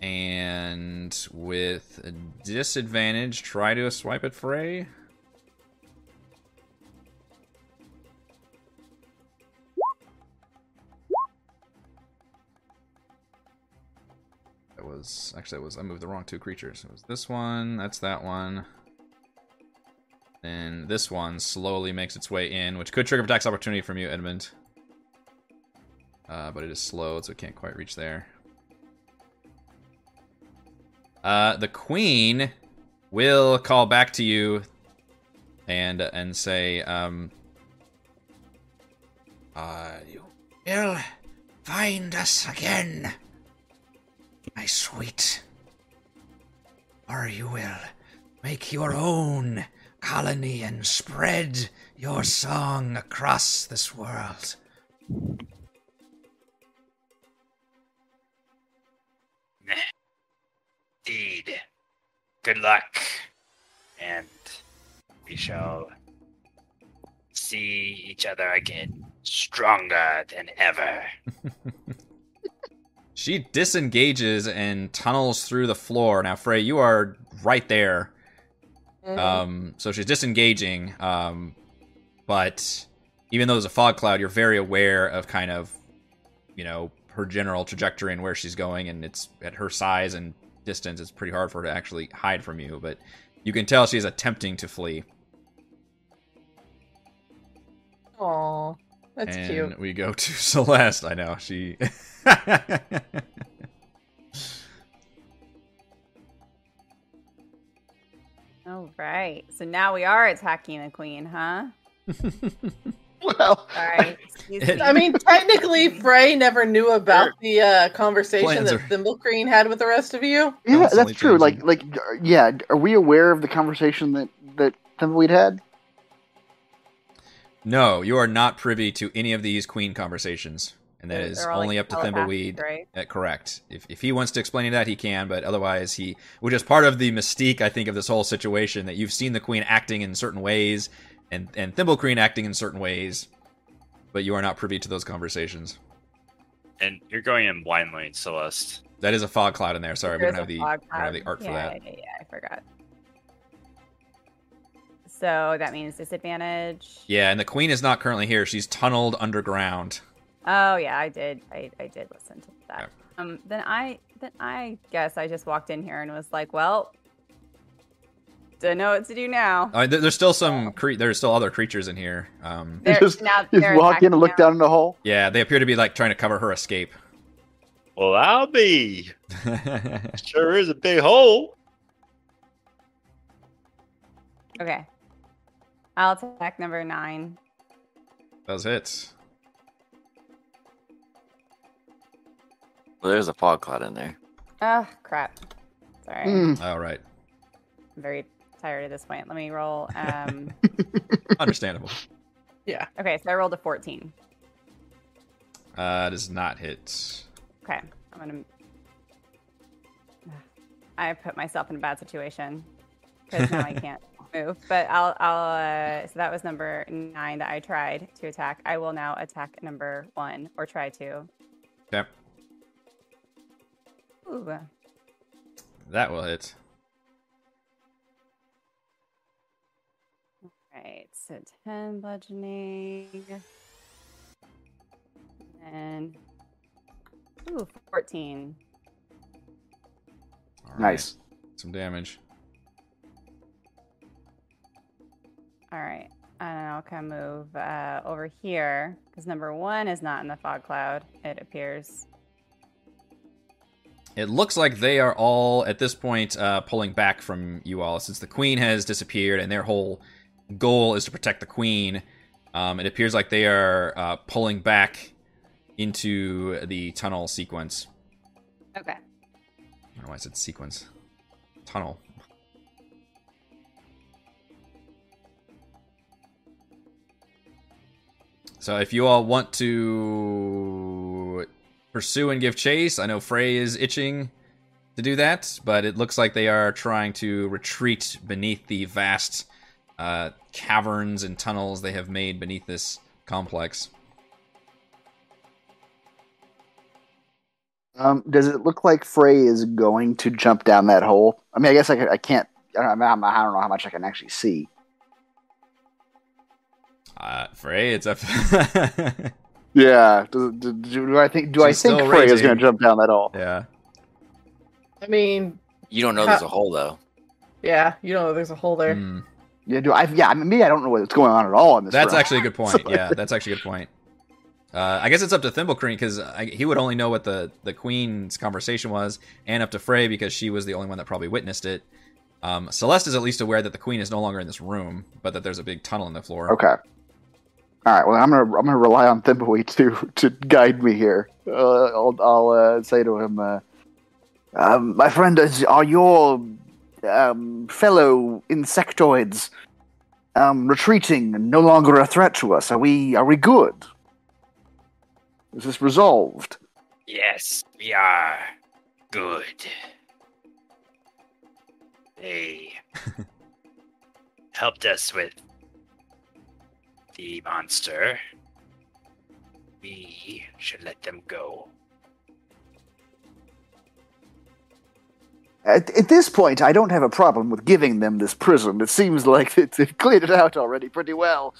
And with a disadvantage, try to swipe at Frey. That was actually that was I moved the wrong two creatures. It was this one, that's that one. Then this one slowly makes its way in, which could trigger attacks opportunity from you, Edmund. Uh, but it is slowed, so it can't quite reach there. Uh, the queen will call back to you and and say, um, Uh, you will find us again, my sweet. Or you will make your own colony and spread your song across this world. Indeed. Good luck. And we shall see each other again stronger than ever. She disengages and tunnels through the floor. Now, Frey, you are right there. Mm. Mm-hmm. Um, so she's disengaging. Um, but even though there's a fog cloud, you're very aware of kind of, you know, her general trajectory and where she's going. And it's at her size and distance, it's pretty hard for her to actually hide from you. But you can tell she's attempting to flee. Aw, that's and cute. we go to Celeste. I know she. All Oh, right. So now we are attacking the queen, huh? Well, All right. Excuse me. I mean, technically, Frey never knew about the uh, conversation Plans that are- Thimblecreen had with the rest of you. yeah, Constantly that's true. Like, changing. like, yeah. Are we aware of the conversation that that Thimbleweed had? no, you are not privy to any of these queen conversations, and that They're- is they're all, only like, up to telepathic, Thimbleweed Right? Uh, correct. If, if he wants to explain that, he can, but otherwise, he, which is part of the mystique, I think, of this whole situation that you've seen the queen acting in certain ways and, and Thimblecreen acting in certain ways, but you are not privy to those conversations. And you're going in blindly, Celeste. That is a fog cloud in there. Sorry, we There's don't, have a the, we fog don't have the cloud. art for Yeah, that. Yeah, yeah, I forgot. So that means disadvantage. Yeah, and the queen is not currently here. She's tunneled underground. Oh yeah, I did. I, I did listen to that. Um. Then I then I guess I just walked in here and was like, well, don't know what to do now. Uh, there- there's still some, cre- there's still other creatures in here. Um, They're- just- now Just they're walk attacking in and look now. down in the hole. yeah, they appear to be like trying to cover her escape. Well, I'll be. Sure is a big hole. Okay. I'll attack number nine. Those hits. Well, there's a fog cloud in there. Oh crap. Sorry. Mm. All right. I'm very tired at this point. Let me roll. Um. Understandable. okay. So I rolled a 14. Uh, does not hit. Okay, I'm gonna. I put myself in a bad situation because now I can't move. But I'll, I'll. Uh, so that was number nine that I tried to attack. I will now attack number one or try to. Okay. Ooh, That will hit. right. So ten bludgeoning, and ooh, fourteen. All right, Nice. Some damage. All right. And I'll come move uh, over here because number one is not in the fog cloud, it appears. It looks like they are all at this point uh, pulling back from you all since the queen has disappeared and their whole goal is to protect the queen. Um, it appears like they are uh, pulling back into the tunnel sequence. Okay. I don't know why I said sequence. Tunnel. So if you all want to pursue and give chase, I know Frey is itching to do that, but it looks like they are trying to retreat beneath the vast uh, caverns and tunnels they have made beneath this complex. Um, does it look like Frey is going to jump down that hole? I mean, I guess I, could, I can't. I don't, know, I, mean, I don't know how much I can actually see. Uh, Frey, it's up. Yeah. Do, do, do, do I think? Do She's I think still Frey is raging. going to jump down that hole? yeah. I mean, You don't know there's a hole though. yeah, you know, there's a hole there. Hmm. Yeah. Do I? Yeah. I mean, me, I don't know what's going on at all in this. That's room. actually a good point. Yeah, that's actually a good point. Uh, I guess it's up to Thimblecreen because he would only know what the, the queen's conversation was, and up to Frey because she was the only one that probably witnessed it. Um, Celeste is at least aware that the queen is no longer in this room, but that there's a big tunnel in the floor. okay. All right. Well, I'm gonna I'm gonna rely on Thimbleweed to to guide me here. Uh, I'll I'll uh, say to him, uh, um, my friend, is, are your um, fellow insectoids um, retreating and no longer a threat to us? Are we are we good? Is this resolved? Yes, we are good. They helped us with the monster. We should let them go. At, at this point, I don't have a problem with giving them this prison. It seems like it, they've cleared it out already pretty well.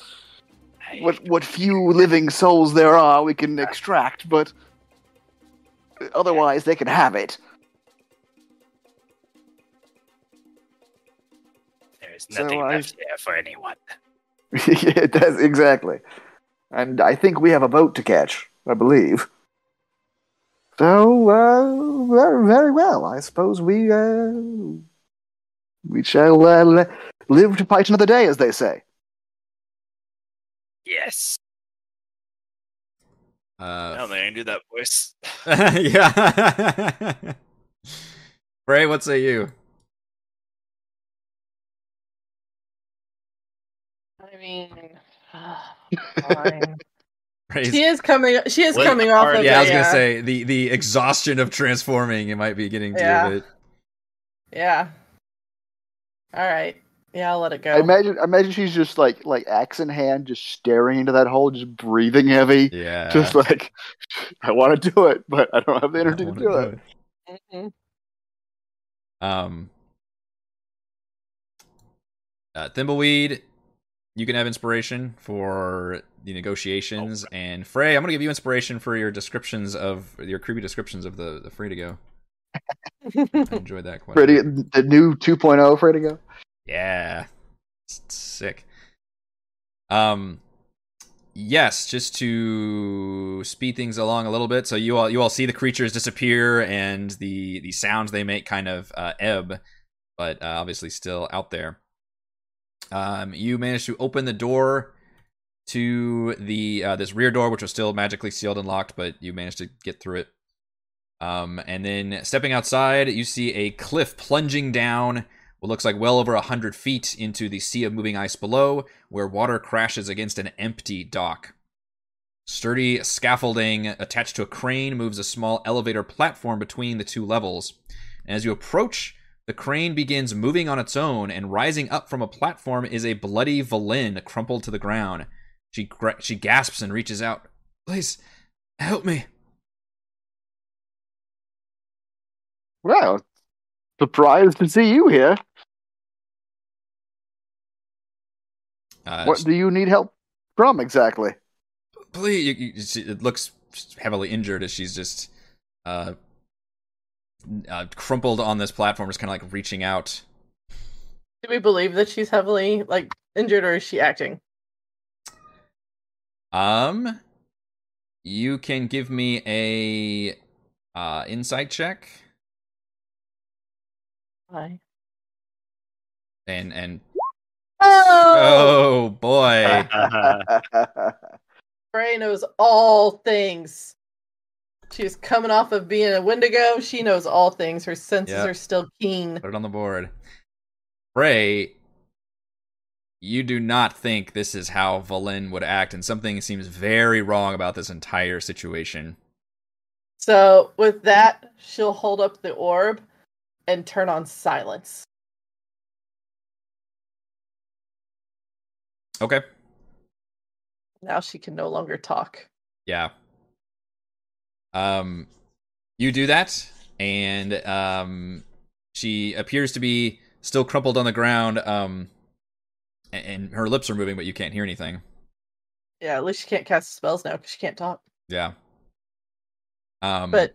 I- What what few living souls there are, we can extract, but otherwise they can have it. There's So nothing I- left there for anyone. yeah, that's exactly. And I think we have a boat to catch. I believe. So uh, very, very well. I suppose we uh, we shall uh, li- live to fight another day, as they say. Yes. I Uh, don't think I can do that voice. yeah. Frey, what say you? I mean, uh, fine. Frey's- she is coming. She is What coming off are- of yeah, I was a, gonna uh, say the the exhaustion of transforming. It might be getting to Yeah. you, but Yeah. All right. Yeah, I'll let it go. I imagine, I imagine she's just like, like axe in hand, just staring into that hole, just breathing heavy, yeah, just like, I want to do it, but I don't have the I energy to wanna do it. Mhm. Um, uh, Thimbleweed, you can have inspiration for the negotiations, and Frey, I'm gonna give you inspiration for your descriptions of your creepy descriptions of the the free to go. I enjoyed that quite. a Pretty, bit. the new oh, 2.0 Freddy go. Yeah. S- Sick. Um yes, just to speed things along a little bit. So you all you all see the creatures disappear and the the sounds they make kind of uh, ebb, but uh, obviously still out there. Um you manage to open the door to the uh, this rear door which was still magically sealed and locked, but you managed to get through it. Um and then stepping outside, you see a cliff plunging down what looks like well over a 100 feet into the sea of moving ice below, where water crashes against an empty dock. Sturdy scaffolding attached to a crane moves a small elevator platform between the two levels. And as you approach, the crane begins moving on its own, and rising up from a platform is a bloody Valin crumpled to the ground. She, gra- she gasps and reaches out. Please, help me. Wow, surprised to see you here. Uh, What do you need help from exactly? please you, you, she, it looks heavily injured as she's just uh, uh crumpled on this platform just kind of like reaching out Do we believe that she's heavily like injured, or is she acting? um you can give me a uh insight check Hi. and and Oh, Oh boy. Uh, Frey knows all things. She was coming off of being a Wendigo. She knows all things. Her senses Yeah. are still keen. Put it on the board. Frey, you do not think this is how Valen would act, and something seems very wrong about this entire situation. So with that, she'll hold up the orb and turn on silence. Okay. Now she can no longer talk. Yeah. Um, you do that, and um, she appears to be still crumpled on the ground. Um, a- and her lips are moving, but you can't hear anything. Yeah, at least she can't cast spells now because she can't talk. Yeah. Um, But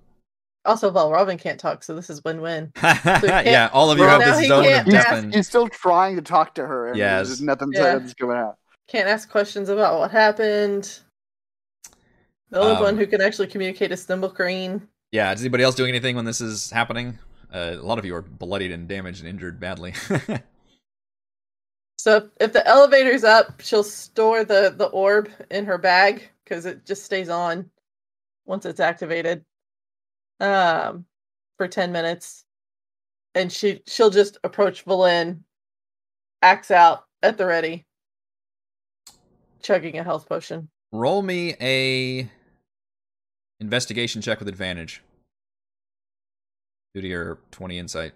also, Val Robin can't talk, so this is win-win. yeah, all of you Well, have now this he zone of can't ask nothing. He's still trying to talk to her. And Yes. there's just nothing's, Yeah. nothing's coming out. Can't ask questions about what happened. The only Um, one who can actually communicate is Thimblegreen. Yeah, is anybody else doing anything when this is happening? Uh, a lot of you are bloodied and damaged and injured badly. So if, if the elevator's up, she'll store the the orb in her bag because it just stays on once it's activated um, for ten minutes, and she she'll just approach Valen, axe out at the ready, chugging a health potion. Roll me a investigation check with advantage due to your 20 insight.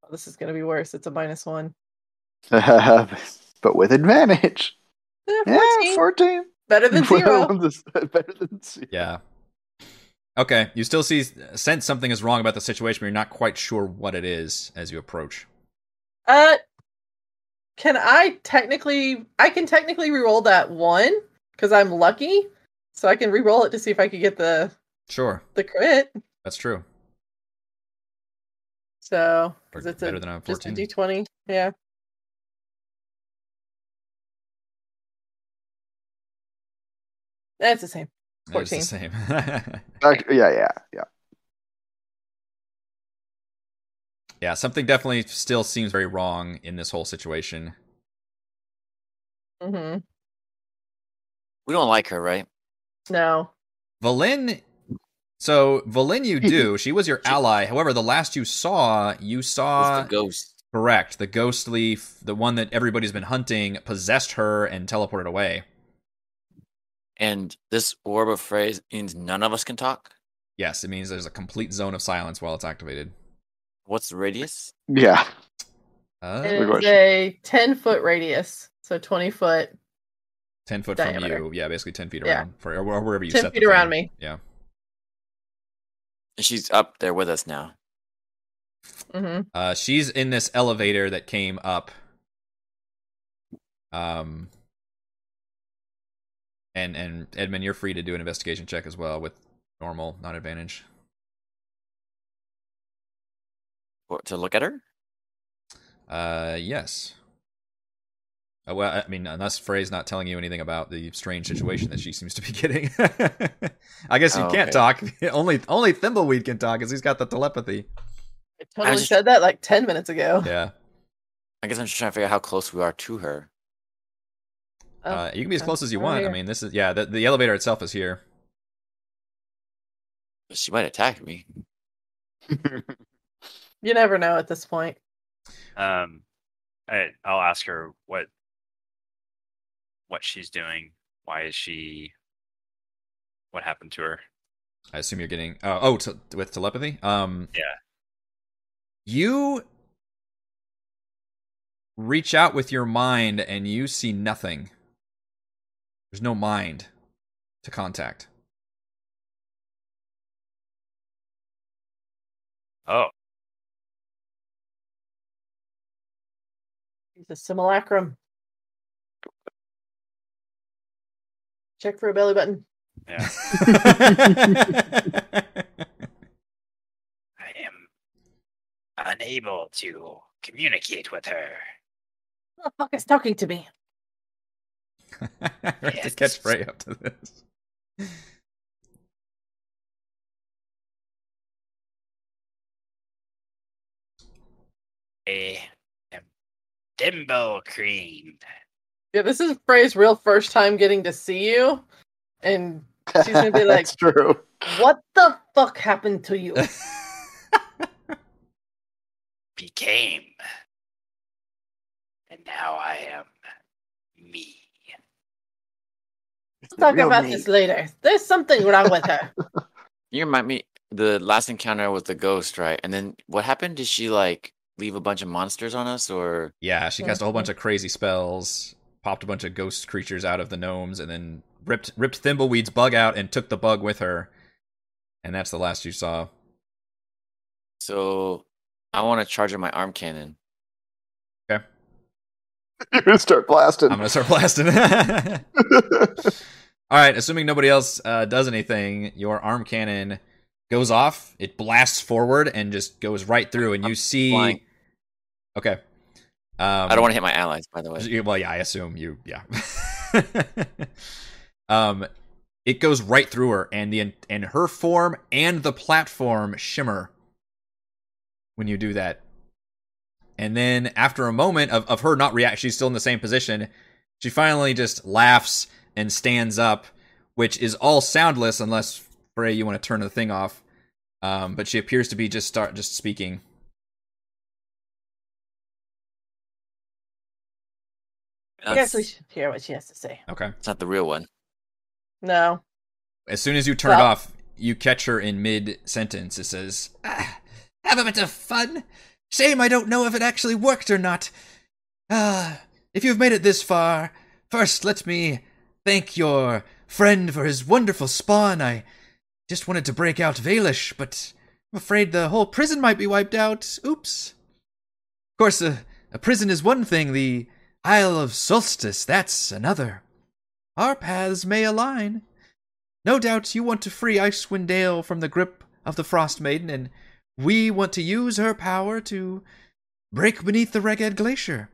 Oh, This is gonna be worse. It's a minus one. but with advantage. Eh, Yeah, 14. 14. better than zero. Better than zero. Yeah. Okay, you still see uh, sense something is wrong about the situation, but you're not quite sure what it is as you approach. Uh, can I technically? I can technically re-roll that one because I'm lucky, so I can re-roll it to see if I could get the Sure, the crit. that's true. So 'cause Or it's a- better than a just a 14. d20. Yeah. That's the same. That was the same. Act- Yeah, yeah, yeah. yeah, something definitely still seems very wrong in this whole situation. hmm We don't like her, right? No. Valin. So Valin, you do. She was your ally. However, the last you saw, you saw It's the ghost. correct the ghostly, f- the one that everybody's been hunting, possessed her and teleported away. And this orb of phrase means none of us can talk. Yes, it means there's a complete zone of silence while it's activated. What's the radius? Yeah. Uh, We're And going- it's a 10 foot radius. So 20 foot, ten foot diameter. from you. Yeah, basically ten feet Yeah. around, for, or wherever you 10 set the feet around thing. me. Yeah. And she's up there with us now. hmm Uh, she's in this elevator that came up. Um. And and Edmund, you're free to do an investigation check as well with normal, not advantage. Or- To look at her? Uh, yes. Uh, well, I mean, unless Frey's not telling you anything about the strange situation that she seems to be getting. I guess you Oh, can't okay. talk. only only Thimbleweed can talk because he's got the telepathy. I totally just- said that like 10 minutes ago. Yeah. I guess I'm just trying to figure out how close we are to her. Oh, Uh, you can be as oh, close as you over want. I here. mean, this is yeah. The, the elevator itself is here. But She might attack me. you never know at this point. um, I, I'll ask her what what she's doing. Why is she? What happened to her? I assume you're getting uh, oh t- with telepathy. Um, Yeah. You reach out with your mind and you see nothing. There's no mind to contact. Oh, It's a simulacrum. Check for a belly button. yeah. I am unable to communicate with her. Who the fuck is talking to me? I have to catch Frey up to this. I am Eh, Dimbo Cream. Yeah, this is Frey's real first time getting to see you, and she's gonna be like, That's true. "What the fuck happened to you?" Became. And now I am me. We'll talk Real about me. this later. There's something wrong with her. You remind me the last encounter was the ghost, right? And then what happened? Did she like leave a bunch of monsters on us or Yeah, she cast a whole bunch of crazy spells, popped a bunch of ghost creatures out of the gnomes, and then ripped ripped Thimbleweed's bug out and took the bug with her. And that's the last you saw. so I wanna charge up my arm cannon. You're gonna start blasting. I'm gonna start blasting. All right, assuming nobody else uh, does anything, your arm cannon goes off. It blasts forward and just goes right through, and you see. flying. Okay. Um, I don't wanna hit my allies, by the way. Yeah, Well, yeah, I assume you, yeah. um, it goes right through her, and the and her form and the platform shimmer when you do that. And then after a moment of of her not react, she's still in the same position. She finally just laughs and stands up, which is all soundless unless Frey, you want to turn the thing off. Um, but she appears to be just start just speaking. I That's, guess we should hear what she has to say. Okay. that's not the real one. No, As soon as you turn it Well- off, you catch her in mid sentence. It says, Ah, have a bit of fun. Shame I don't know if it actually worked or not. Ah, if you've made it this far, first let me thank your friend for his wonderful spawn. I just wanted to break out Valish, but I'm afraid the whole prison might be wiped out. Oops. Of course, a, a prison is one thing, the Isle of Solstice, that's another. Our paths may align. No doubt you want to free Icewind Dale from the grip of the Frost Maiden, and we want to use her power to break beneath the Reged Glacier.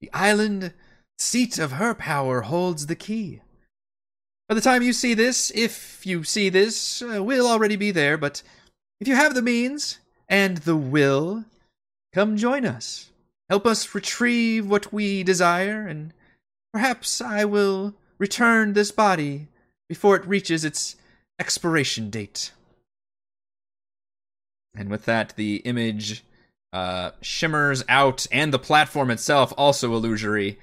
The island seat of her power holds the key. By the time you see this, if you see this, uh, we'll already be there, but if you have the means and the will, come join us. Help us retrieve what we desire, and perhaps I will return this body before it reaches its expiration date. and with that, the image uh, shimmers out, and the platform itself also illusory,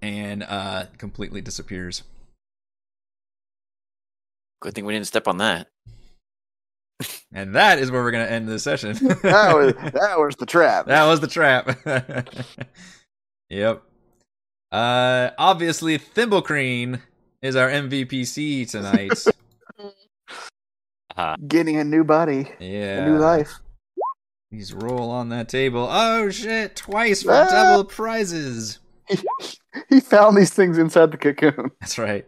and uh, completely disappears. Good thing we didn't step on that. And that is where we're gonna end this session. that was that was the trap. That was the trap. yep. Uh obviously Thimblecreen is our MVPC tonight. Uh, Getting a new body, a new yeah. life. He's roll on that table. Oh shit, twice for Ah. double prizes. he found these things inside the cocoon. That's right.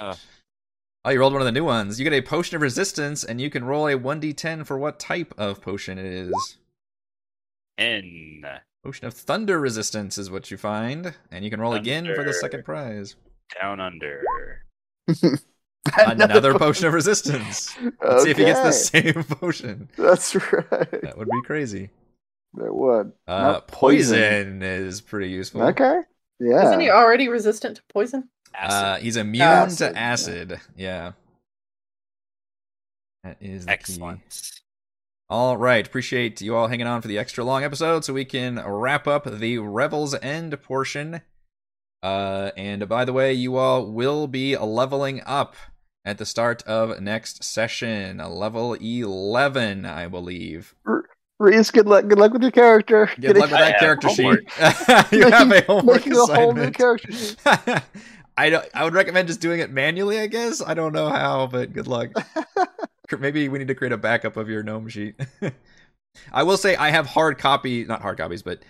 Oh. Oh, you rolled one of the new ones. You get a potion of resistance and you can roll a 1d10 for what type of potion it is. in Potion of thunder resistance is what you find, and you can roll again for the Thunder. second prize. down under. Another potion of resistance. Let's see if he gets the same potion. That's right. That would be crazy. That would. Uh, Not poison. is pretty useful. Okay. Yeah. isn't he already resistant to poison? Uh, he's immune Acid, to yeah. acid. Yeah. That is the key. Excellent. All right. Appreciate you all hanging on for the extra long episode so we can wrap up the Revel's End portion. Uh, and by the way, you all will be leveling up at the start of next session. Level 11, I believe. Reese, good luck. Good luck with your character. Good Getting- luck with that have character sheet. homework. you have a Making- homework making a whole new assignment. character sheet. I don't. I would recommend just doing it manually. I guess I don't know how, but good luck. Cr- Maybe we need to create a backup of your gnome sheet. I will say I have hard copy, not hard copies, but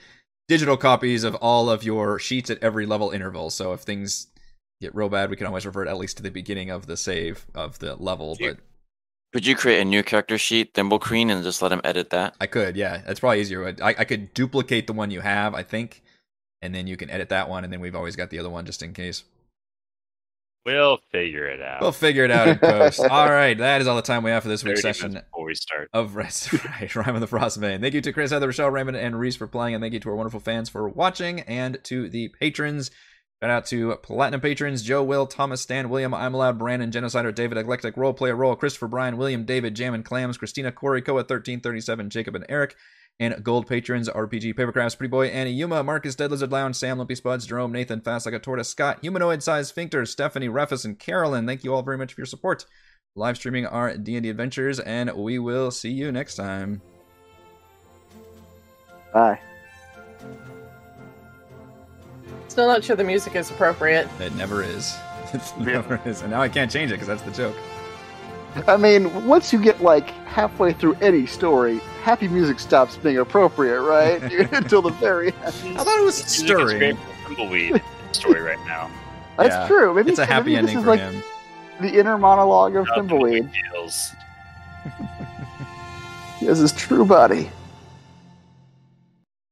digital copies of all of your sheets at every level interval. So if things get real bad, we can always revert at least to the beginning of the save of the level. You- But Could you create a new character sheet, Thimblecreen, and just let him edit that? I could, yeah. That's probably easier. I, I could duplicate the one you have, I think, and then you can edit that one, and then we've always got the other one just in case. We'll figure it out. We'll figure it out in post. all right, that is all the time we have for this week's 30 session minutes before we start. of Rest Right, Rhyme of the Frostbane. Thank you to Chris, Heather, Rochelle, Raymond, and Reese for playing, and thank you to our wonderful fans for watching, and to the patrons. Shout out to Platinum patrons Joe, Will, Thomas, Stan, William, I'm Allowed, Brandon, Genocider, David, Eclectic, Role Player, Roll, Christopher, Brian, William, David, Jam and Clams, Christina, Corey, Koa, 1337, Jacob, and Eric. And gold patrons RPG, Papercrafts, Pretty Boy, Annie, Yuma, Marcus, Dead Lizard Lounge, Sam, Lumpy Spuds, Jerome, Nathan, Fast Like a Tortoise, Scott, Humanoid Size, Sphincter, Stephanie, Refus, and Carolyn. Thank you all very much for your support live streaming our D&D adventures and we will see you next time. Bye. Still not sure the music is appropriate. It never is. It never is. And now I can't change it cuz that's the joke. I mean, once you get like halfway through any story, happy music stops being appropriate, right? Until the very end. I thought it was It's like it's great stirring. for Tumbleweed story right now. That's Yeah. true. Maybe It's a happy maybe ending This is for like him. the inner monologue of Nothing Thimbleweed. deals. This is true, buddy.